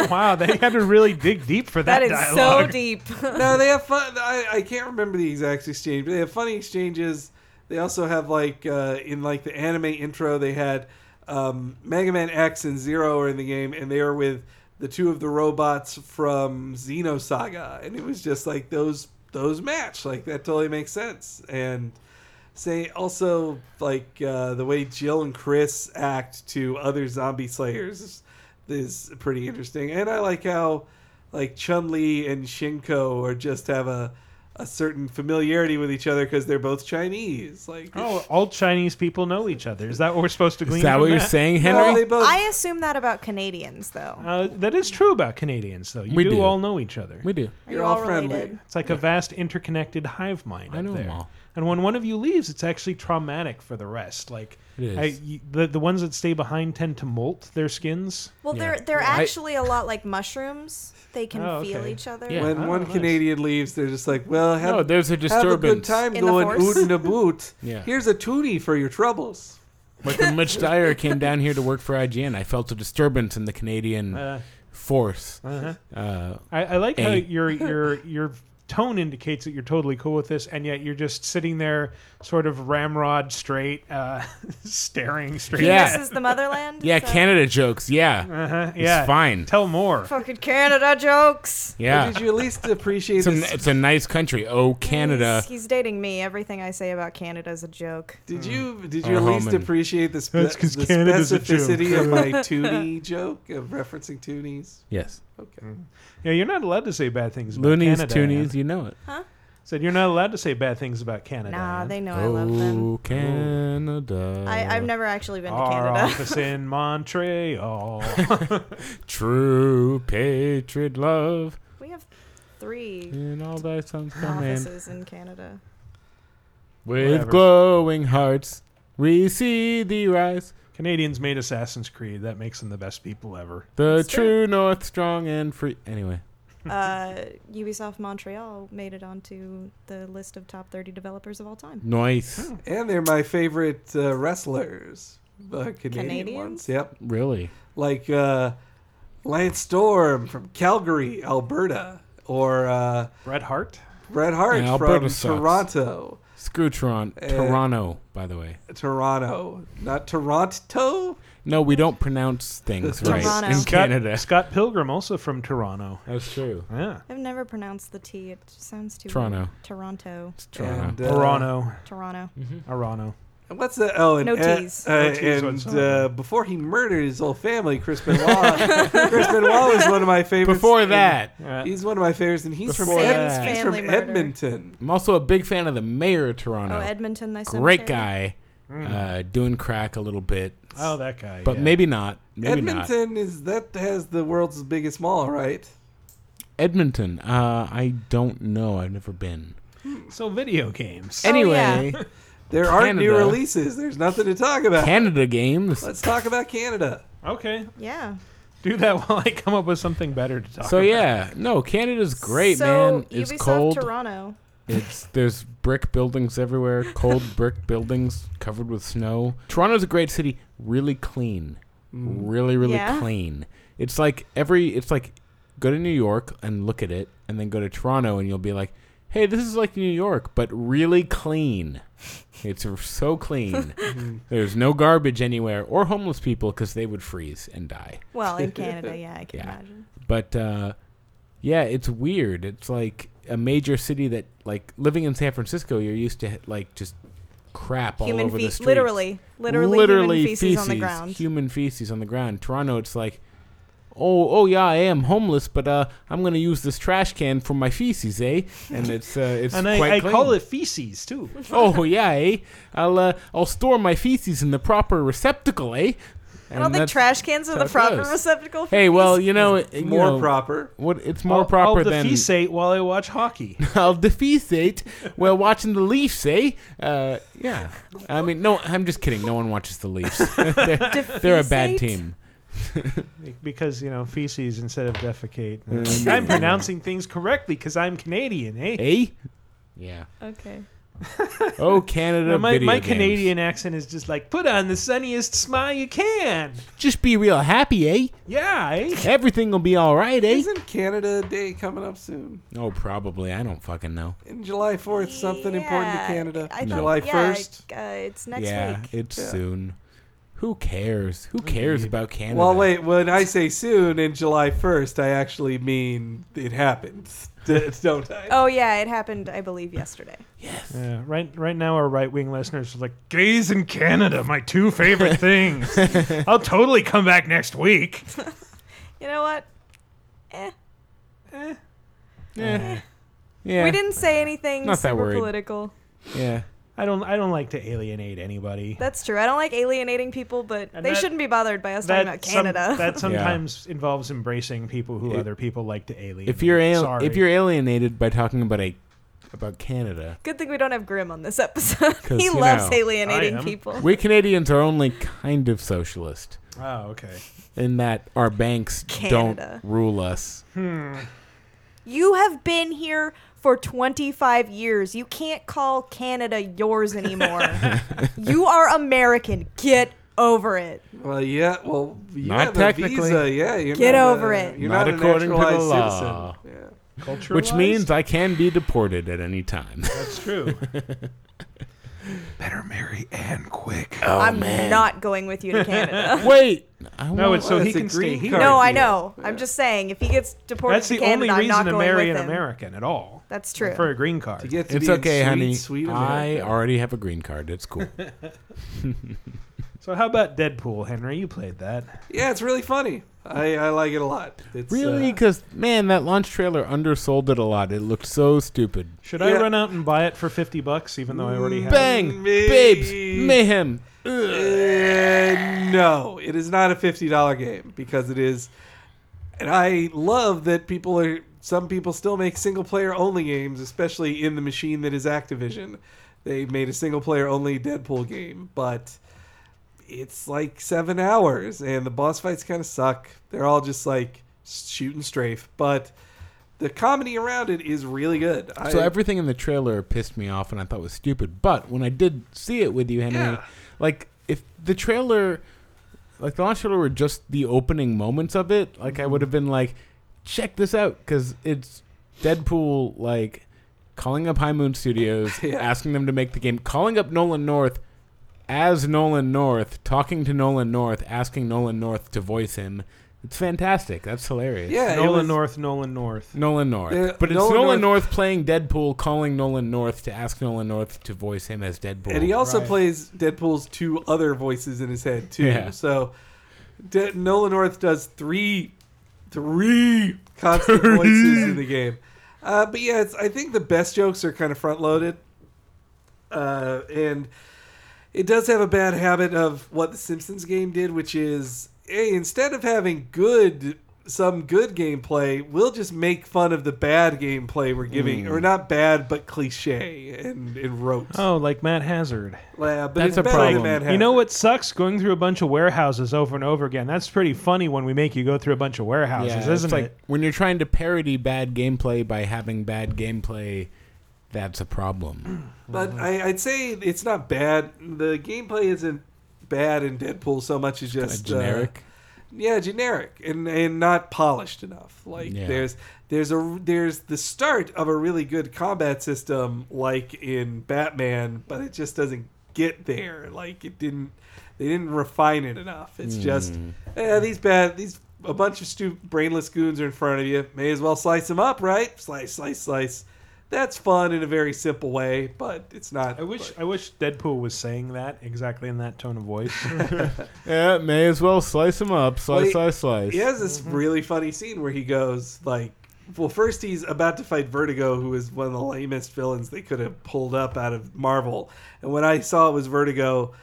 A: wow, they had to really dig deep for that. dialogue.
D: deep.
C: no, they have fun. I, I can't remember the exact exchange, but they have funny exchanges. They also have like uh, in like the anime intro, they had um, Mega Man X and Zero are in the game, and they are with the two of the robots from Xenosaga, and it was just like those those match like that totally makes sense and say also like uh, the way Jill and Chris act to other zombie slayers is, is pretty interesting, and I like how like Chun Li and Shinko are just have a a certain familiarity with each other because they're both Chinese. Like
A: Oh, all Chinese people know each other. Is that what we're supposed to glean?
B: that
A: from
B: what you're saying, Henry?
A: Well,
C: Oh.
D: I assume that about Canadians, though.
A: uh, that is true about Canadians, though. You
B: We
A: do,
B: do.
A: all know each other.
B: We do.
D: You're You're all all friendly. related.
A: It's like a vast interconnected hive mind. I know there. And when one of you leaves, it's actually traumatic for the rest. Like
B: It is.
A: I- y- the the ones that stay behind tend to molt their skins.
D: Well, they're they're actually a lot like mushrooms. They can
A: Oh,
D: feel
A: okay.
D: each other.
C: when one Canadian leaves, they're just like, "Well, have,
B: No, there's a
C: Have a good
B: disturbance.
C: time
D: In the
C: going
D: force.
C: oot and a boot.
B: Yeah.
C: Here's a toonie for your troubles."
B: Like when Mitch Dyer came down here to work for IGN, I felt a disturbance in the Canadian
A: Uh,
B: force.
A: Uh-huh.
B: Uh,
A: I, I like how
B: a-
A: your your your tone indicates that you're totally cool with this, and yet you're just sitting there, sort of ramrod straight, uh, staring straight.
B: Yeah.
A: at-
D: This is the motherland.
B: yeah,
D: so-
B: Canada jokes. Yeah,
A: Uh-huh,
B: it's
A: yeah.
B: fine.
A: Tell more.
D: Fucking Canada jokes.
B: Yeah.
C: But did you at least appreciate
B: It's a,
C: this?
B: it's a nice country. Oh, Canada.
D: He's, he's dating me. Everything I say about Canada is a joke.
C: Did you did
B: Or
C: you at least
B: Hellman.
C: appreciate the, spe-
B: Hmm. That's 'cause
C: the
B: Canada's a joke.
C: specificity of my Toonie joke of referencing Toonies?
B: Yes.
C: Okay.
B: Hmm.
A: Yeah, you're not allowed to say bad things about
B: Loonies,
A: Canada.
B: Toonies,
A: Anne.
B: you know it. Huh?
A: Said you're not allowed to say bad things about Canada.
D: Nah,
A: Anne.
D: they know I love them.
B: Oh, Canada.
D: I, I've never actually been to
A: Our
D: Canada.
A: office in Montreal.
B: True patriot love.
D: we have three
B: And all thy sons
D: Oh,
B: come in.
D: offices in Canada.
B: With
A: Whatever.
B: glowing hearts, we see thee rise.
A: Canadians made Assassin's Creed. That makes them the best people ever.
B: The true north, strong and free. Anyway.
D: Uh, Ubisoft Montreal made it onto the list of top 30 developers of all time.
B: Nice.
C: And they're my favorite uh, wrestlers, the Canadian
D: Canadians?
C: ones. Yep.
B: Really?
C: Like uh, Lance Storm from Calgary, Alberta, or uh,
A: Bret Hart.
C: Bret Hart
B: Yeah,
C: from
B: Alberta sucks.
C: Toronto.
B: Screw Toron-
D: Eh.
C: Uh,
B: Toronto, by the way.
C: Toronto, not Toronto.
B: No, we don't pronounce things right
D: Toronto.
B: in
D: Scott-
B: Canada.
A: Scott Pilgrim, also from Toronto.
B: That's true.
A: Yeah.
D: I've never pronounced the T. It sounds too
A: Toronto.
D: Toronto.
B: Toronto.
D: uh,
C: And, uh,
A: Toronto.
D: Toronto.
B: Mm-hmm.
A: Arano.
C: And what's the oh and
D: No
C: uh,
D: tease.
C: uh,
A: No tease
C: and
A: whatsoever.
C: uh, before he murdered his whole family, Chris Benoit. Chris Benoit was one of my favorites.
B: Before
C: and
B: that.
C: he's one of my favorites, and he's from
D: Before
C: Ed-
D: that.
C: he's from
D: Family murder.
C: Edmonton.
B: I'm also a big fan of the mayor of Toronto.
D: Oh, Edmonton, thy
B: Great
D: cemetery.
B: guy. Uh, doing crack a little bit.
A: Oh, that guy,
B: But
A: yeah.
B: maybe not. Maybe not.
C: Edmonton is that has the world's biggest mall, right?
B: Edmonton. Uh, I don't know. I've never been.
A: So video games.
D: Oh,
B: Anyway,
C: There aren't new
B: Canada.
C: releases. There's nothing to talk about.
B: Canada games.
C: Let's talk about Canada.
A: Okay.
D: Yeah.
A: Do that while I come up with something better to talk
B: So
A: about.
B: yeah, no, Canada's great,
D: so,
B: man. It's
D: Ubisoft
B: cold.
D: Toronto.
B: It's there's brick buildings everywhere, cold brick buildings covered with snow. Toronto's a great city, really clean, really really
D: Yeah.
B: clean. It's like every it's like go to New York and look at it, and then go to Toronto and you'll be like, hey, this is like New York, but really clean. It's so clean. There's no garbage anywhere or homeless people because they would freeze and die.
D: Well, in Canada, yeah, I can
B: Yeah.
D: imagine.
B: But uh, yeah, it's weird. It's like a major city that, like, living in San Francisco, you're used to like just crap
D: Human
B: all over
D: fe-
B: the streets.
D: literally- literally human feces on the ground.
B: Human feces on the ground. Toronto, it's like, oh, oh yeah, I am homeless, but uh, I'm gonna use this trash can for my feces, eh? And it's uh, it's
A: and
B: quite
A: I, I
B: clean.
A: call it feces too.
B: Oh yeah, eh? I'll uh, I'll store my feces in the proper receptacle, eh?
D: I don't think trash cans are the proper receptacle for
B: Hey, well,
D: feces.
B: you know, it- you
C: More
B: know,
C: proper.
B: What it's more
A: I'll-
B: proper
A: I'll
B: than
A: defecate while I watch hockey.
B: I'll defecate while eh? watching the Leafs, eh? Uh, yeah. I mean, no, I'm just kidding. No one watches the Leafs. they're, they're a bad
A: Defecate?
B: team.
A: Because you know feces instead of defecate.
B: Mm.
A: I'm pronouncing things correctly because I'm Canadian, eh?
B: Eh? Yeah.
D: Okay.
B: Oh, Canada.
A: Now, my
B: video
A: my
B: games.
A: Canadian accent is just like put on the sunniest smile you can.
B: Just be real happy, eh?
A: Yeah, eh?
B: Everything will be all right, eh?
C: Isn't Canada Day coming up soon?
B: Oh, probably. I don't fucking know.
C: In July 4th, something important to Canada.
D: I
B: No.
D: thought,
B: July
D: yeah,
C: 1st?
D: Uh, it's next
B: yeah,
D: week.
B: it's
C: Yeah.
B: soon. Who cares? Who cares about Canada?
C: Well, wait. When I say soon in July 1st, I actually mean it happened. Don't I?
D: Oh, yeah, it happened, I believe, yesterday.
A: Yeah, Uh, right. Right now, our right wing listeners are like gays in Canada, my two favorite things. I'll totally come back next week.
D: You know what?
B: Yeah. yeah.
D: We didn't say anything
A: Not that
D: super
A: worried.
D: political.
B: Yeah.
A: I don't. I don't like to alienate anybody.
D: That's true. I don't like alienating people, but
A: And
D: they
A: that-
D: shouldn't be bothered by us talking about
A: some-
D: Canada.
A: that sometimes involves embracing people who other people like to alienate.
B: If you're al-
A: Sorry.
B: if you're alienated by talking about a about Canada,
D: Good thing we don't have Grimm on this episode.
B: 'Cause,
D: he
B: you
D: loves
B: know,
D: alienating people.
B: we Canadians are only kind of socialist
A: oh, okay.
B: in that our banks
D: Canada.
B: don't rule us.
A: Hmm.
D: You have been here for 25 years. You can't call Canada yours anymore. you are American. Get over it.
C: Well, yeah. Well, you
B: Not
C: have a
B: technically.
C: visa. Yeah, you're
D: Get
C: not
D: over
C: a,
D: it.
C: You're
B: Not
C: not, a
B: according to the
C: naturalized
B: law.
C: Citizen. Yeah.
B: Which means I can be deported at any time.
A: That's true.
B: Better marry Anne quick. Oh,
D: I'm
B: man.
D: not going with you to Canada.
B: Wait.
A: No,
D: Oh,
A: it's so he can stay here.
D: No, I know. I'm just saying, if he gets deported
A: That's
D: to
A: the
D: Canada,
A: only
D: I'm
A: reason
D: not
A: to
D: going
A: marry
D: with
A: an
D: him.
A: American at all.
D: That's true.
A: For a green card.
C: To get to
B: It's
C: be in
B: okay,
C: sweet,
B: honey.
C: sweet
B: I
C: America.
B: already have a green card. It's cool.
A: so how about Deadpool, Henry? You played that.
C: Yeah, it's really funny. I, I like it a lot. It's,
B: really?
C: uh,
B: Because man, that launch trailer undersold it a lot. It looked so stupid.
A: Should
C: Yeah.
A: I run out and buy it for fifty bucks, even though I already have it?
B: Bang, babes, mayhem.
C: Uh, no, it is not a fifty dollar game because it is, and I love that people are. Some people still make single player only games, especially in the machine that is Activision. They made a single player only Deadpool game, but it's like seven hours, and the boss fights kind of suck. They're all just like shoot and strafe, but the comedy around it is really good.
B: So everything in the trailer pissed me off and I thought was stupid. But when I did see it with you, Henry,
C: Yeah.
B: like if the trailer, like the launch trailer were just the opening moments of it, like I would have been like, check this out because it's Deadpool like calling up High Moon Studios, asking them to make the game, calling up Nolan North. As Nolan North, talking to Nolan North, asking Nolan North to voice him. It's fantastic. That's hilarious.
A: Yeah, it Nolan was- North, Nolan North.
B: Nolan North.
A: Yeah,
B: but it's
A: Nolan
B: Nolan, North playing Deadpool, calling Nolan North to ask Nolan North to voice him as Deadpool.
C: And he also plays Deadpool's two other voices in his head too.
B: Yeah.
C: So De- Nolan North does three, three constant voices in the game. Uh, but yeah, it's, I think the best jokes are kind of front loaded, uh, and it does have a bad habit of what the Simpsons game did, which is hey, instead of having good some good gameplay, we'll just make fun of the bad gameplay we're giving,
A: Mm.
B: Hmm.
C: or not bad but cliche and, and rote.
A: Oh, like Matt Hazard.
C: Yeah, but That's it's a better than problem. Matt
A: You know what sucks? Going through a bunch of warehouses over and over again. That's pretty funny when we make you go through a bunch of warehouses,
B: yeah,
A: isn't it?
B: it's like when you're trying to parody bad gameplay by having bad gameplay, that's a problem.
C: But I, I'd say it's not bad. The gameplay isn't bad in Deadpool so much as just uh,
B: generic.
C: yeah, generic and and not polished enough. Like
B: Yeah.
C: there's there's a there's the start of a really good combat system like in Batman, but it just doesn't get there. Like it didn't they didn't refine it enough. It's just
B: Mm.
C: eh, these bad these a bunch of stupid brainless goons are in front of you. May as well slice them up, right? Slice, slice, slice. That's fun in a very simple way, but it's not.
A: I wish I wish Deadpool was saying that exactly in that tone of voice.
B: yeah, may as well slice him up,
C: Well,
B: slice,
C: he-
B: slice, slice.
C: He has this really funny scene where he goes like, well, first he's about to fight Vertigo, who is one of the lamest villains they could have pulled up out of Marvel. And when I saw it was Vertigo,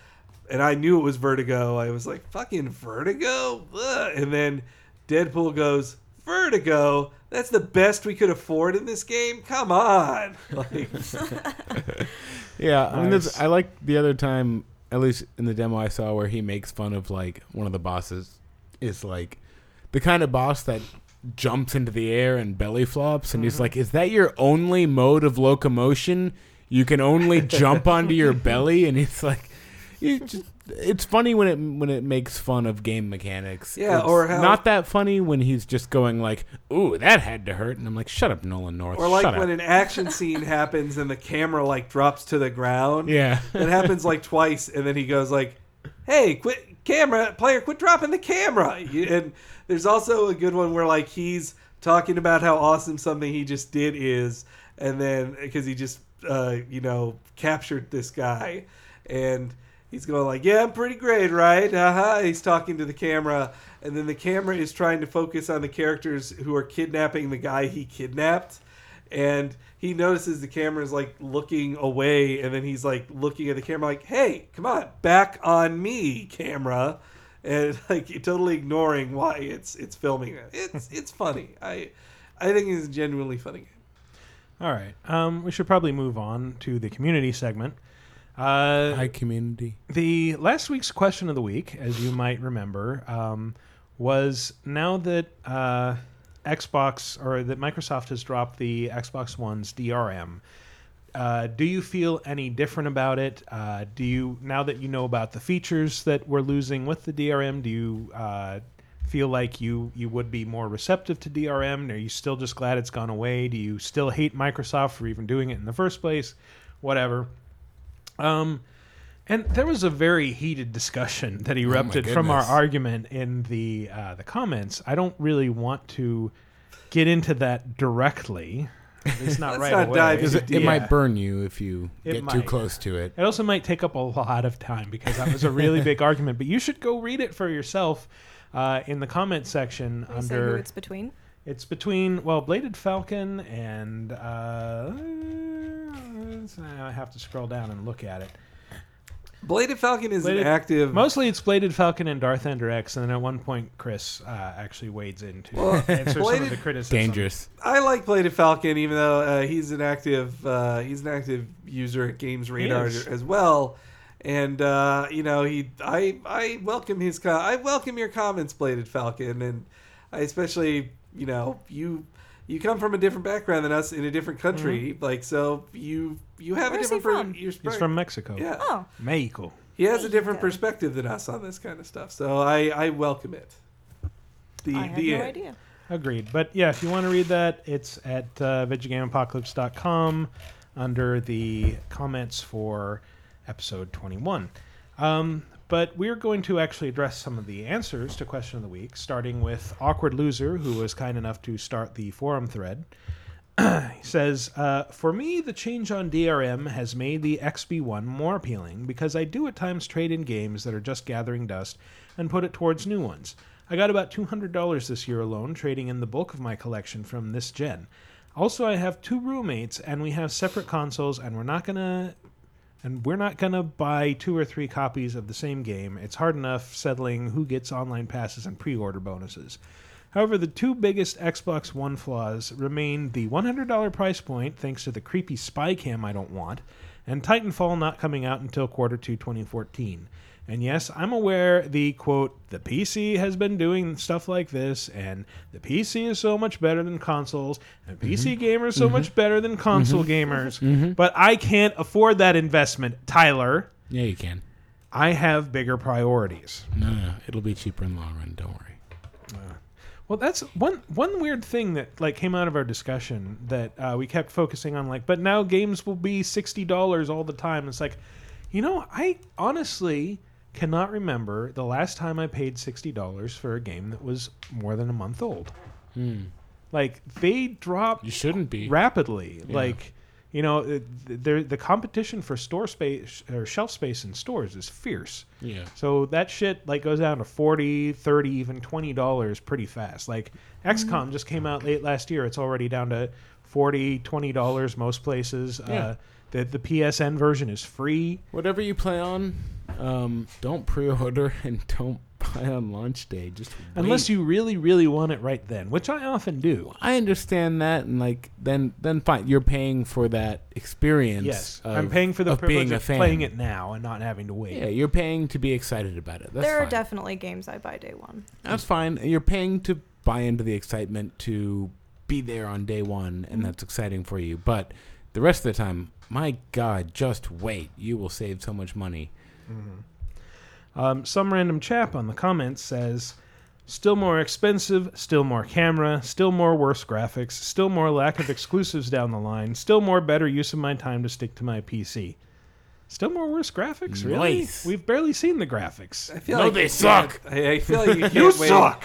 C: and I knew it was Vertigo, I was like, fucking Vertigo. Ugh. And then Deadpool goes, Vertigo. That's the best we could afford in this game. Come on. Like,
B: Yeah, I mean,
C: Nice.
B: that's, I like the other time, at least in the demo I saw, where he makes fun of like one of the bosses is like the kind of boss that jumps into the air and belly flops, and
C: Mm-hmm.
B: he's like, "Is that your only mode of locomotion? You can only jump onto your belly?" And it's like, you just, it's funny when it when it makes fun of game mechanics.
C: Yeah,
B: It's
C: or how-
B: not that funny when he's just going like, "Ooh, that had to hurt," and I'm like, "Shut up, Nolan North."
C: Or like
B: Shut up."
C: when an action scene happens and the camera like drops to the ground.
B: Yeah.
C: It happens like twice and then he goes like, "Hey, quit camera player, quit dropping the camera." You- And there's also a good one where like he's talking about how awesome something he just did is and then cuz he just uh, you know, captured this guy and he's going like, "Yeah, I'm pretty great, right?" Uh-huh. He's talking to the camera, and then the camera is trying to focus on the characters who are kidnapping the guy he kidnapped, and he notices the camera is like looking away, and then he's like looking at the camera like, "Hey, come on, back on me, camera." And like totally ignoring why it's it's filming it. It's it's funny. I I think it's a genuinely funny.
A: All right. Um, we should probably move on to the community segment. Uh,
B: Hi, community.
A: The last week's question of the week, as you might remember, um, was now that uh, Xbox or that Microsoft has dropped the Xbox One's DRM, Uh, do you feel any different about it? Uh, do you now that you know about the features that we're losing with the DRM? Do you uh, feel like you you would be more receptive to DRM? Are you still just glad it's gone away? Do you still hate Microsoft for even doing it in the first place? Whatever. Um, and there was a very heated discussion
C: Oh
A: that erupted from our
B: goodness.
A: argument in the uh, the comments. I don't really want to get into that directly. It's not
C: Let's
A: right
C: not
A: away.
C: dive
B: Because it, it
A: Yeah.
B: might burn you if you
A: It
B: get too
A: might.
B: close to it.
A: It also might take up a lot of time because that was a really big argument. But you should go read it for yourself uh, in the comment section
D: Can we say who
A: under.
D: it's between?
A: It's between well, Bladed Falcon and uh, I have to scroll down and look at it.
C: Bladed Falcon is
A: Bladed-
C: an active.
A: Mostly, it's Bladed Falcon and Darth Ender X, and then at one point, Chris uh, actually wades in to
C: Well,
A: answer some of
C: Bladed-
A: the criticism.
C: I like Bladed Falcon, even though uh, he's an active uh, he's an active user at Games Radar
A: is.
C: as well. And uh, you know, he I I welcome his com- I welcome your comments, Bladed Falcon, and I especially you know you you come from a different background than us in a different country, like so you you have
A: Mm-hmm. Where's
C: a
A: he
C: different per-
A: from?
C: you're
A: He's from Mexico.
C: Yeah.
A: Oh. Mexico.
C: He has a different perspective than us on this kind of stuff, so I, I welcome it. The,
A: I had
C: the
A: no
C: end.
A: idea. Agreed. But yeah, if you want to read that, it's at uh, VeggieGameApocalypse.com under the comments for episode 21. Um, but we're going to actually address some of the answers to question of the week, starting with Awkward Loser, who was kind enough to start the forum thread. he says, uh, For me, the change on DRM has made the XB1 more appealing because I do at times trade in games that are just gathering dust and put it towards new ones. I got about $200 this year alone trading in the bulk of my collection from this gen. Also, I have two roommates and we have separate consoles and we're not going to and we're not going to buy two or three copies of the same game. It's hard enough settling who gets online passes and pre order bonuses. However, the two biggest Xbox One flaws remain the $100 price point, thanks to the creepy spy cam I don't want, and Titanfall not coming out until quarter two 2014. And yes, I'm aware the quote, the PC has been doing stuff like this, and the PC is so much better than consoles, and PC gamers so
B: Mhm.
A: much better than console
B: Mhm.
A: gamers.
B: Mhm.
A: But I can't afford that investment, Tyler.
B: Yeah, you can.
A: I have bigger priorities.
B: No, no, no. it'll be cheaper in the long run. Don't worry.
A: Well, that's one one weird thing that like came out of our discussion that uh, we kept focusing on. Like, but now games will be sixty dollars all the time. It's like, you know, I honestly cannot remember the last time I paid sixty dollars for a game that was more than a month old. Like they drop. You
B: shouldn't be
A: rapidly.
B: Yeah.
A: Like, you know, it- there the competition for store space or shelf space in stores is fierce.
B: Yeah.
A: So that shit like goes down to 40, 30, even 20 dollars pretty fast. Like XCOM just came out late last year. It's already down to 40, 20 dollars most places.
B: Yeah.
A: Uh the the PSN version is free.
B: Whatever you play on, um, don't pre-order and don't buy on launch day. Just
A: Unless you really really want it right then, which I often do.
B: I understand that, and like then then fine, you're paying for that experience.
A: Yes.
B: of-
A: I'm paying for the
B: of
A: privilege
B: being a
A: of
B: fan.
A: playing it now and not having to wait.
B: Yeah, you're paying to be excited about it. That's
D: there
B: fine.
D: are definitely games I buy day one.
B: That's fine. You're paying to buy into the excitement to be there on day one, and that's exciting for you. But the rest of the time, my God, just wait. You will save so much money.
A: Um, some random chap on the comments says, "Still more expensive, still more camera, still more worse graphics, still more lack of exclusives down the line, still more better use of my time to stick to my PC." Still more worse graphics, really?
C: Nice.
A: We've barely seen the graphics.
C: I feel like you can't- I, I feel like you, can't wait
A: suck.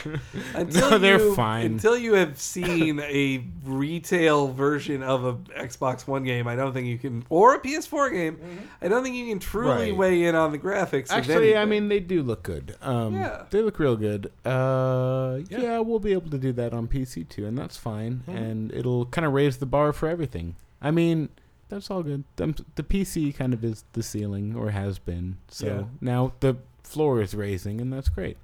C: Until
A: No, they're
C: you-
A: fine.
C: Until you have seen a retail version of a Xbox One game, I don't think you can, or a PS4 game. I don't think you can truly
B: Right.
C: weigh in on the graphics. of
B: Actually, I
C: anything.
B: mean, they do look good. Um,
C: Yeah.
B: They look real good. Uh, yeah. we'll be able to do that on PC too, and that's fine.
A: Mhm.
B: And it'll kind of raise the bar for everything. I mean, that's all good. Um, the PC kind of is the ceiling, or has been. So
A: Yeah.
B: now the floor is raising, and that's great.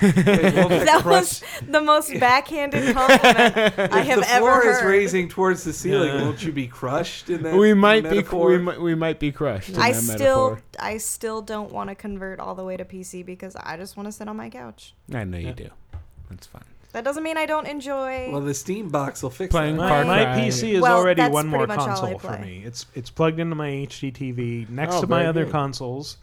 D: that was the most backhanded compliment I
C: If
D: have
C: the
D: ever
C: floor is
D: heard.
C: raising towards the ceiling.
B: Yeah.
C: Won't you be crushed in that?
B: we might
C: metaphor?
B: be we might, we might be crushed. in
D: I
B: that
D: still,
B: metaphor.
D: I still don't want to convert all the way to PC because I just want to sit on my couch.
B: I know you
A: Yeah.
B: do. That's fine.
D: That doesn't mean I don't enjoy.
C: Well, the Steam box will fix
A: Playing
C: it.
A: my, my PC is
D: Well,
A: already
D: that's
A: one more
D: pretty much all I
A: console for
D: play.
A: me. It's it's plugged into my HDTV next
C: Oh,
A: to my
C: very
A: other
C: good.
A: consoles.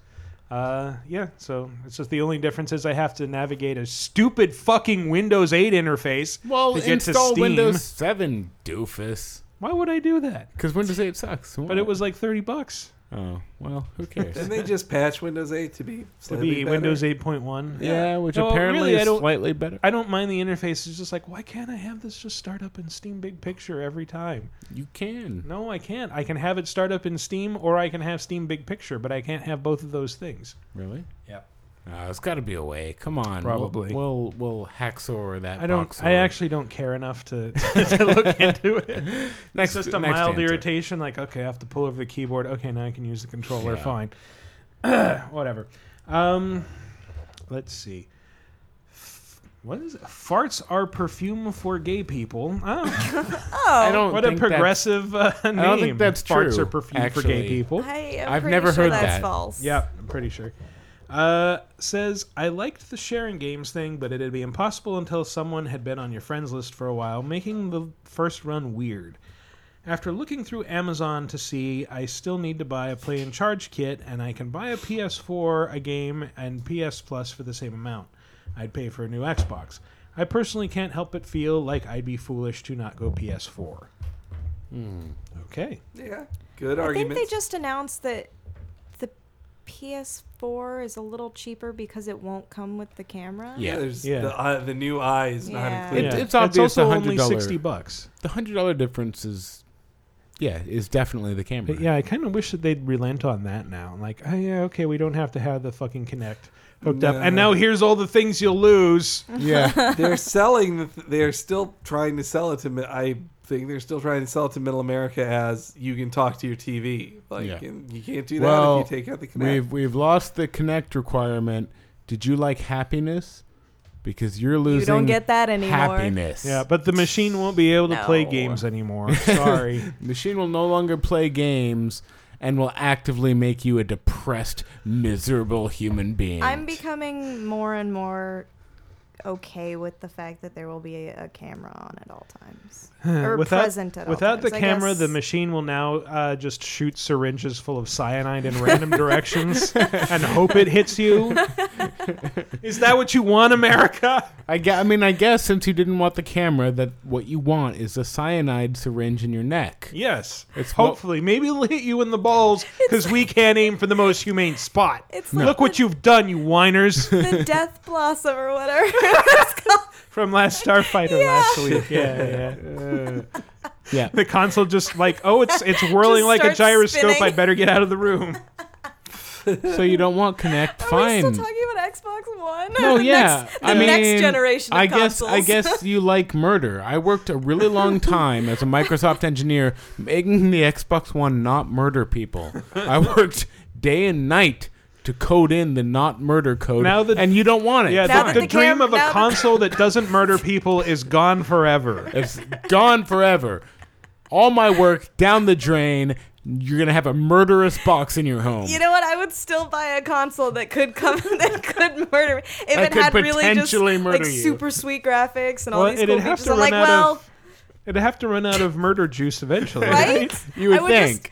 A: Uh, yeah, so it's just the only difference is I have to navigate a stupid fucking Windows 8 interface
B: Well,
A: to get to
B: install
A: Steam.
B: Windows 7, doofus.
A: Why would I do that?
B: Because Windows 8 sucks.
A: But it was like 30 bucks.
B: Oh, well, who cares?
C: Didn't they just patch Windows 8 to be
A: to
C: slightly
A: be
C: better?
A: Windows 8.1.
B: Yeah, which
A: No,
B: apparently
A: really, I
B: is
A: don't-
B: slightly better.
A: I don't mind the interface. It's just like, why can't I have this just start up in Steam Big Picture every time?
B: You can.
A: No, I can't. I can have it start up in Steam or I can have Steam Big Picture, but I can't have both of those things.
B: Really?
A: Yep.
B: Uh, it's got to be a way. Come on.
A: Probably.
B: We'll we'll, we'll hacksaw that.
A: I don't.
B: box
A: I
B: over.
A: actually don't care enough to, to look into it.
B: Next-
A: it's just a
B: next
A: mild
B: answer.
A: irritation. Like, okay, I have to pull over the keyboard. Okay, now I can use the controller.
B: Yeah.
A: Fine. Whatever. Um, let's see. F- What is it? farts are perfume for gay people? Oh,
D: I
B: don't
A: What a
B: think that's-
A: progressive uh, name.
B: I don't think that's
A: farts
B: true,
A: are perfume for
B: actually.
A: gay people.
D: I am I've pretty never sure heard that's that. false.
A: Yeah, I'm pretty sure. Uh, says I liked the sharing games thing, but it'd be impossible until someone had been on your friends list for a while, making the first run weird. After looking through Amazon to see, I still need to buy a play and charge kit, and I can buy a PS4, a game, and PS Plus for the same amount. I'd pay for a new Xbox. I personally can't help but feel like I'd be foolish to not go PS4. Okay.
C: Yeah. Good
D: I
C: argument.
D: think they just announced that the PS4 is a little cheaper because it won't come with the camera.
C: Yeah, there's
B: Yeah.
C: The, eye the new eye is not
D: Yeah.
C: included.
B: It-
A: Yeah.
B: It's,
A: That's
B: it's also
A: also
B: $100.
A: only 60 bucks.
B: The hundred dollar difference is, yeah, is definitely the camera.
A: But yeah, I kind of wish that they'd relent on that now. Like, oh yeah, okay, we don't have to have the fucking Connect hooked up, and now
C: No.
A: here's all the things you'll lose.
C: they're selling. The th- they're still trying to sell it to. mi- I think they're still trying to sell it to Middle America as you can talk to your TV. Like
B: Yeah.
C: and you can't do that if you take out the command.
B: We've we've lost the connect requirement. Did you like happiness? Because you're losing.
D: don't get that anymore.
B: Happiness.
A: Yeah, but the machine won't be able to play
B: No.
A: games anymore. Sorry.
B: Machine will no longer play games and will actively make you a depressed, miserable human being.
D: I'm becoming more and more okay with the fact that there will be a, a camera on at all times or present at all
A: without the
D: times, I
A: camera,
D: guess.
A: the machine will now uh, just shoot syringes full of cyanide in random directions and hope it hits you. Is that what you want, America?
B: I, gue- I mean, I guess since you didn't want the camera, that what you want is a cyanide syringe in your neck.
A: Yes.
B: It's mo-
A: Hopefully, maybe it'll hit you in the balls because we can't aim for the most humane spot.
D: It's
A: Look what you've done, you whiners!
D: the death blossom or whatever. it's called.
A: From last Starfighter last week. Yeah, yeah. yeah. The console just like, oh, it's it's whirling
D: Just
A: like a
D: starts
A: gyroscope.
D: spinning.
A: I better get out of the room.
B: so you don't want Connect? Fine.
D: Still talking about Xbox One.
B: No,
D: The
B: yeah.
D: next- the
B: I mean,
D: next generation. Of
B: I guess I
D: consoles.
B: guess you like murder. I worked a really long time as a Microsoft engineer making the Xbox One not murder people. I worked day and night to code in the not murder code.
A: Now that-
B: and you don't want it.
A: Yeah,
B: Fine.
A: the, the dream of a console that doesn't murder people is gone forever.
B: It's gone forever. All my work down the drain. You're gonna have a murderous box in your home.
D: You know what? I would still buy a console that could come that could murder me if
B: That
D: it
B: could
D: had really just
B: potentially
D: like
B: murder you.
D: super sweet graphics and all
A: Well,
D: these
A: it'd
D: cool
A: have
D: features.
A: to
D: I'm
A: run
D: like,
A: out
D: well,
A: of it'd have to run out of murder juice eventually,
D: right?
A: You would
D: I would
A: think.
D: just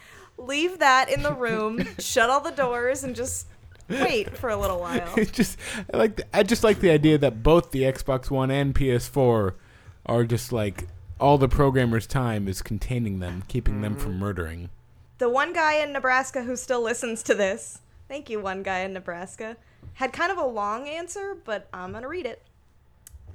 D: leave that in the room, shut all the doors, and just wait for a little while.
B: It's just I like the, I just like the idea that both the Xbox One and PS4 are just like all the programmers' time is containing them, keeping them from
A: Mm-hmm.
B: murdering.
D: the one guy in Nebraska who still listens to this, thank you, one guy in Nebraska, had kind of a long answer, but I'm going to read it.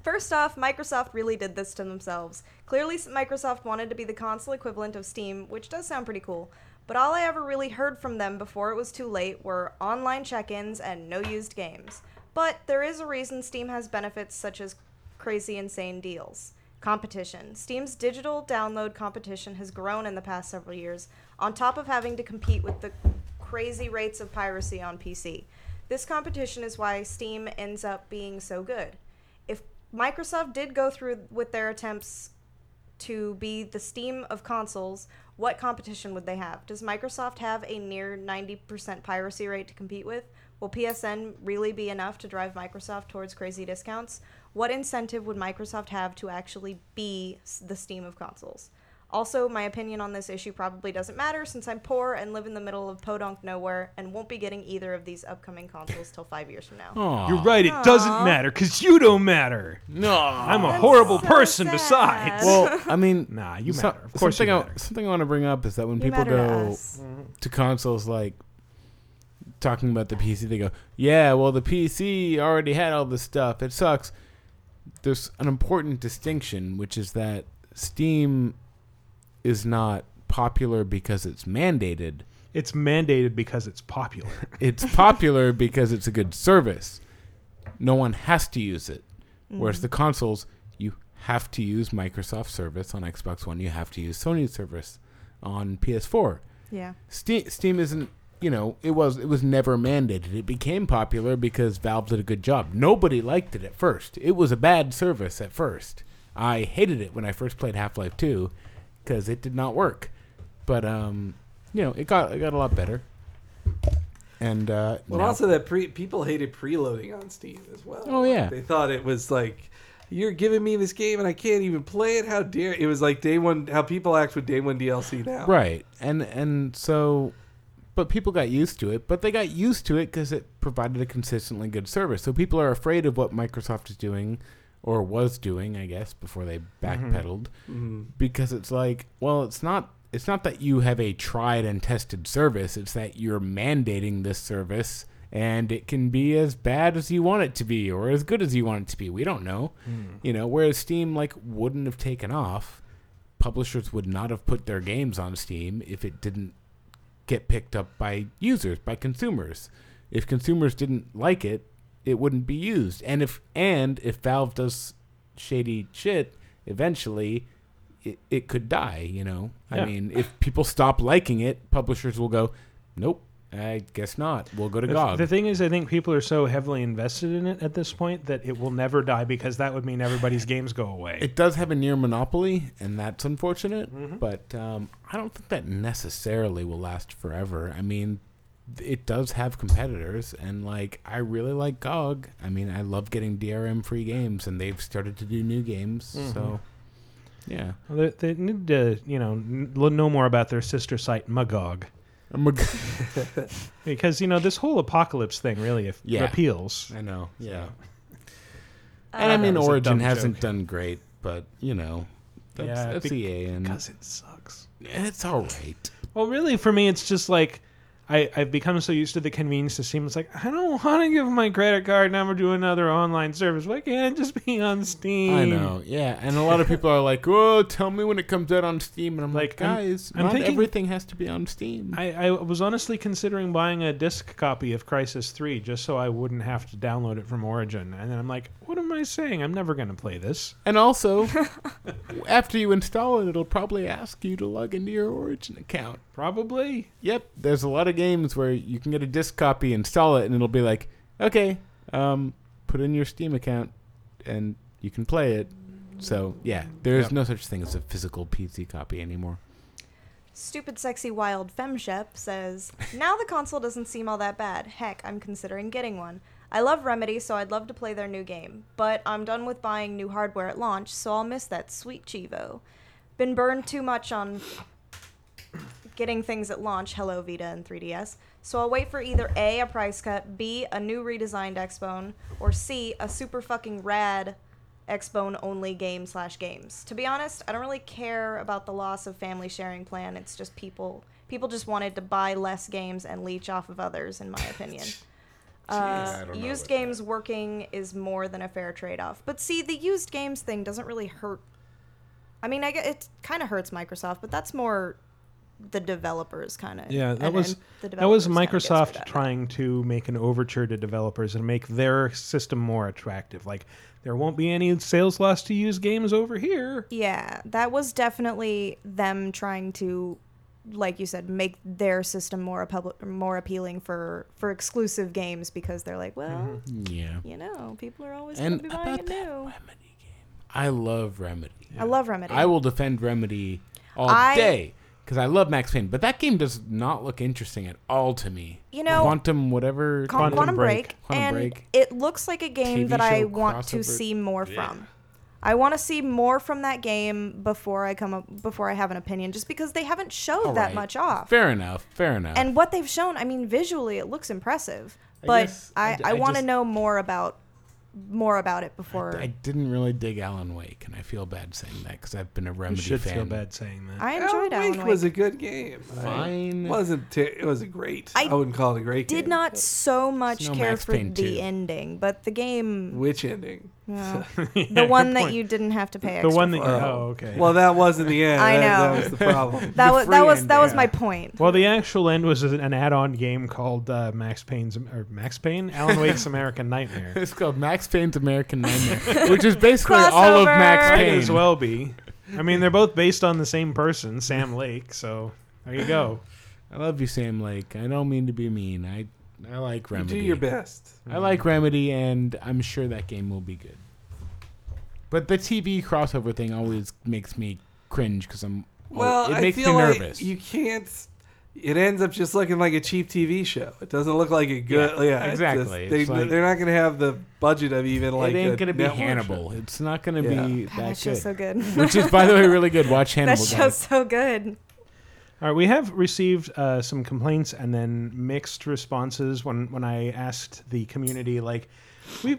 D: First off, Microsoft really did this to themselves. Clearly, s- Microsoft wanted to be the console equivalent of Steam, which does sound pretty cool. But all I ever really heard from them before it was too late were online check ins and no used games. But there is a reason Steam has benefits such as crazy insane deals. Competition. Steam's digital download competition has grown in the past several years, on top of having to compete with the crazy rates of piracy on PC. This competition is why Steam ends up being so good. If Microsoft did go through with their attempts to be the Steam of consoles, what competition would they have? Does Microsoft have a near 90% piracy rate to compete with? Will PSN really be enough to drive Microsoft towards crazy discounts? What incentive would Microsoft have to actually be s- the Steam of consoles? Also, my opinion on this issue probably doesn't matter since I'm poor and live in the middle of podunk nowhere and won't be getting either of these upcoming consoles till five years from now.
A: You're right. It doesn't
D: Aw.
A: matter because you don't matter. No, I'm a horrible person. Besides,
B: Well, I mean,
A: nah, you
B: so-
A: matter. Of course, you
B: something
A: matter.
B: I, something I want to bring up is that when
A: You
B: people
A: matter to
B: go
A: us.
B: to consoles, like talking about the PC, they go, "Yeah, well, the PC already had all this stuff. It sucks." There's an important distinction, which is that Steam is not popular because it's mandated.
A: It's mandated because it's popular.
B: it's popular because it's a good service. No one has to use it. Whereas
A: Mhm.
B: the consoles, you have to use Microsoft service on Xbox One. You have to use Sony service on PS4.
D: Yeah.
B: Steam, Steam isn't. You know, it was it was never mandated. It became popular because Valve did a good job. Nobody liked it at first. It was a bad service at first. I hated it when I first played Half Life Two because it did not work. But um, you know, it got it got a lot better. And uh,
C: Well,
B: now-
C: also that pre- people hated preloading on Steam as well.
B: Oh, yeah.
C: they thought it was like you're giving me this game and I can't even play it. How dare it was like day one how people act with day one DLC now.
B: Right. And and so but people got used to it, but they got used to it cuz it provided a consistently good service. So people are afraid of what Microsoft is doing or was doing, I guess, before they backpedaled
S: Mhm.
B: because it's like, well, it's not it's not that you have a tried and tested service, it's that you're mandating this service and it can be as bad as you want it to be or as good as you want it to be. We don't know.
S: Hmm.
B: You know, whereas Steam like wouldn't have taken off publishers would not have put their games on Steam if it didn't get picked up by users, by consumers. If consumers didn't like it, it wouldn't be used. And if and if Valve does shady shit, eventually it, it could die, you know. I
A: Yeah.
B: mean, if people stop liking it, publishers will go, "Nope, I guess not. We'll go to
A: The-
B: GOG."
A: The thing is, I think people are so heavily invested in it at this point that it will never die because that would mean everybody's games go away.
B: It does have a near monopoly, and that's unfortunate.
A: Mm-hmm.
B: But um, I don't think that necessarily will last forever. I mean, th- it does have competitors, and like I really like GOG. I mean, I love getting DRM free games, and they've started to do new games.
A: Mm-hmm.
B: So, yeah.
A: Well, they, they need to, you know, n- l- know more about their sister site, Magog. because, you know, this whole apocalypse thing really if,
B: Yeah.
A: appeals.
B: I know. Yeah.
A: Uh,
B: And I mean,
A: that was a
B: Origin
A: dumb
B: hasn't
A: joke.
B: done great, but you know, that's,
A: Yeah,
B: that's
A: bec-
B: EA, and
A: because it sucks.
B: It's all right.
A: Well, really, for me, it's just like I, I've become so used to the convenience of Steam. It's like, I don't want to give my credit card number to another online service. Why can't it just be on Steam?
B: I know, yeah, and a lot of people are like, "Oh, tell me when it comes out on Steam," and I'm like,
A: I'm-
B: "Guys,
A: I'm
B: not
A: thinking-
B: everything has to be on Steam."
A: I, I was honestly considering buying a disc copy of Crisis 3 just so I wouldn't have to download it from Origin. And then I'm like, what am I saying? I'm never going to play this.
B: And also, after you install it, it'll probably ask you to log into your Origin account.
A: Probably.
B: Yep, there's a lot of games where you can get a disc copy, install it, and it'll be like, "Okay, um, put in your Steam account, and you can play it." So yeah, there is
A: Yep.
B: no such thing as a physical PC copy anymore.
D: Stupid Sexy Wild Femshep says, Now the console doesn't seem all that bad. Heck, I'm considering getting one. I love Remedy, so I'd love to play their new game, but I'm done with buying new hardware at launch, so I'll miss that sweet Chivo. Been burned too much on getting things at launch, hello Vita and 3DS, so I'll wait for either A, a price cut, B, a new redesigned Xbone, or C, a super fucking rad Xbone only game slash games. To be honest, I don't really care about the loss of family sharing plan. It's just people people just wanted to buy less games and leech off of others, in my opinion.
T: Jeez. I
D: Uh,
T: don't know
D: used games working is more than a fair trade off. But see, the used games thing doesn't really hurt. I mean, I get, it kind of hurts Microsoft, but that's more the developers kind of.
A: Yeah, that was that was Microsoft trying to make an overture to developers and make their system more attractive. Like there won't be any sales loss to use games over here.
D: Yeah, that was definitely them trying to, like you said, make their system more public, more appealing for for exclusive games because they're like, well,
A: Mm-hmm.
B: Yeah.
D: you know, people are always going
B: And
D: to be buying it new.
B: I love Remedy.
D: I love Remedy.
B: I will defend Remedy all
D: I-
B: day. because I love Max Payne, but that game does not look interesting at all to me.
D: You know,
B: Quantum whatever,
D: Quantum, Quantum Break,
B: Quantum
D: and
B: Break.
D: it looks like a game
B: TV
D: that I
B: show
D: want to
B: crossover.
D: see more
B: Yeah.
D: from. I want to see more from that game before I come up before I have an opinion, just because they haven't showed
B: All
D: that
B: right.
D: much off.
B: Fair enough. Fair enough.
D: And what they've shown, I mean, visually it looks impressive,
B: I
D: but
B: guess
D: I,
B: I d-
D: I,
B: I
D: want to
B: just-
D: know more about more about it before.
B: I
D: I,
B: didn't really dig Alan Wake, and I feel bad saying that because I've been a Remedy
A: should
B: fan.
A: feel bad saying that.
C: Alan
D: enjoyed Alan
C: Wake
D: Wake.
C: was a good game.
B: Fine.
C: It wasn't. Ter- it was great.
D: I
C: I, wouldn't call it a great
D: Did
C: game.
D: not so much
C: no
D: care
C: Max
D: for
C: Payne
D: the
C: 2.
D: ending, but the game.
C: Which ending?
D: Well,
A: Yeah,
D: the one
A: good
D: that
A: point.
D: you didn't have to pay.
A: The
D: Extra
A: one that
D: for.
A: you, oh, okay.
C: Uh, Well, that wasn't the end.
D: I
C: That-
D: know.
C: That, was the problem.
D: That
A: The
D: was
A: free
D: that was that
A: ending.
D: was my point.
A: Well, the actual end was an add-on game called uh, Max Payne's or Max Payne, Alan Wake's American Nightmare.
B: It's called Max Payne's American Nightmare, which is basically all of Max
A: Might
B: Payne.
A: as well be. I mean, they're both based on the same person, Sam Lake. So there you go.
B: I love you, Sam Lake. I don't mean to be mean. I I like
C: You
B: Remedy.
C: do your best.
B: I
A: Mm.
B: like Remedy, and I'm sure that game will be good. But the TV crossover thing always makes me cringe because I'm. oh,
C: Well,
B: it
C: I
B: makes
C: feel
B: me
C: like
B: nervous.
C: you can't. It ends up just looking like a cheap TV show. It doesn't look like a good.
B: Yeah,
C: Yeah, it's just-
B: exactly.
C: they,
B: It's like-
C: they're not going to have the budget of even like.
B: it ain't
C: a
B: gonna be
C: network show.
B: Hannibal. It's not gonna
C: Yeah.
B: be
D: God,
B: that
D: that show's so good.
B: Which is, by the way, really good. Watch Hannibal.
D: That
B: guys.
D: show's so good.
A: All right, we have received uh, some complaints and then mixed responses when, when I asked the community. Like, we've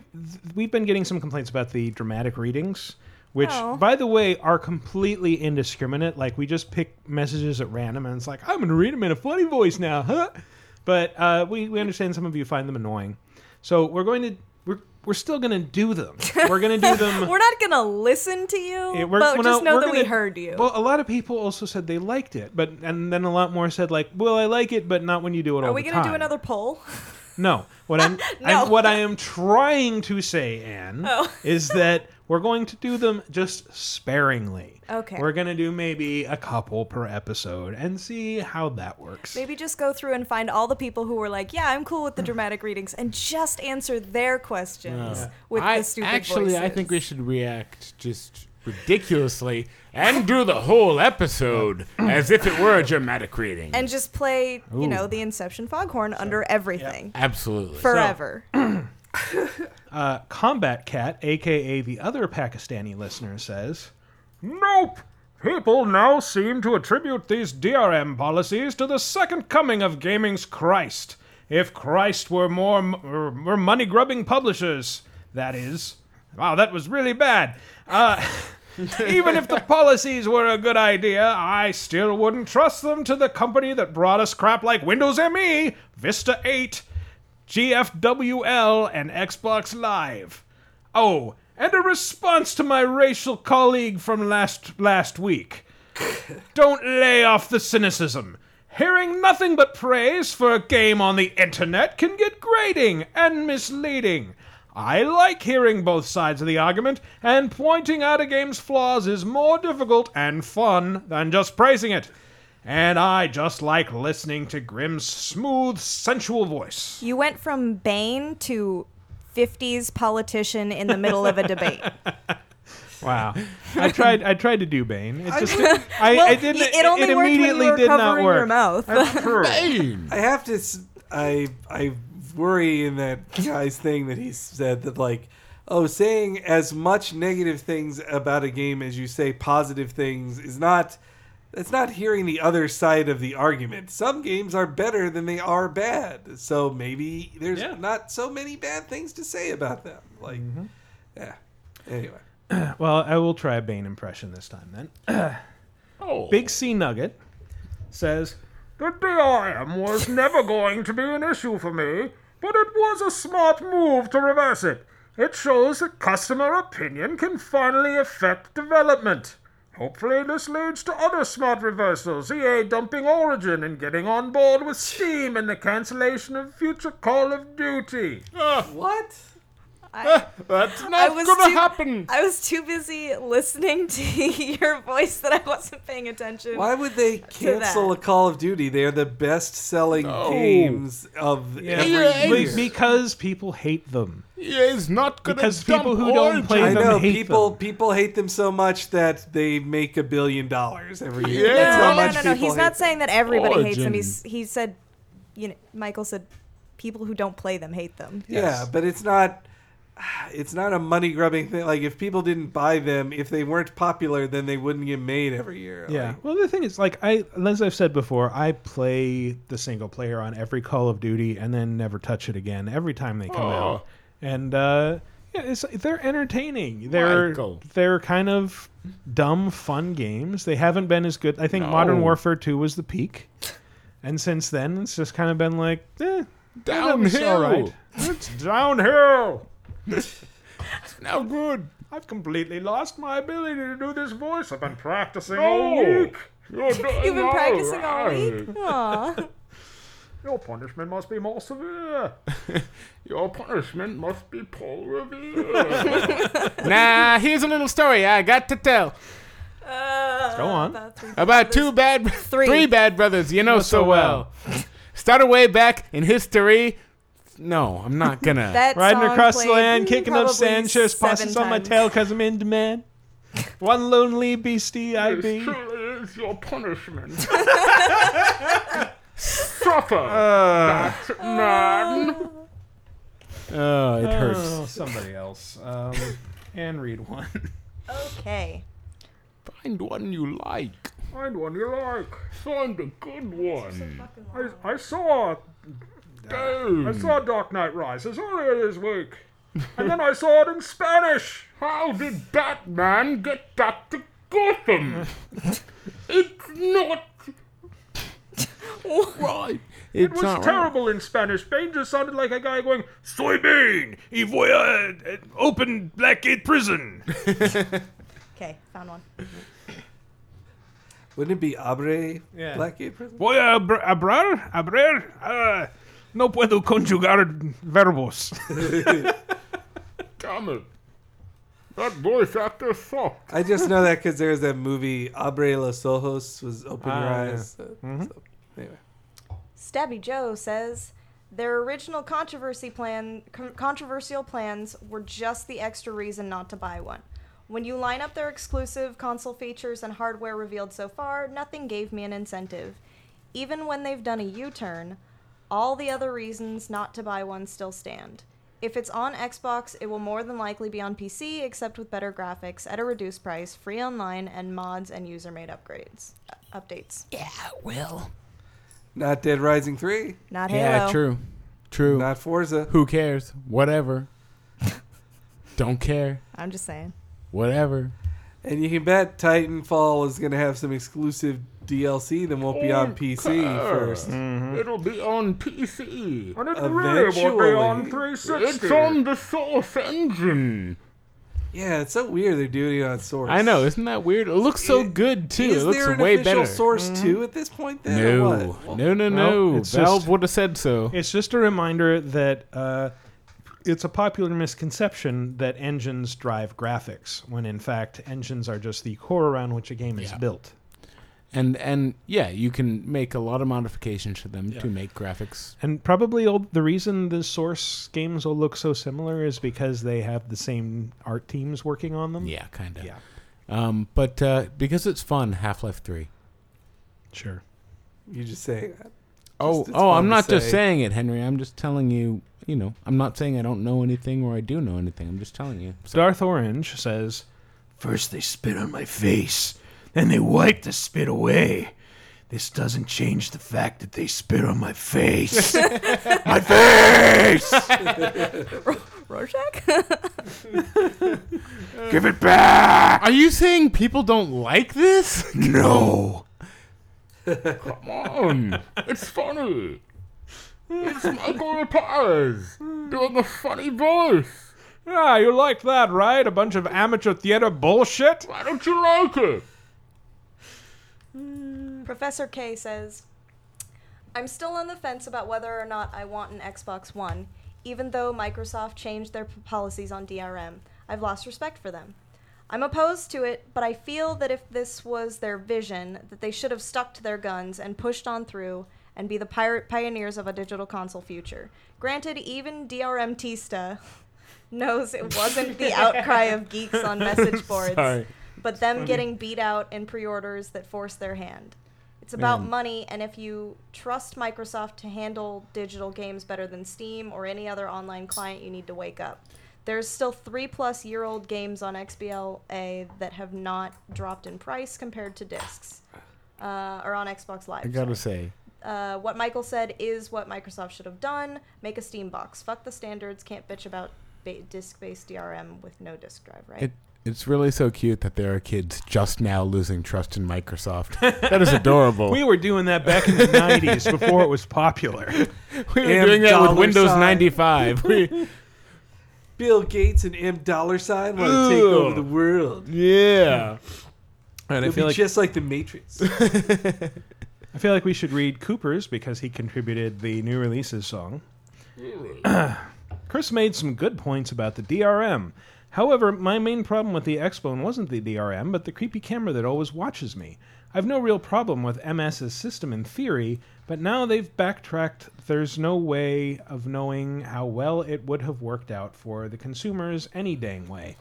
A: we've been getting some complaints about the dramatic readings, which,
D: Oh.
A: by the way, are completely indiscriminate. Like, we just pick messages at random, and it's like, I'm going to read them in a funny voice now, huh? But uh, we we understand some of you find them annoying, so we're going to we're we're still going to do them. We're going to do them.
D: We're not gonna listen to you,
A: It worked-
D: but
A: well,
D: just
A: no,
D: know
A: we're
D: that we
A: gonna-
D: heard you.
A: Well, a lot of people also said they liked it, but and then a lot more said like, "Well, I like it, but not when you do it all
D: Are we
A: the
D: gonna do
A: time."
D: another poll?
A: No. What I'm, I'm what I am trying to say, Anne,
D: Oh.
A: is that we're going to do them just sparingly.
D: Okay.
A: We're gonna do maybe a couple per episode and see how that works.
D: Maybe just go through and find all the people who were like, "Yeah, I'm cool with the dramatic readings," and just answer their questions
B: No.
D: with
B: I-
D: the stupid
B: actually, I
D: voices.
B: think we should react just ridiculously and do the whole episode as if it were a dramatic reading.
D: and just play,
B: Ooh.
D: you know, the Inception foghorn under everything
B: Absolutely.
D: forever.
A: Uh, Combat Cat, aka the other Pakistani listener, says, "Nope." People now seem to attribute these DRM policies to the second coming of gaming's Christ. If Christ were more m- were- were money grubbing publishers, that is. Wow, that was really bad. Uh, even if the policies were a good idea, I still wouldn't trust them to the company that brought us crap like Windows ME, Vista 8, GFWL, and Xbox Live. Oh, and a response to my racial colleague from last last week. Don't lay off the cynicism. Hearing nothing but praise for a game on the internet can get grating and misleading. I like hearing both sides of the argument, and pointing out a game's flaws is more difficult and fun than just praising it. And I just like listening to Grimm's smooth, sensual voice.
D: You went from Bane to 50s politician in the middle of a debate.
A: Wow, I tried. I tried to do Bane. It just. I,
D: Well,
A: I didn't.
D: y- it only worked when you
A: immediately
D: were
A: did not
D: covering
A: work.
D: your mouth.
A: That's true.
C: I have to. s- I I worry in that guy's thing that he said that like, oh, saying as much negative things about a game as you say positive things is not. That's not hearing the other side of the argument. Some games are better than they are bad, so maybe there's not so many bad things to say about them. Like, yeah. Anyway.
A: well, I will try a Bane impression this time then.
B: Oh.
A: Big C Nugget says, The DRM was never going to be an issue for me, but it was a smart move to reverse it. It shows that customer opinion can finally affect development. Hopefully, this leads to other smart reversals, EA dumping Origin and getting on board with Steam and the cancellation of future Call of Duty.
C: what?
D: I,
B: That's
D: I
B: not
D: was
B: gonna
D: too,
B: happen.
D: I was too busy listening to your voice that I wasn't paying attention.
C: Why would they
D: to
C: cancel a
D: that.
C: Call of Duty? They are the best-selling games of every
A: Be-
C: year.
A: because people hate them.
B: is not
A: gonna Because people dump who don't oranges. play
C: I
A: them
C: know
A: hate
C: people. People hate them so much that they make a billion dollars every year.
D: No,
C: That's how
D: no, no,
C: much
D: no, no.
C: people
D: He's
C: hate
D: not saying that everybody hates
C: Origin.
D: them. He's he said, you know, Michael said, people who don't play them hate them.
C: Yeah, but it's not it's not a money grubbing thing. Like if people didn't buy them, if they weren't popular, then they wouldn't get made every year.
A: Yeah. well, the thing is, like I, as I've said before, I play the single player on every Call of Duty and then never touch it again. Every time they come
B: Oh.
A: out, and uh, yeah, it's they're entertaining. They're
B: Michael.
A: they're kind of dumb, fun games. They haven't been as good. I think Modern
B: No.
A: Warfare Two was the peak, and since then it's just kind of been like eh, that was
B: Downhill.
A: All right, it's downhill.
B: It's now good.
A: I've completely lost my ability to do this voice. I've been practicing
B: all week.
A: You've
T: You've been practicing all week?
D: Aw.
A: Your punishment must be more severe.
B: Your punishment must be Paul nah, here's a little story I got to tell.
A: Go on.
B: About two bad, three. bad brothers you know so well. Started way back in history. No, I'm not gonna.
A: That Riding song across the played land, kicking up probably sand, shirts seven posses on my times. tail 'cause I'm in demand. One lonely beastie E I be.
B: truly is your punishment.
T: Suffer, that man.
B: Oh, it hurts.
T: Uh.
A: Oh, somebody else. Um, and read one.
D: Okay.
B: Find one you like.
T: Find one you like. Find a good one. I, I saw.
B: Damn.
T: I saw
B: Mm.
T: Dark Knight Rises Oh, earlier this week. And then I saw it in Spanish. How did Batman get back to Gotham? it's not.
B: right.
T: It
B: It's
T: was
B: not right.
T: terrible in Spanish. Bane just sounded like a guy going,
I: Soybean, y voy a
T: eh,
I: uh, open Blackgate Prison.
D: Okay, found one.
C: Wouldn't it be Abre
A: Yeah.
C: Blackgate Prison?
A: Voy a abr- abrar, abrir. Uh, no puedo conjugar verbos.
T: Damn it. That voice actor sucked.
C: I just know that because there's that movie Abre los ojos was Open Your
A: Ah, yeah.
C: Eyes. Uh, so, anyway.
D: Stabby Joe says their original controversy plan, con- controversial plans were just the extra reason not to buy one. When you line up their exclusive console features and hardware revealed so far, nothing gave me an incentive. Even when they've done a U-turn, all the other reasons not to buy one still stand. If it's on Xbox, it will more than likely be on PC, except with better graphics, at a reduced price, free online, and mods and user-made upgrades, uh, updates. Yeah,
C: Will. Not Dead Rising 3.
D: Not
B: Yeah, true. True. Not
C: Forza.
B: Who cares? Whatever. Don't care.
D: I'm just saying.
B: Whatever.
C: And you can bet Titanfall is going to have some exclusive DLC that won't be on PC first.
T: It'll be on PC. And it
C: really will be on Eventually. 360.
T: It's on the Source engine.
C: Yeah, it's so weird they're doing it on Source.
B: I know, isn't that weird? It looks so good too.
C: Is
B: it looks
C: there an
B: way
C: official
B: better.
C: Source
D: Mm-hmm.
C: 2 at this point then? or
B: No.
C: what?
B: no, no, no.
A: Well, it's
B: Valve
A: just-
B: would have said so.
A: It's just a reminder that uh, it's a popular misconception that engines drive graphics, when in fact engines are just the core around which a game is built.
B: And and yeah, you can make a lot of modifications to them to make graphics.
A: And probably all, the reason the source games will look so similar is because they have the same art teams working on them.
B: Yeah, kind of.
A: Yeah.
B: Um, but uh, because it's fun, Half Life Three.
A: Sure.
C: You just say that.
B: Oh,
C: Just- it's
B: oh,
C: fun
B: I'm
C: to
B: not just
C: say.
B: saying it, Henry. I'm just telling you. You know, I'm not saying I don't know anything or I do know anything. I'm just telling you.
A: Darth Orange says,
M: First they spit on my face, then they wipe the spit away. This doesn't change the fact that they spit on my face. my face!
D: Rorschach?
M: Give it back!
B: Are you saying people don't like this?
M: No.
T: Come on. it's funny. It's Michael Paz doing a funny voice.
A: "Ah, you liked that, right? A bunch of amateur theater bullshit.
T: Why don't you like it?
D: Professor K says, I'm still on the fence about whether or not I want an Xbox One, even though Microsoft changed their p- policies on DRM. I've lost respect for them. I'm opposed to it, but I feel that if this was their vision, that they should have stuck to their guns and pushed on through and be the pirate pioneers of a digital console future. Granted, even DRM Tista knows it wasn't the outcry of geeks on message boards,
T: Sorry.
D: but them
T: Funny.
D: getting beat out in pre-orders that forced their hand. It's about
T: Man.
D: money, and if you trust Microsoft to handle digital games better than Steam or any other online client, you need to wake up. There's still three plus year old games on XBLA that have not dropped in price compared to discs uh, or on Xbox Live.
B: I gotta
D: sorry.
B: say,
D: Uh, what Michael said is what Microsoft should have done. Make a Steam box. Fuck the standards. Can't bitch about ba- disc-based DRM with no disc drive, right?
B: it it's really so cute that there are kids just now losing trust in Microsoft. that is adorable.
A: We were doing that back in the 90s before it was popular.
B: We were doing that with
C: dollar
B: Windows
C: sign.
B: 95. We-
C: Bill Gates and M dollar sign want to take
B: Ew.
C: over the world.
B: Yeah.
A: And I
C: It'll
A: feel
C: be
A: like-
C: just like the Matrix.
A: I feel like we should read Cooper's because he contributed the new releases song. Chris made some good points about the DRM. However, my main problem with the Xbone wasn't the DRM, but the creepy camera that always watches me. I've no real problem with MS's system in theory, but now they've backtracked. There's no way of knowing how well it would have worked out for the consumers any dang way.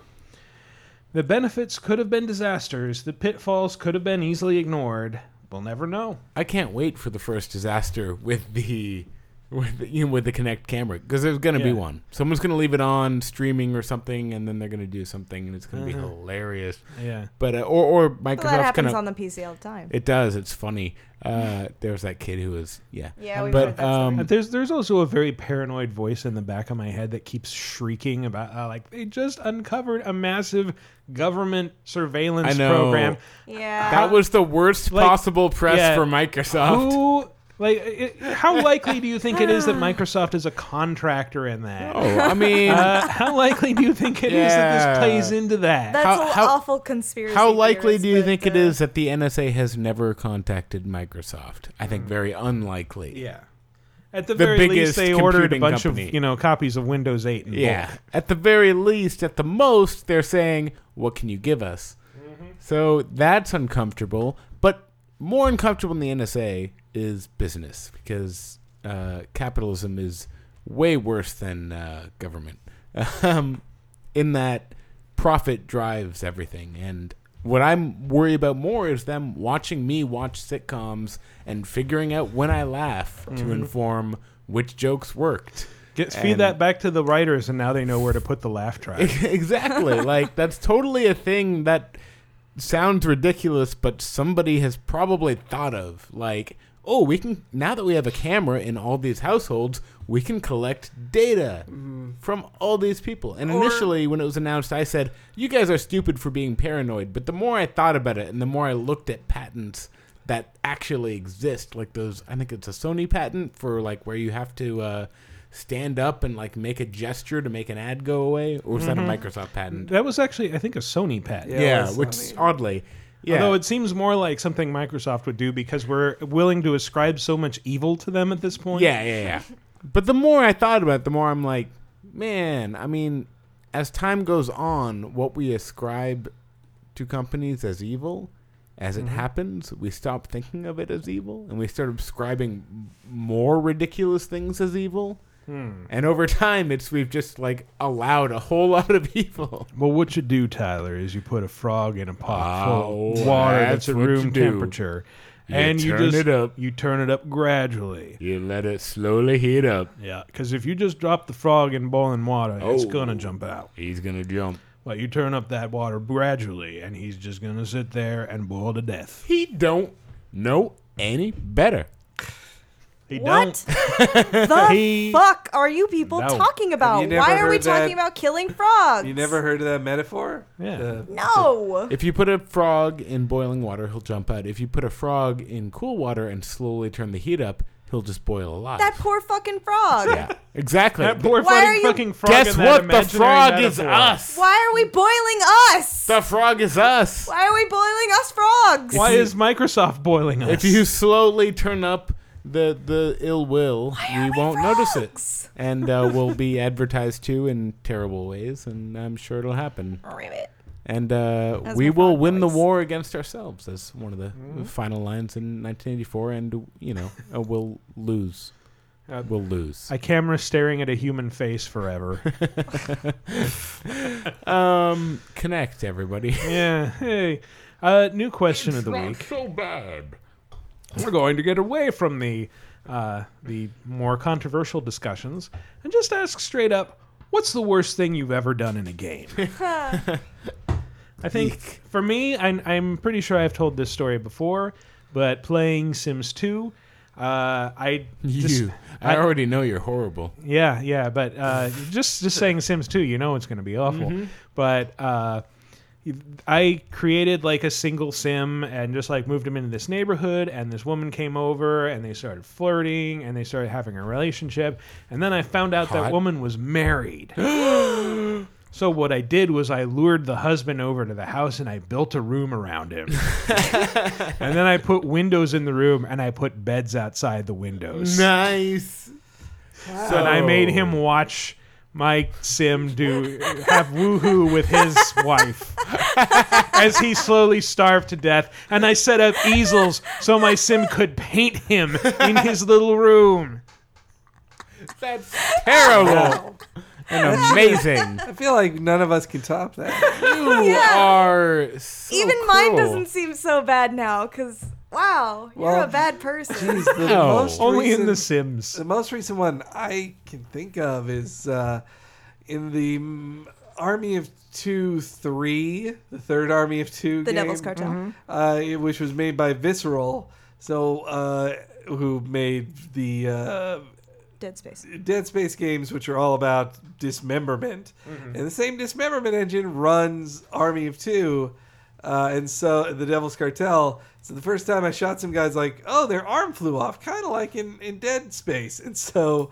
A: The benefits could have been disasters, the pitfalls could have been easily ignored. We'll never know.
B: I can't wait for the first disaster with the with the, you know, with the Kinect camera because there's gonna be
A: Yeah.
B: one. Someone's gonna leave it on streaming or something, and then they're gonna do something, and it's gonna be
A: Uh-huh.
B: hilarious.
A: Yeah.
B: But uh, or or
D: Well,
B: Microsoft
D: that happens
B: kinda,
D: on the PC all the time.
B: It does. It's funny. Uh, there was that kid who was yeah.
D: Yeah, we've
B: but
D: heard that
B: um,
A: Uh, there's there's also a very paranoid voice in the back of my head that keeps shrieking about uh, like they just uncovered a massive government surveillance
B: I know.
A: program.
D: Yeah.
B: That was the worst
A: Like,
B: possible press
A: yeah.
B: for Microsoft.
A: Who like it, how likely do you think it is that Microsoft is a contractor in that?
B: Oh, I mean-
A: Uh, how likely do you think it is that
B: Yeah.
A: this plays into that?
D: That's
B: How-
D: an
B: how-
D: awful conspiracy.
B: How likely
D: theorist,
B: do you
D: but,
B: think it
D: uh,
B: is that the NSA has never contacted Microsoft? I think very unlikely.
A: Yeah. At the,
B: The
A: very least,
B: biggest
A: they ordered a
B: computing
A: bunch
B: company.
A: of you know copies of Windows 8. And
B: Yeah. At the very least, at the most, they're saying, "What can you give us?" So that's uncomfortable. But more uncomfortable than the NSA is business because uh, capitalism is way worse than uh, government. Um, in that profit drives everything, and what I'm worried about more is them watching me watch sitcoms and figuring out when I laugh to
A: Mhm.
B: inform which jokes worked.
A: Get, feed
B: And-
A: that back to the writers, and now they know where to put the laugh track.
B: exactly. like that's totally a thing that sounds ridiculous, but somebody has probably thought of. Like, oh, we can now that we have a camera in all these households, we can collect data from all these people. And
A: Or-
B: initially, when it was announced, I said, "You guys are stupid for being paranoid." But the more I thought about it, and the more I looked at patents that actually exist, like those, I think it's a Sony patent for like where you have to. Uh, Stand up and like make a gesture to make an ad go away, or was
A: Mhm.
B: that a Microsoft patent?
A: That was actually, I think, a Sony patent.
B: Yeah, which oddly, yeah,
A: Although it seems more like something Microsoft would do because we're willing to ascribe so much evil to them at this point.
B: Yeah, yeah, yeah. but the more I thought about it, the more I'm like, man, I mean, as time goes on, what we ascribe to companies as evil, as
A: Mhm.
B: it happens, we stop thinking of it as evil and we start ascribing m- more ridiculous things as evil.
A: Hmm.
B: And over time, it's we've just like allowed a whole lot of evil.
A: Well, what you do, Tyler, is you put a frog in a pot full of water that's, at
B: Oh, what you
A: room
B: do.
A: temperature,
B: You
A: and you
B: turn
A: just
B: it up.
A: you turn it up gradually.
B: You let it slowly heat up.
A: Yeah, because if you just drop the frog in boiling water, it's
B: Oh.
A: gonna jump out.
B: He's gonna jump.
A: Well, you turn up that water gradually, and he's just gonna sit there and boil to death.
B: He don't know any better.
A: He
D: What?
A: don't.
D: The
A: he
D: fuck are you people
A: No.
D: talking
C: Have
D: about?
C: you never
D: Why are we
C: heard that-
D: talking about killing frogs?
C: you never heard of that metaphor? Yeah.
B: Uh,
D: no.
B: If you put a frog in boiling water, he'll jump out. If you put a frog in cool water and slowly turn the heat up, he'll just boil alive.
D: That poor fucking frog.
B: exactly.
A: That poor
D: Why are
A: fucking,
D: you-
A: fucking frog.
B: Guess
A: in that
B: what? The
A: imaginary
B: frog is
A: metaphor.
B: us.
D: Why are we boiling us?
B: The frog is us.
D: Why are we boiling us frogs?
A: Why is Microsoft boiling us?
B: If you slowly turn up the the ill will, we won't notice it, and uh, we'll be advertised to in terrible ways, and I'm sure it'll happen.
D: Ribbit.
B: And uh,
D: That's
B: we
D: my
B: will
D: Frog
B: win the
D: voice.
B: war against ourselves. That's one of the
A: Mhm.
B: final lines in 1984, and you know uh, we'll lose.
A: Uh,
B: we'll lose.
A: A camera staring at a human face forever.
B: um, connect everybody.
A: yeah. Hey. Uh, new question of the
B: not
A: week. So bad. We're going to get away from the uh, the more controversial discussions and just ask straight up, what's the worst thing you've ever done in a game? I think for me, I'm, I'm pretty sure I've told this story before, but playing Sims 2, uh, I just-
B: You. I already know you're horrible.
A: yeah, yeah, but uh, just just saying Sims 2, you know it's going to be awful.
B: Mhm.
A: But uh, I created like a single sim and just like moved him into this neighborhood, and this woman came over and they started flirting and they started having a relationship, and then I found out that
B: Hot.
A: woman was married. So what I did was I lured the husband over to the house and I built a room around him. and then I put windows in the room and I put beds outside the windows.
B: Nice.
A: So and I made him
B: Oh.
A: watch my sim do have woohoo with his wife as he slowly starved to death. And I set up easels so my sim could paint him in his little room.
B: That's terrible and amazing.
C: I feel like none of us can top that.
B: You
D: Yeah.
B: are
D: Even mine doesn't seem so bad now, because, wow, you're
C: Well,
D: a bad person.
C: Jeez, the
A: No,
C: most
A: only in
C: recent-
A: The Sims.
C: The most recent one I can think of is uh, in the mm, Army of Two Three, the third Army of Two,
D: The
C: game,
D: Devil's Cartel.
B: Mm-hmm.
D: Mhm.
C: uh, it- which was made by Visceral, so uh, who made the uh,
D: Dead Space.
C: Dead Space games, which are all about dismemberment,
D: Mhm.
C: and the same dismemberment engine runs Army of Two, uh, and so the Devil's Cartel. So the first time I shot some guys, like, oh, their arm flew off, kind of like in in Dead Space, and so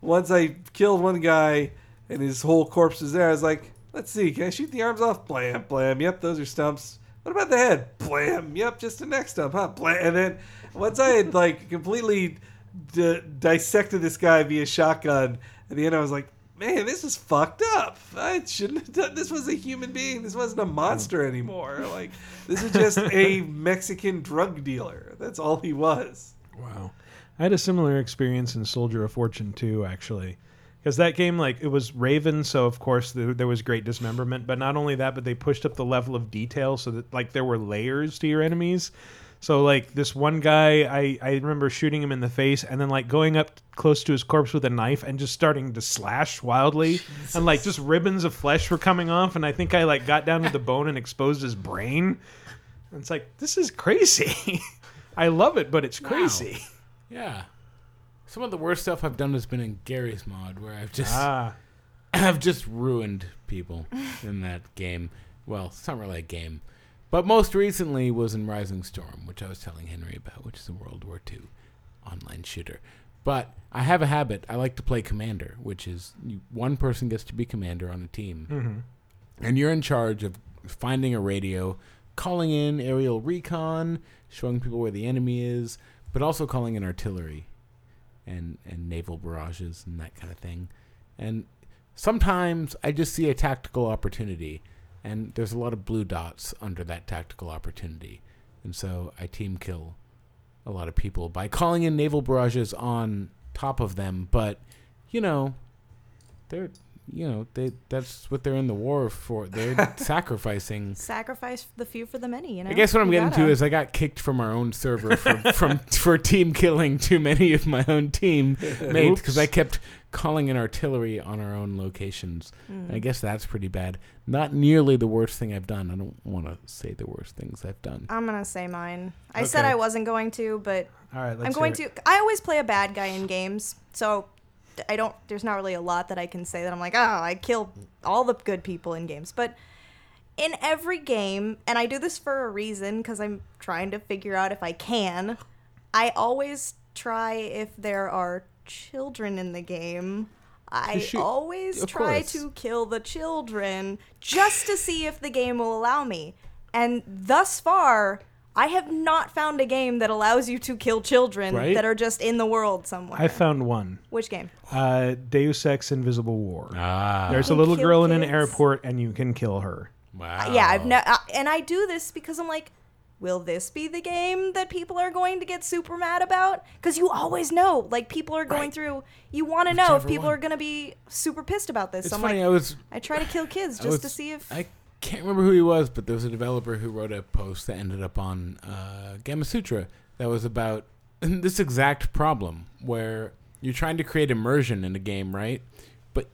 C: once I killed one guy and his whole corpse was there, I was like, let's see, can I shoot the arms off? Blam, blam. Yep, those are stumps. What about the head? Blam. Yep, just the next stump, huh? Blam. And then once I had like completely d- dissected this guy via shotgun, at the end I was like, man, this is fucked up. I shouldn't have done. This was a human being. This wasn't a monster anymore. Like this is just a Mexican drug dealer. That's all he was.
A: Wow. I had a similar experience in Soldier of Fortune 2, actually. Because that game, like, it was Raven, so of course there, there was great dismemberment. But not only that, but they pushed up the level of detail so that, like, there were layers to your enemies. So, like, this one guy, I, I remember shooting him in the face and then, like, going up close to his corpse with a knife and just starting to slash wildly. And, like, just ribbons of flesh were coming off. And I think I, like, got down to the bone and exposed his brain. And it's like, this is crazy. I love it, but it's crazy.
B: Yeah. Some of the worst stuff I've done has been in Gary's mod, where I've just
A: Ah.
B: I've just ruined people in that game. Well, it's not really a game, but most recently was in Rising Storm, which I was telling Henry about, which is a World War II online shooter. But I have a habit. I like to play commander, which is you, one person gets to be commander on a team,
A: Mhm.
B: and you're in charge of finding a radio, calling in aerial recon, showing people where the enemy is, but also calling in artillery and and naval barrages and that kind of thing. And sometimes I just see a tactical opportunity, and there's a lot of blue dots under that tactical opportunity, and so I team kill a lot of people by calling in naval barrages on top of them. But you know, they're you know they that's what they're in the war for. They're sacrificing.
D: Sacrifice the few for the many, you know?
B: I guess what I'm
D: You
B: getting to
D: gotta.
B: is I got kicked from our own server for, from for team killing too many of my own team mates because I kept calling in artillery on our own locations.
M: Mm.
B: I guess that's pretty bad. Not nearly the worst thing I've done. I don't want to say the worst things I've done.
D: I'm gonna say mine. I said
B: Okay.
D: I wasn't going to, but
A: All right, let's
D: I'm going
A: hear
D: to. I always play a bad guy in games, so I don't. There's not really a lot that I can say that I'm like, oh, I kill all the good people in games. But in every game, and I do this for a reason because I'm trying to figure out if I can. I always try if there are children in the game. I
T: shoot-
D: always
T: of
D: try
T: course.
D: to kill the children just to see if the game will allow me. And thus far, I have not found a game that allows you to kill children
A: Right?
D: that are just in the world somewhere.
A: I found one.
D: Which game?
A: Uh, Deus Ex Invisible War. Ah. There's a
D: You
A: little
D: kill
A: girl in an
D: kids.
A: airport and you can kill her. Wow.
D: Yeah, I've never, and I do this because I'm like, will this be the game that people are going to get super mad about? Because you always know, like people are going through. You want to know if
B: Whichever
D: people
B: one.
D: are going to be super pissed about this.
B: It's
D: So I'm
B: funny.
D: like,
B: I was
D: I try to kill kids
B: I
D: just to
B: was-
D: see if.
B: I can't remember who he was, but there was a developer who wrote a post that ended up on uh, Gamma Sutra that was about this exact problem where you're trying to create immersion in a game, right? But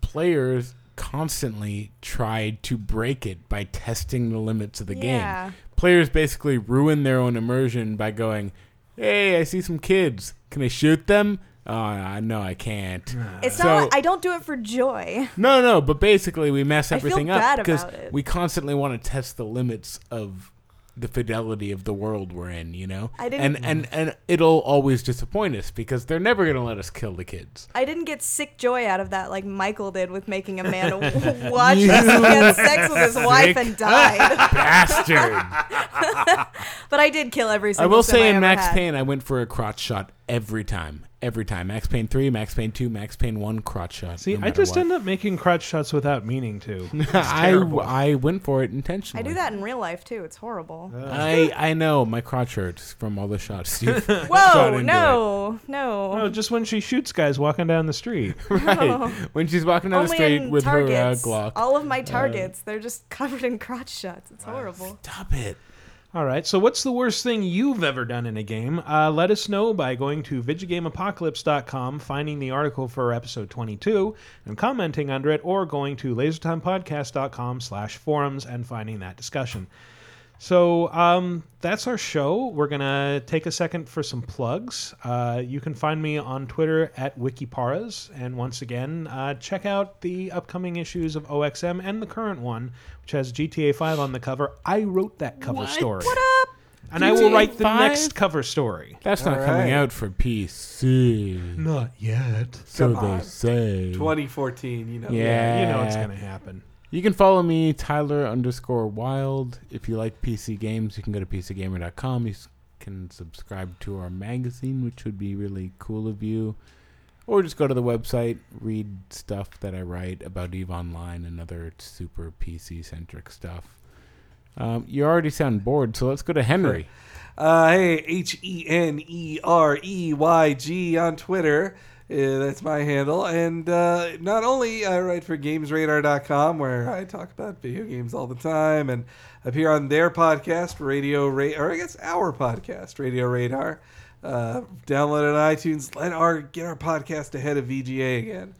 B: players constantly tried to break it by testing the limits of the
T: Yeah.
B: game. Players basically ruin their own immersion by going, "Hey, I see some kids. Can I shoot them?" Oh, I- no, I can't.
D: it's
B: So-
D: not. Like, I don't do it for joy.
B: no, no, but basically we mess
D: I feel
B: everything
D: bad
B: up
D: about
B: because
D: it.
B: we constantly want to test the limits of the fidelity of the world we're in, you know?
D: I didn't-
B: and and and it'll always disappoint us because they're never going to let us kill the kids.
D: I didn't get sick joy out of that like Michael did with making Amanda w- watch us get sex with his wife
B: sick
D: and died.
B: Bastard.
D: but I did kill every
B: I
D: single.
B: will say in
D: ever
B: Max
D: had.
B: Payne I went for a crotch shot every time. Every time. Max Payne 3, Max Payne 2, Max Payne 1 crotch shot.
A: See,
B: no
A: I
B: matter
A: just
B: what.
A: end up making crotch shots without meaning to. It's
B: I,
A: terrible.
B: I went for it
D: I
B: intentionally.
D: do that in real life too. It's horrible.
B: I I know my crotch hurts from all the shots. Steve shot
D: Whoa!
B: into
D: No, no.
A: No, just when she shoots guys walking down the street.
D: No.
B: When she's walking down
D: Only
B: the street
D: in
B: with her uh,
D: targets.
B: Glock.
D: All of my
A: Uh,
D: targets, they're just covered in crotch shots. It's horrible.
B: Stop it.
A: All right. So, what's the worst thing you've ever done in a game? Uh, let us know by going to VigigameApocalypse.com, finding the article for episode 22, and commenting under it, or going to LaserTimePodcast.com/forums and finding that discussion. So um, that's our show. We're gonna take a second for some plugs. Uh, you can find me on Twitter at Wikiparas, and once again, uh, check out the upcoming issues of OXM and the current one, which has GTA 5 on the cover. I wrote that cover
B: What?
A: story.
B: What
D: up?
A: And I will
B: GTA
A: write the
B: 5?
A: next cover story.
B: That's not
A: All
B: coming
A: right.
B: out for PC.
A: Not yet.
B: So
A: Come on.
B: they say.
C: 2014, you know.
B: Yeah.
A: Yeah, you know it's gonna happen.
B: You can follow me, Tyler underscore Wild. If you like PC games, you can go to PCGamer.com. You s- can subscribe to our magazine, which would be really cool of you. Or just go to the website, read stuff that I write about EVE Online and other super PC centric stuff. Um, you already sound bored, so let's go to Henry.
C: Uh, hey, H E N E R E Y G on Twitter. Uh, that's my handle. And uh, not only I write for GamesRadar.com, where I talk about video games all the time and appear on their podcast, Radio Radar, or I guess our podcast, Radio Radar. Uh, download it on iTunes. Let our get our podcast ahead of VGA again.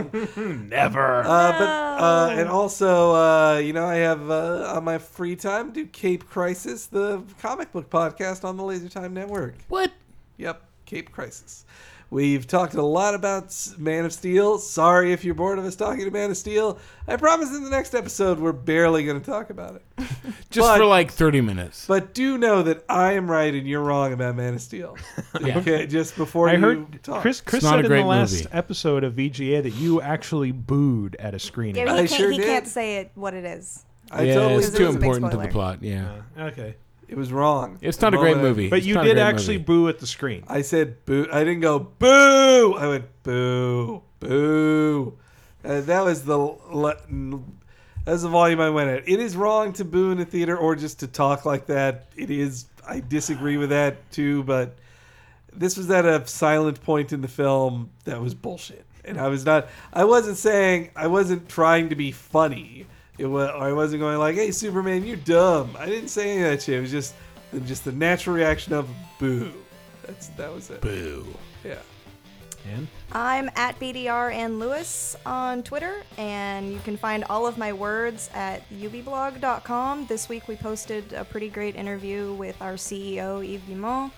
A: Never.
C: Uh, but uh, and also, uh, you know, I have uh, on my free time do Cape Crisis, the comic book podcast on the Laser Time Network.
B: What?
C: Yep, Cape Crisis. We've talked a lot about S- Man of Steel. Sorry if you're bored of us talking to Man of Steel. I promise in the next episode we're barely going to talk about it.
B: Just
C: But-
B: for like 30 minutes.
C: But do know that I am right and you're wrong about Man of Steel.
B: Yeah.
C: Okay, just before
A: I
C: you
A: heard
C: talk.
A: Chris. Chris said in the last episode of VGA that you actually booed at a screening.
D: Yeah, he, can't, he can't say it what it is.
C: I totally
B: it's
C: did.
B: too important to the plot, yeah. uh,
A: Okay.
C: It was wrong. uh,
B: It's not a great movie.
A: But
B: It's
A: you
B: not a
A: did
B: great
A: actually
B: movie.
A: boo at the screen.
C: I said boo. I didn't go boo. I went boo, boo. Uh, that was the l- l- that was the volume I went at. It is wrong to boo in a theater or just to talk like that. It is. I disagree with that too. But this was at a silent point in the film that was bullshit, and I was not. I wasn't saying. I wasn't trying to be funny. It was. I wasn't going like, "Hey, Superman, you're dumb." I didn't say any of that shit. It was just just the natural reaction of boo. That's that was it.
B: Boo.
C: Yeah.
A: And
D: I'm at BDR and Lewis on Twitter, and you can find all of my words at ubblog.com. This week we posted a pretty great interview with our CEO, Yves Guimont,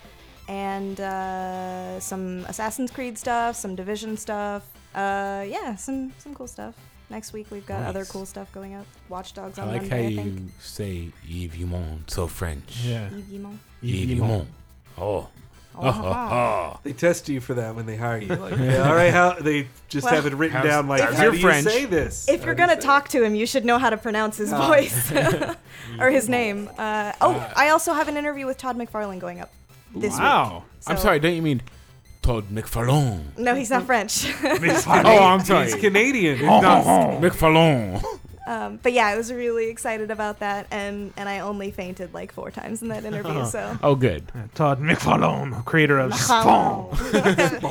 D: and uh, some Assassin's Creed stuff, some Division stuff. Uh, yeah, some, some cool stuff. Next week we've got other
B: Nice.
D: cool stuff going up. Watchdogs
B: I
D: on
B: like how
D: Monday, I think.
B: you say Yves Yumon so French.
A: Yeah.
D: Yves Guillemot.
B: Yves
A: Yves Guillemot.
B: Guillemot. Oh.
D: Oh, wow.
C: They test you for that when they hire you. Like, yeah, all right, how they just
D: Well-
C: have it written
B: How's-
C: down. Like,
B: how's
C: how
B: your
C: do you
B: French?
C: say this?
D: If you're gonna talk to him, you should know how to pronounce his
C: Ah.
D: voice
B: Mm,
D: or his name. Uh, oh, I also have an interview with Todd McFarlane going up this week.
B: wow. I'm
D: So-
B: sorry, don't you mean Todd McFarlane?
D: No, he's not French.
B: oh, I'm sorry. Oh.
C: He's Canadian.
B: It's not McFarlane.
D: Um, but yeah, I was really excited about that, and and I only fainted like four times in that interview. So.
B: Oh, good.
A: Todd McFarlane, creator of Spawn.
D: okay, that,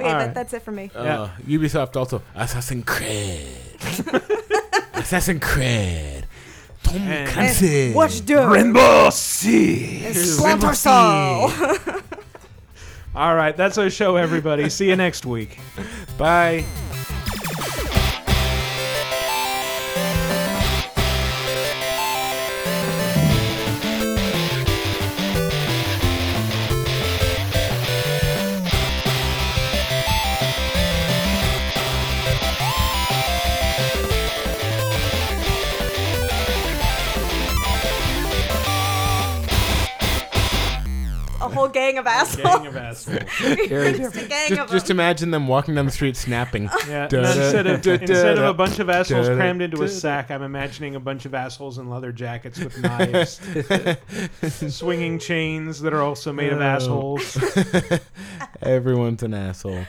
B: Alright.
D: that's it for me.
B: Uh, Ubisoft also Assassin's Creed. Assassin's Creed. Tom
T: And-
B: Clancy.
T: And Watch Dogs. Rainbow Six.
D: And
T: Here's
D: Splinter
T: Rainbow
D: Cell.
A: All right, that's our show, everybody. See you next week.
B: Bye.
D: A whole gang of assholes.
A: Gang of assholes.
D: just a gang
B: just,
D: of
B: just imagine them walking down the street snapping.
A: Yeah,
B: Da-da,
A: instead of
B: da-da,
A: instead of a bunch of assholes
B: da-da,
A: crammed into a
B: da-da.
A: sack, I'm imagining a bunch of assholes in leather jackets with knives, swinging chains that are also made of
B: No.
A: assholes.
B: Everyone's an asshole.